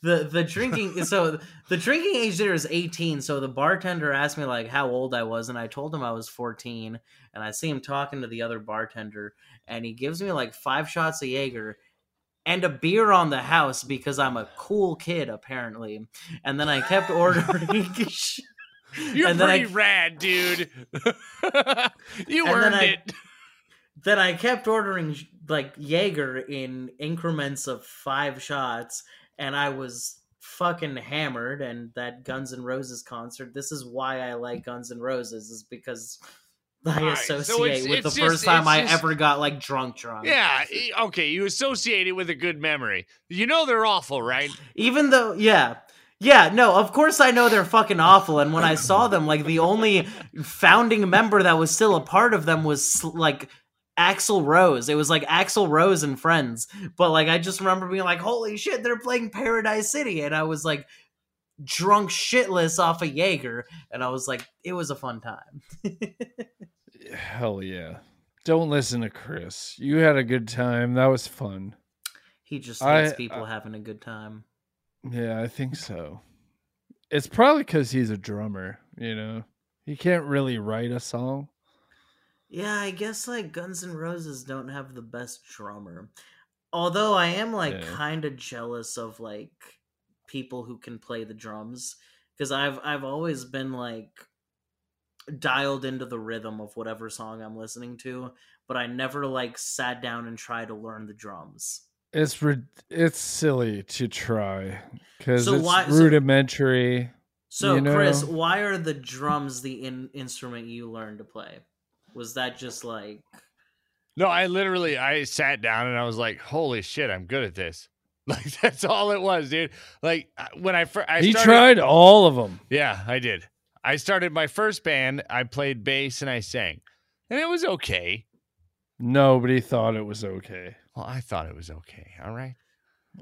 The the drinking so the drinking age there is 18. So the bartender asked me like how old I was, and I told him I was 14. And I see him talking to the other bartender, and he gives me like five shots of Jaeger. And a beer on the house because I'm a cool kid apparently, and then I kept ordering.
You're
And then I-
pretty rad, dude. you
And then
earned
I-
it.
then I kept ordering like Jaeger in increments of five shots, and I was fucking hammered. And that Guns N' Roses concert. This is why I like Guns N' Roses is because I
Right, so
associate
it's-
with
it's
the
just-
first time
it's
I
just-
ever got like drunk drunk.
Yeah. e- Okay. You associate it with a good memory. You know they're awful, right?
Even though, yeah. Yeah, no, of course I know they're fucking awful. And when I saw them, like, the only founding member that was still a part of them was, like, Axl Rose. It was, like, Axl Rose and Friends. But, like, I just remember being like, holy shit, they're playing Paradise City. And I was, like, drunk shitless off a Jaeger. And I was like, it was a fun time.
Hell yeah. Don't listen to Chris. You had a good time. That was fun.
He just
I-
likes people having a good time.
Yeah, I think so. It's probably because he's a drummer, you know? He can't really write a song.
Yeah, I guess like Guns N' Roses don't have the best drummer. Although I am like
Yeah.
kind of jealous of like people who can play the drums because I've I've always been like dialed into the rhythm of whatever song I'm listening to, but I never like sat down and tried to learn the drums.
It's rid- it's silly to try because
So
it's
why- so-
rudimentary.
So
You
Chris,
know-
why are the drums the in- instrument you learned to play? Was that just like
No, I literally I sat down and I was like, "Holy shit, I'm good at this." Like that's all it was, dude. Like I- when I first I
he
started,
tried all of them.
Yeah, I did. I started my first band. I played bass and I sang, and it was okay.
Nobody thought it was okay.
Well, I thought it was okay. All right.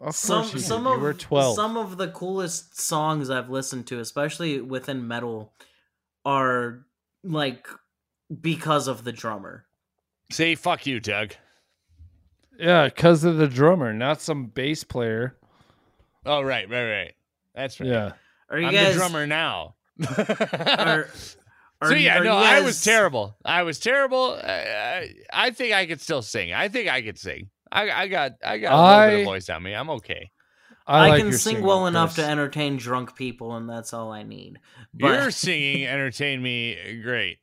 Of
some
course you,
some
did.
of
you were twelve.
some of the coolest songs I've listened to, especially within metal, are like because of the drummer.
Say fuck you, Doug.
Yeah, because of the drummer, not some bass player.
Oh right, right, right. That's right.
Yeah,
Are you
I'm
guys
the drummer now.
Are, are,
so yeah,
are
no,
you
I was
guys-
terrible. I was terrible. I, I, I think I could still sing. I think I could sing. I, I got I got a little bit
I-
of voice on me. I'm okay.
I,
I, like
can
your
sing
singing,
well enough to
Chris.
entertain drunk people, and that's all I need.
Your
But
singing entertained me great.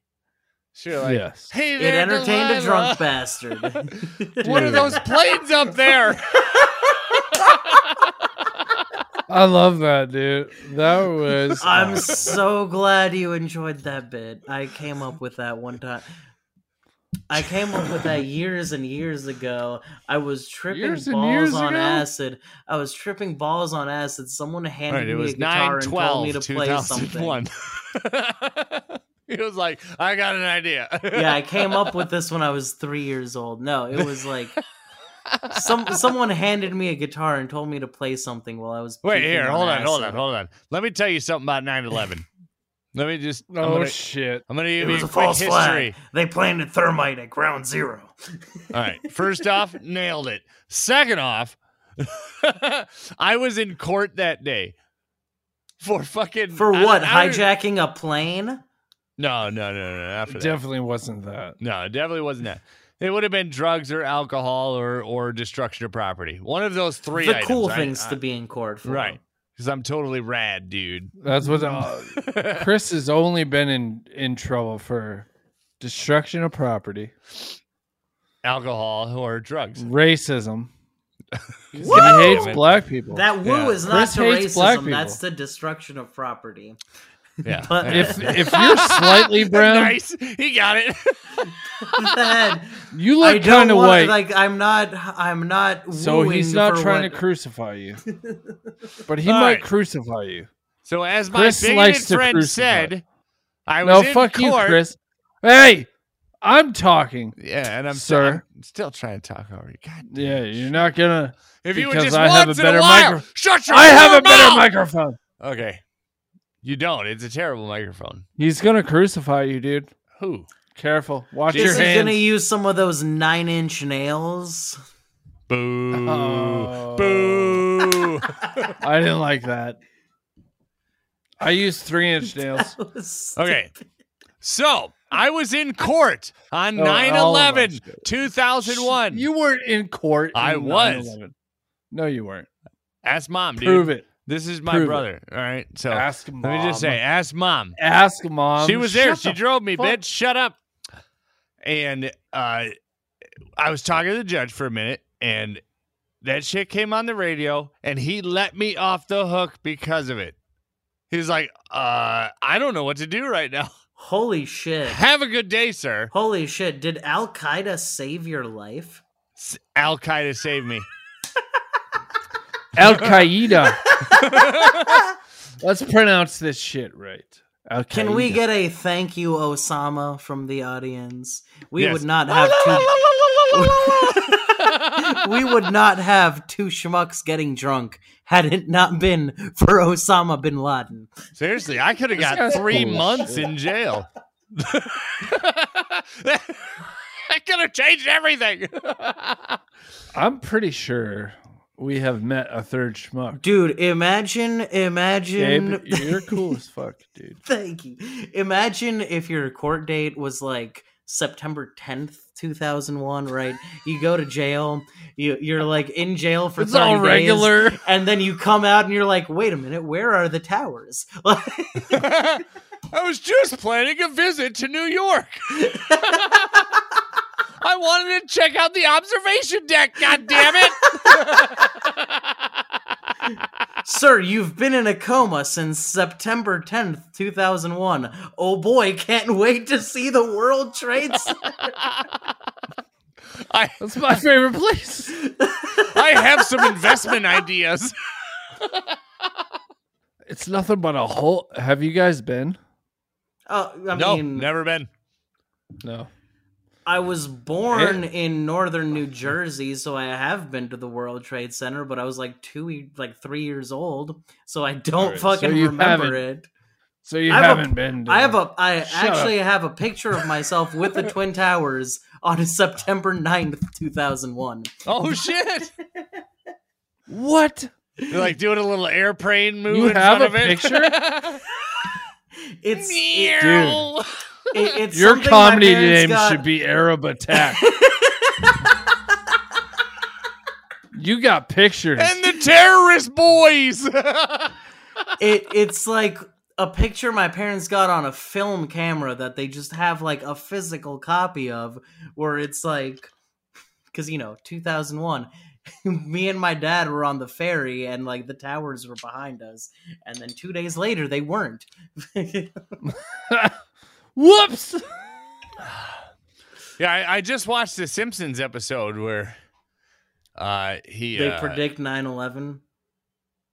Sure, like,
yes,
hey
it
there,
entertained a drunk
Delilah.
bastard.
What are
Dude.
those planes up there?
I love that, dude. That was.
I'm so glad you enjoyed that bit. I came up with that one time. I came up with that years and years ago. I was tripping
Years and
balls
years
on
ago?
acid. I was tripping balls on acid. Someone handed
Right, it
me a
was
guitar
9
and told me
12
to play something.
2001. He was like, I got an idea.
Yeah, I came up with this when I was three years old. No, it was like some someone handed me a guitar and told me to play something while I was.
Wait,
puking
here, hold on,
acid.
hold on, hold on. Let me tell you something about 9 11. Let me just.
oh
I'm gonna,
shit!
I'm gonna give
It was
you a
a
quick
false
history.
flag. They planted thermite at ground zero.
All right. First off, nailed it. Second off, I was in court that day for fucking.
For
I-
what?
I-
hijacking a plane?
No, no, no, no. After that.
Definitely wasn't that.
No, it definitely wasn't that. It would have been drugs or alcohol or or destruction of property. One of those three.
the
items.
cool
I-
things
I-
to be in court for.
right. Because I'm totally rad, dude.
That's what. Uh, Chris has only been in in trouble for destruction of property,
alcohol or drugs.
racism. 'cause
Woo!
He hates black people.
That woo
Yeah.
is not
Chris
to
hates black
racism.
people.
That's the destruction of property.
Yeah.
But
if if you're slightly brown,
nice. He got it.
that,
you
I
look
don't
kind of
want
white.
like I'm not I'm not
so he's
wooing
not
for
trying
what-
to crucify you, but he
All
might
right.
crucify you.
So as my
Chris
bigoted
likes to
friend
crucify.
said, I
No,
was in
fuck
court.
you, Chris. Hey, I'm talking.
Yeah, and I'm
Sir.
I'm still trying to talk over you. God,
Yeah, you're not gonna.
if you would
Because
just
I have a
once in
better
a while,
micro-
shut your
I have a
whore
better
mouth!
microphone.
Okay, you don't. It's a terrible microphone.
He's gonna crucify you, dude.
Who?
Careful. Watch
Is
your
he
hands.
gonna
e-
use some of those nine inch nails?
Boo!
Oh.
Boo!
I didn't like that. I used three inch nails.
That was-
Okay. So I was in court on
Oh, all of
9 11,
us did.
2001.
You weren't in court.
I
in
was.
9/11. No, you weren't.
ask mom, dude.
Prove it.
This is my
Prove it.
brother. All right. So
Ask mom.
let me just say, ask mom.
Ask mom.
she was there.
Um, Shut
She
the
drove me,
fuck-
bitch. Shut up. And uh, I was talking to the judge for a minute, and that shit came on the radio, and he let me off the hook because of it. He was like, uh, I don't know what to do right now.
Holy shit.
Have a good day, sir.
Holy shit. Did Al Qaeda save your life?
Al Qaeda saved me.
Al Qaeda. Let's pronounce this shit right. Al
Can we get a thank you, Osama, from the audience? We
Yes.
would not have two. we would not have two schmucks getting drunk had it not been for Osama bin Laden.
Seriously, I could have got
guy's
three
full of
months in jail. I could have changed everything.
I'm pretty sure we have met a third schmuck.
Dude, imagine, imagine.
Gabe, you're cool as fuck, dude.
Thank you. Imagine if your court date was like September 10th, 2001, right? You go to jail, you, you're like in jail for
It's
30
all
days,
regular.
and then you come out and you're like, wait a minute, where are the towers? Like,
I was just planning a visit to New York. I wanted to check out the observation deck, god damn it.
Sir, you've been in a coma since September 10th, 2001. Oh boy, can't wait to see the World Trade Center.
I,
That's my favorite place.
I have some investment ideas.
It's nothing but a hole. Have you guys been?
Oh, I
no,
mean,
never been.
No.
I was born in northern New Jersey, so I have been to the World Trade Center, but I was like two, ye- like three years old, so I don't
Alright, so
fucking
you
remember
haven't-
it.
So you
I have a-
haven't been. To
I have a, I
Shut
actually have a picture of myself with the Twin Towers on September 9th, 2001.
Oh shit.
what?
You're like doing a little airplane move
You
in
have
front
a
of it.
picture?
It's, it,
Meow.
it- it's
Your
something my
comedy
parents
name
got-
should be Arab Attack. you got pictures.
and the terrorist boys.
it it's like a picture my parents got on a film camera that they just have like a physical copy of where it's like cuz you know 2001 me and my dad were on the ferry and like the towers were behind us and then 2 days later they weren't
Whoops.
yeah, I, I just watched the Simpsons episode where uh he
they
uh,
predict 9/11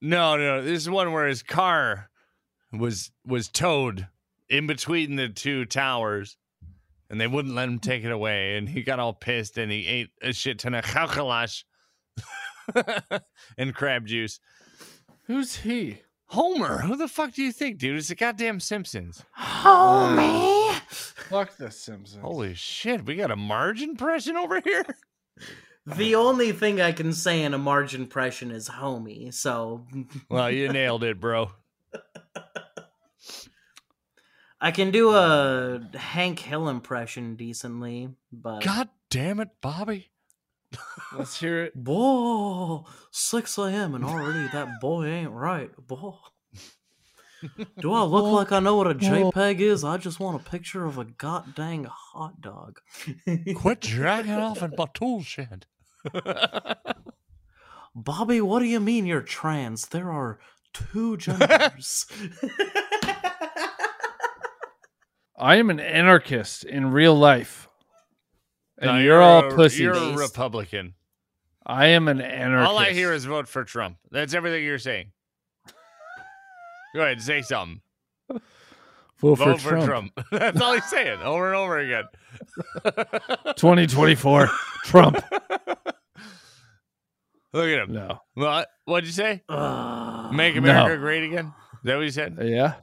No, no, this is one where his car was was towed in between the two towers, and they wouldn't let him take it away, and he got all pissed, and he ate a shit ton of chachalash and crab juice.
Who's he?
Homer, who the fuck do you think, dude? It's the goddamn Simpsons.
Fuck the Simpsons.
Holy shit, we got a margin impression over here.
the only thing i can say in a margin impression is homie so
Well, you nailed it, bro.
i can do a hank hill impression decently but
God damn it, Bobby.
Let's hear it.
Boy, 6 a.m. and already that boy ain't right. Boy. Do I look like I know what a JPEG is? I just want a picture of a god dang hot dog.
Quit dragging off in my tool shed.
Bobby, what do you mean you're trans? There are two genders.
I am an anarchist in real life. And
No,
you're, all
a-
pussies.
You're a Republican.
I am an anarchist.
All I hear is vote for Trump. That's everything you're saying. Go ahead, say something.
vote for,
vote
Trump.
That's all he's saying over and over again.
2024 Trump.
Look at him.
No.
What? What'd you say?
Ugh.
Make
No.
America great again? Is that what you said?
Yeah.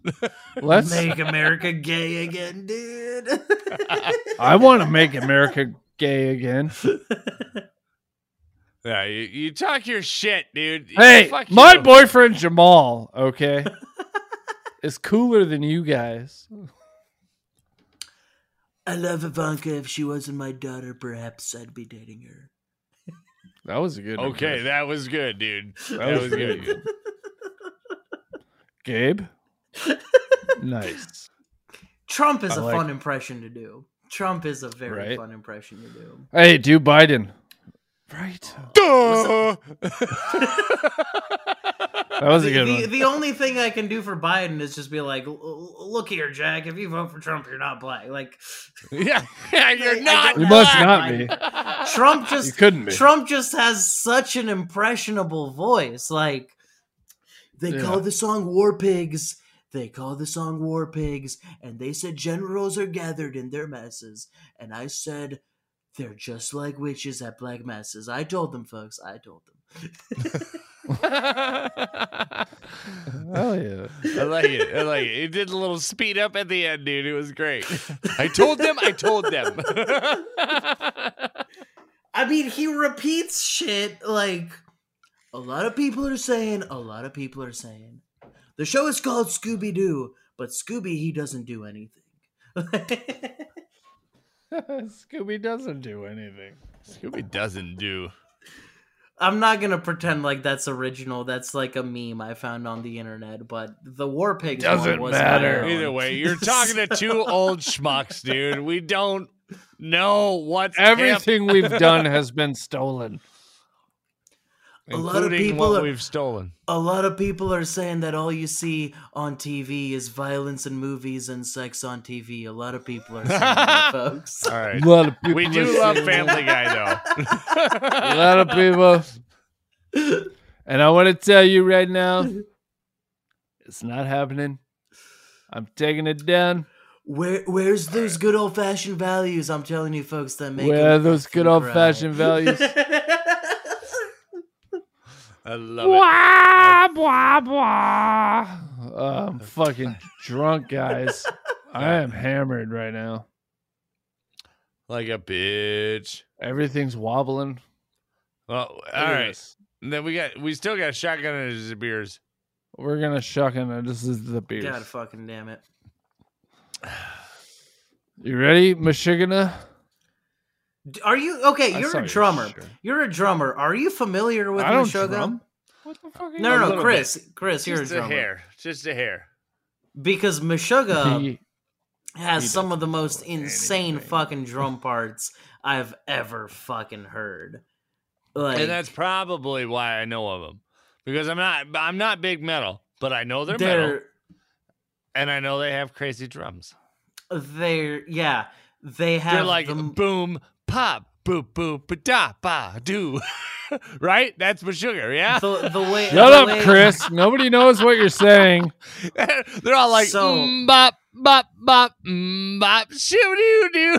Let's
Make America gay again, dude.
I want to make America gay again.
Yeah, you, you talk your shit, dude. You-
Hey,
fuck
my
you.
boyfriend Jamal, okay, is cooler than you guys.
I love Ivanka. If she wasn't my daughter, perhaps I'd be dating her.
That was a good.
Okay, that was good, dude. That, was
really
good.
Gabe. nice.
Trump is
I
a
like-
fun impression to do. Trump is a very
Right.
fun impression to do.
Hey, do Biden. Right.
Duh!
That was a good
the,
one.
the only thing I can do for Biden is just be like, "L- l- look here, Jack. If you vote for Trump, you're not black. Like
yeah, yeah, you're
I
not.
don't-
You must
Black
not
Biden.
be.
Trump
You
just
couldn't be.
Trump just has such an impressionable voice. Like they
Yeah.
call the song War Pigs. They call the song War Pigs, and they said generals are gathered in their masses. And I said they're just like witches at black masses. I told them, folks. I told them.
Hell yeah.
I like it. I like it. It did a little speed up at the end, dude. It was great. I told them. I told them.
I mean, he repeats shit like a lot of people are saying, a lot of people are saying. The show is called Scooby Doo, but Scooby, he doesn't do anything.
Scooby doesn't do anything.
Scooby doesn't do.
I'm not going to pretend like that's original. That's like a meme I found on the internet, but the War Pigs
Doesn't
one was
matter.
My own.
Either way, you're talking to two old schmucks, dude. We don't know what's hip,
Everything we've done has been stolen.
A lot of
including
people
what
are-
we've stolen.
A lot of people are saying that all you see on TV is violence in movies and sex on TV. A lot of people are saying that, folks.
All right.
A lot of people.
We do
are
love
saying-
Family Guy, though.
A lot of people. And I want to tell you right now, it's not happening. I'm taking it down.
Where where's those good old fashioned values? I'm telling you, folks, that make
Where are
them
those good
cry.
old fashioned values?
I love
Blah,
it.
blah, blah. Uh, I'm fucking drunk, guys. I am hammered right now.
Like a bitch.
Everything's wobbling.
Well, all
Look at
right.
this.
Then we got we still got shotgun and his beers.
We're going to shuck and this is the beer.
God fucking damn it!
You ready, Michigana?
D- Are you okay?
I
You're
saw
a
your
drummer.
shirt.
You're a drummer. Are you familiar with
I don't
Meshuggah?
drum. What the fuck? Are
No, no, no,
little
Chris, Chris, you're
Just
a
a
drummer
hair. Just a hair.
because Meshuggah
He-
has
he
some of the most
know
insane
anything.
fucking drum parts I've ever fucking heard. Like
and that's probably why I know of them because I'm not I'm not big metal, but I know they're, metal,
they're
and I know they have crazy drums.
they're yeah they have
They're like
the-
boom pop boop boop ba da ba do, right? That's for sugar, yeah.
the, the way
Shut
the
up,
way-
Chris. Nobody knows what you're saying.
they're all like
So-
mm, bop bop bop mm, bop shoo doo doo.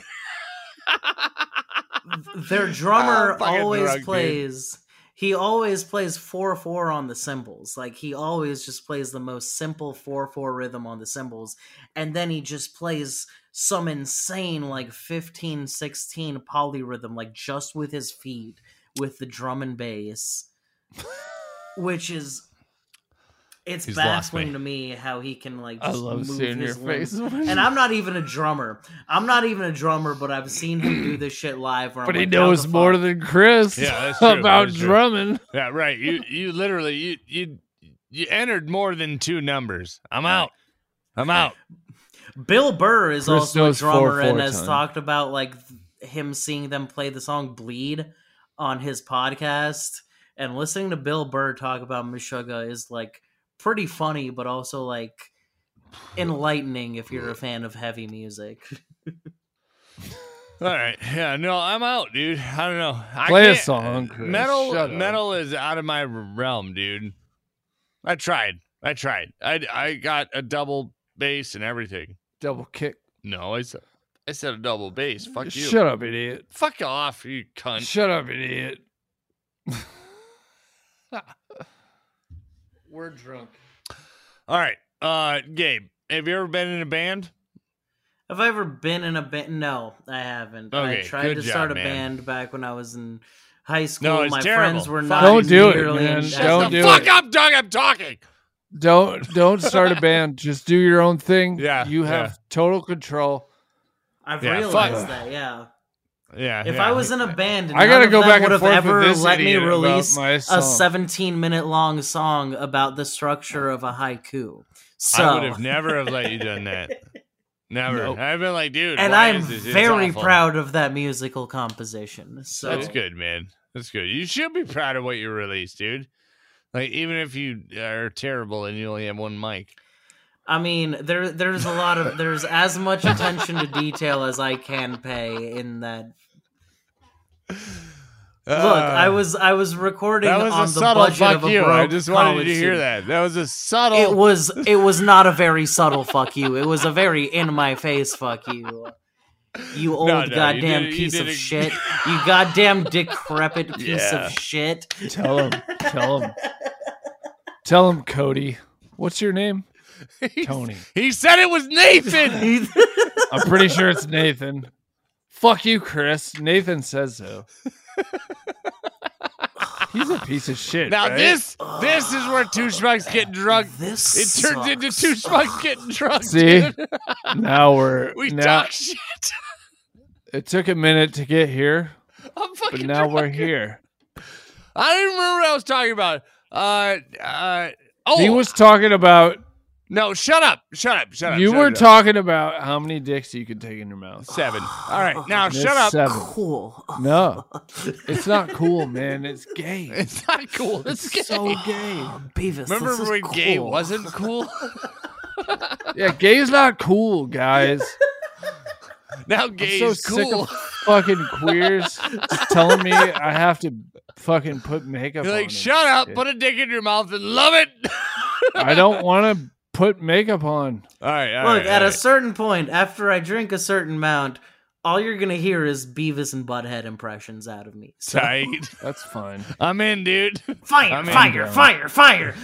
their drummer
I'm fucking
always
drunk, dude.
plays he always plays 4-4 on the cymbals like he always just plays the most simple 4-4 rhythm on the cymbals and then he just plays some insane like 15 16 polyrhythm like just with his feet with the drum and bass which is it's
He's lost me.
baffling to me how he can like
I
just
love
move
seeing your
his limbs
face.
and I'm not even a drummer. I'm not even a drummer, but I've seen him do this shit live. Where
but
I'm
he
like, how
knows
the
more
fuck-
than Chris
Yeah, that's true.
about
That is true.
drumming.
Yeah, right. You you literally you you you entered more than two numbers. I'm out. I'm out.
Bill Burr is
Chris
also a
knows
drummer
4/4
and has
time.
talked about like th- him seeing them play the song "Bleed" on his podcast, and listening to Bill Burr talk about Meshuggah is like pretty funny, but also like enlightening if you're a fan of heavy music.
All right. Yeah. No, I'm out, dude. I don't know. I
Play a
can't-
song, Chris.
Metal.
Shut up.
metal is out of my realm, dude. I tried. I tried. I I got a double bass and everything.
Double kick.
No, I said I said a double bass. Fuck you.
Shut up, idiot.
Fuck off, you cunt.
Shut up, idiot. We're drunk.
All right. Uh, Gabe, have you ever been in a band?
Have I ever been in a band? No, I haven't. I
Okay,
tried
good
to
job,
start a
man.
band back when I was in high school.
it's
My
terrible.
friends were
Fuck.
not.
Don't do it,
nearly
man.
as-
Don't
Shut the
do
fuck
it.
up, Doug. I'm talking.
Don't don't start a band. Just do your own thing.
Yeah,
You have
yeah.
total control.
I've
Yeah,
realized
fuck.
that. Yeah.
Yeah.
If
yeah.
I was in a band,
I gotta
none of
go
them
back
would
and
have
forth with
ever
this
let me
idiot about
release
my
a
song.
17 minute long song about the structure of a haiku. So,
I would have never have let you done that. Never. I've been like, dude.
and
why
I'm
is this? It's
very
awful.
proud of that musical composition. So
That's good, man. That's good. You should be proud of what you released, dude. Like even if you are terrible and you only have one mic.
I mean, there there's a lot of there's as much attention to detail as I can pay in that. Look, I was I was recording
Ah, Uh, that was
on
a
the
subtle
budget
fuck
of a
you. I
broke
just wanted you
college
to hear
student.
that. That was a subtle.
It was it was not a very subtle fuck you. It was a very in my face fuck you. You old
no, you
goddamn
did it- you
piece
did
of
it-
shit. You goddamn decrepit piece
Yeah.
of shit.
Tell him. Tell him. Tell him, Cody. What's your name? Tony.
he said it was Nathan.
I'm pretty sure it's Nathan. Fuck you, Chris. Nathan says so. He's a piece of shit.
now
right?
this this is where two schmucks get drunk.
This
It turns
sucks.
into two schmucks getting drunk.
See?
dude.
Now we're
we
now,
talk shit.
It took a minute to get here,
I'm
but
fucking.
now
drunk.
we're here.
I didn't remember what I was talking about. Uh, uh. Oh,
He was talking about
no! Shut up! Shut up! Shut up!
you
shut
were
it up.
talking about how many dicks you could take in your mouth.
seven. All right, now
There's
shut up.
Seven.
Cool. Oh,
No, it's not cool, man. It's gay.
It's not cool. It's gay.
so gay.
Beavis. this
Remember
is
when gay
cool.
wasn't cool?
Yeah, gay is not cool, guys.
now
I'm
gay
so
is
sick
cool.
of fucking queers just telling me I have to fucking put makeup
You're
on.
like,
and
shut up,
shit.
put a dick in your mouth and love it.
I don't want to put makeup on.
All right, all
Look,
right,
at
all
a certain point, after I drink a certain amount, all you're gonna hear is Beavis and Butthead impressions out of me. So
right. tight.
That's fine.
I'm in, dude.
fire,
I'm in,
fire,
bro.
fire, fire,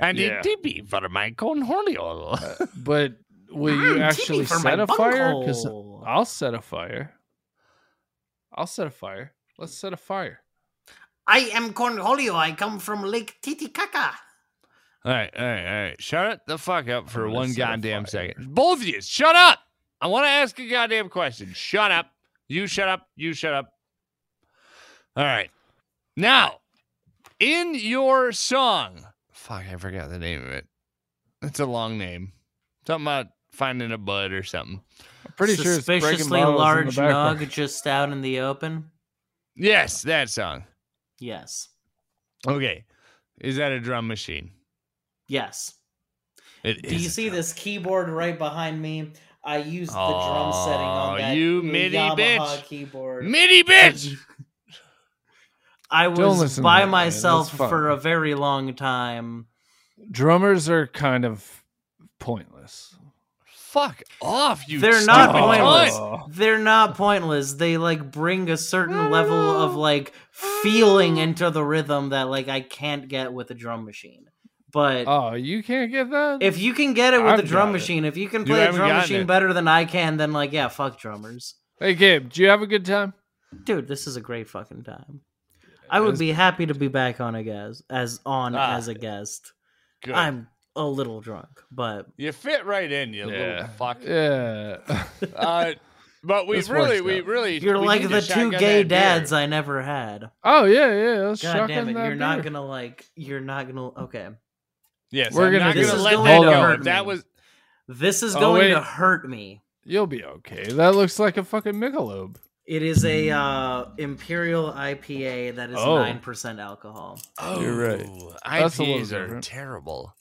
I need
Yeah.
pee for my cornholio. oil.
But will you
Mm, tippy
actually
for my
set a fire? Because
bunghole.
I'll set a fire. I'll set a fire. Let's set a fire.
I am Cornholio. I come from Lake Titicaca.
all right, all right, all right. Shut it the fuck up for
I'm gonna
one
set a
goddamn
fire.
second. Both of you, shut up. I want to ask a goddamn question. Shut up. You shut up. You shut up. All right. Now, in your song, fuck, I forgot the name of it. It's a long name. Something about finding a bud or something.
I'm pretty sure it's breaking
Suspiciously
bottles in the
large
background.
nug just out in the open.
Yes, that song.
Yes,
Okay. Is that a drum machine?
yes.
It
Do
is
you
a
see
drum-
this keyboard right behind me? I used the drum
Aw,
setting on that new
you MIDI
Yamaha
bitch.
keyboard.
MIDI bitch.
I
Don't
was
listen to
by
that, man.
myself
That's fine.
for a very long time.
Drummers are kind of pointless.
Fuck off, you.
They're not
stupid
pointless.
cunt.
They're not pointless. They like bring a certain level of like feeling into the rhythm that like I can't get with a drum machine. But
Oh, you can't get that.
if you can get it with
I've
a drum
got it.
machine, if you can
Dude,
play
I
a
haven't
drum
gotten
machine
it.
better than I can, then like yeah, fuck drummers.
hey, Gabe, do you have a good time?
Dude, this is a great fucking time. I would be happy to be back on a guest as on
Ah,
as a guest.
Good.
I'm a little drunk, but
You fit right in, you little fuck.
Yeah.
Uh, but we
This
really,
works
we
out.
really.
you're
we
like
need
the
to
two
shotgun
gay
that beer.
dads I never had.
oh yeah, yeah. Let's
God damn
shotgun
it,
that
you're not
beer.
gonna like you're not gonna okay.
Yes,
We're gonna
we're gonna, not
do
gonna
this.
This
let
is
that
going to
go.
hurt
If That
me.
was
This is
Oh,
going to
wait.
hurt me.
You'll be okay. That looks like a fucking Michelob.
It is a uh Imperial IPA that is
Oh.
nine percent alcohol.
oh,
You're right. That's a little
IPAs are
different.
terrible.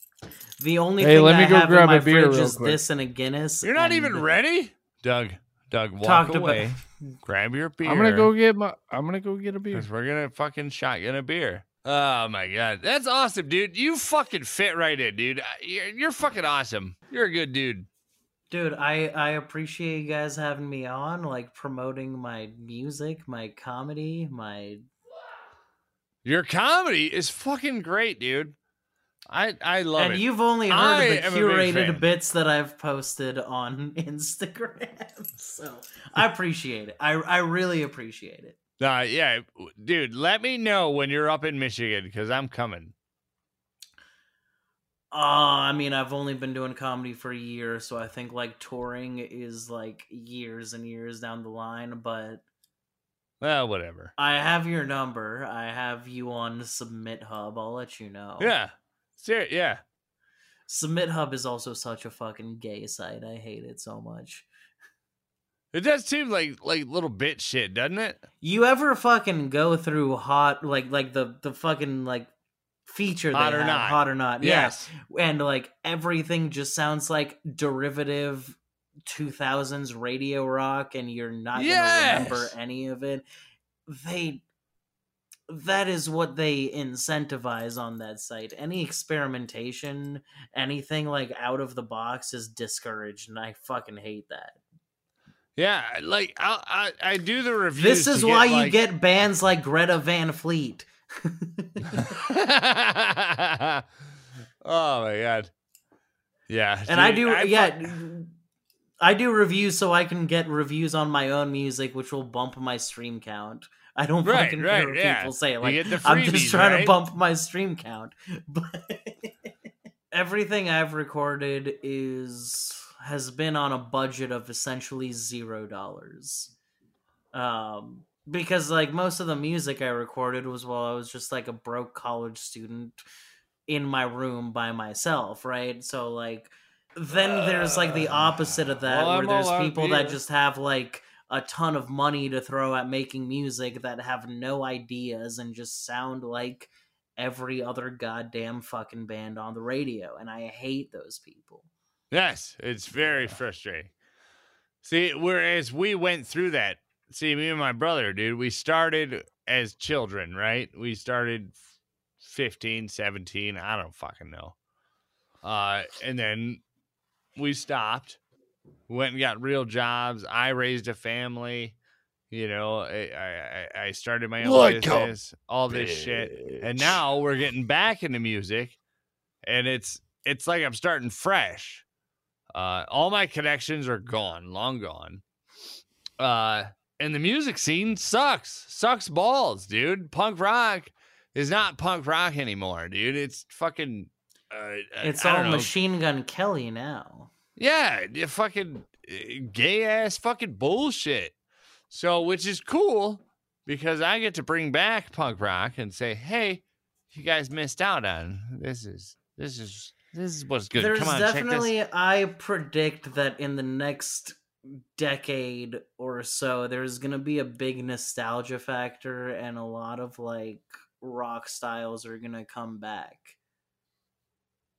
The only
Hey,
thing
let
I
me go
have in
grab
my
a beer
fridge
real
is
quick.
this and a Guinness.
You're not
and
even ready, Doug. Doug, walk
Talked about-
away. Grab your beer.
I'm gonna go get my. I'm gonna go get a beer.
Because we're gonna fucking shotgun a beer. Oh my god, that's awesome, dude! You fucking fit right in, dude. I- You're, you're fucking awesome. You're a good dude.
Dude, I I appreciate you guys having me on, like promoting my music, my comedy, my
Your comedy is fucking great, dude. I I love
and
it.
you've only heard
I
of the
am a big
curated
fan.
bits that I've posted on Instagram. so I appreciate it. I I really appreciate it.
Nah, Uh, yeah, w- dude. Let me know when you're up in Michigan because I'm coming.
Uh, I mean, I've only been doing comedy for a year, so I think like touring is like years and years down the line. But
Well, whatever.
I have your number. I have you on Submit Hub. I'll let you know.
Yeah, Ser- yeah.
Submit Hub is also such a fucking gay site. I hate it so much.
It does seem like like little bit shit, doesn't it?
You ever fucking go through hot like like the the fucking like feature they
Hot or
have,
not.
hot or not? Yeah. And like everything just sounds like derivative 2000s radio rock and you're not going to remember
Yes.
any of it. They that is what they incentivize on that site. Any experimentation, anything like out of the box is discouraged and I fucking hate that.
Yeah, like I I, I do the reviews.
This
to
is why you
like-
get bands like Greta Van Fleet.
oh my god. Yeah,
and I
dude,
do
fuck-
yeah I do reviews so I can get reviews on my own music which will bump my stream count. I don't
Right,
fucking
right,
hear what
yeah.
people say
You
like
get the
I'm just
freebies,
trying to
right?
bump my stream count. But everything I've recorded is has been on a budget of essentially 0 dollars. Um because like most of the music I recorded was while I was just like a broke college student in my room by myself, right? So like then there's like
Uh,
the opposite of that
Well,
where
I'm
there's
all out
people that
here.
just have like a ton of money to throw at making music that have no ideas and just sound like every other goddamn fucking band on the radio and I hate those people.
Yes, it's very frustrating. See, whereas we went through that. See, me and my brother, dude, we started as children, right? We started 15, 17, I don't fucking know. Uh, and then we stopped, went and got real jobs. I raised a family, you know, I I, I- I started my own
Like a
business, all this shit. And now we're getting back into music and it's it's like I'm starting fresh. Uh, all my connections are gone, long gone. Uh, and the music scene sucks, sucks balls, dude. Punk rock is not punk rock anymore, dude. It's fucking. Uh, I-
It's
I don't
all
know.
Machine Gun Kelly now.
Yeah, you fucking gay ass fucking bullshit. So, which is cool because I get to bring back punk rock and say, "Hey, you guys missed out on this. Is this is this is what's good?
There's
Come on, check
definitely I predict that in the next decade or so there's going to be a big nostalgia factor and a lot of like rock styles are going to come back.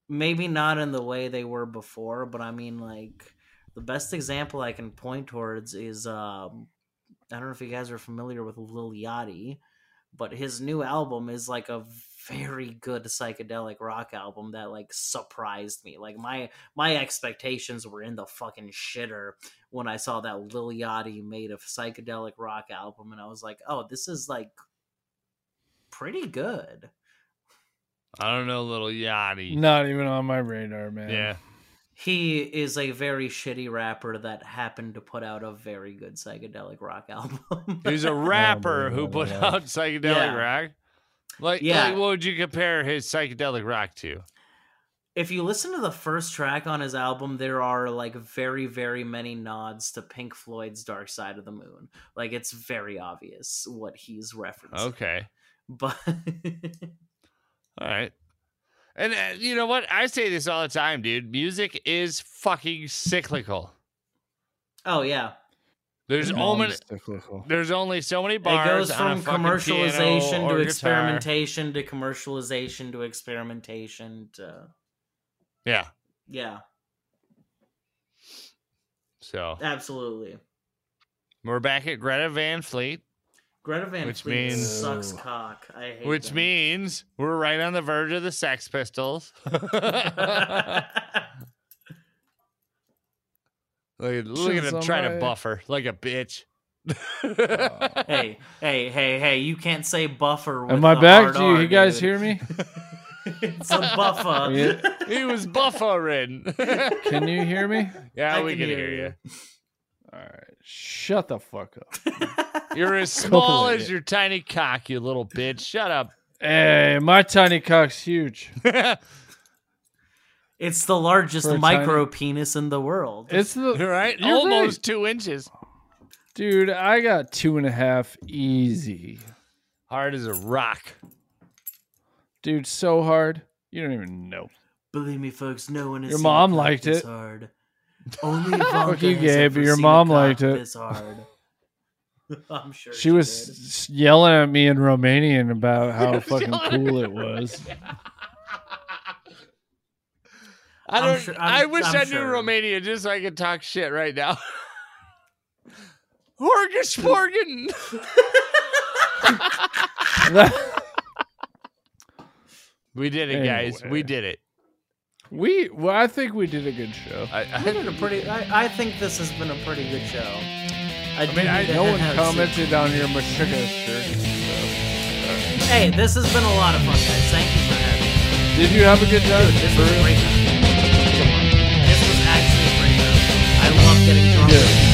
Maybe not in the way they were before, but I mean like the best example I can point towards is um I don't know if you guys are familiar with Lil Yachty, but his new album is like a very good psychedelic rock album that like surprised me. Like my my expectations were in the fucking shitter when I saw that Lil Yachty made a psychedelic rock album and I was like, "Oh, this is like pretty good."
this." I don't know, little yachty.
Not even on my radar, man.
Yeah,
He is a very shitty rapper that happened to put out a very good psychedelic rock album.
he was a rapper who put
Unbelievable.
out psychedelic
Yeah.
rock. Like,
Yeah.
like, what would you compare his psychedelic rock to?
if you listen to the first track on his album, there are like very, very many nods to Pink Floyd's Dark Side of the Moon. Like it's very obvious what he's referencing.
Okay.
But
All right. And uh, you know what? I say this all the time, dude. Music is fucking cyclical.
oh yeah.
There's only
cyclical.
there's only so many
It
bars.
goes
on
from
a fucking piano
commercialization
or
to
guitar.
experimentation to commercialization to experimentation to
Yeah.
yeah,
So
absolutely.
we're back at Greta Van Fleet,
Greta Van
Which
Fleet
means-
sucks cock. I hate
which
them.
means we're right on the verge of the Sex Pistols. look at look at
Shit's
him
on
trying to
my-
buffer like a bitch.
hey, hey, hey, hey! You can't say buffer. With
Am I
the
back?
hard
Do you,
R,
you guys
dude.
hear me?
It's a buffer.
Yeah.
he was buffering.
Can you hear me?
yeah,
I
we
can
can
hear
hear you.
All right. Shut the fuck up.
You're as small
Totally.
as your tiny cock, you little bitch. Shut up.
Hey, my tiny cock's huge.
It's the largest
For a
micro penis in the world.
It's the
right?
You're
Almost two inches.
right. dude. I got two and a half easy,
Hard as a rock.
dude. So hard. You don't even know.
Believe me, folks, no one is.
Your mom liked it.
Hard. Only Fuck
you, Gabe. Your mom liked it.
This hard. I'm sure
She was s- yelling at me in Romanian about how fucking cool it was.
I
I'm
don't.
sure- I'm-
I wish
I'm
i knew
sure.
Romania just so I could talk shit right now. Horgish Morgan. We did it, guys.
Anyway.
We did it.
we, well, I think we did a good show.
I,
We
I,
did a pretty. I, I think this has been a pretty good show. I, do
mean, I-
need to
No one
have-
commented on your Machuga shirt.
Hey, this has been a lot of fun, guys. Thank you for having me.
Did you have a good night?
This was great. Come on. This was actually a great. night. I love getting drunk.
Yeah.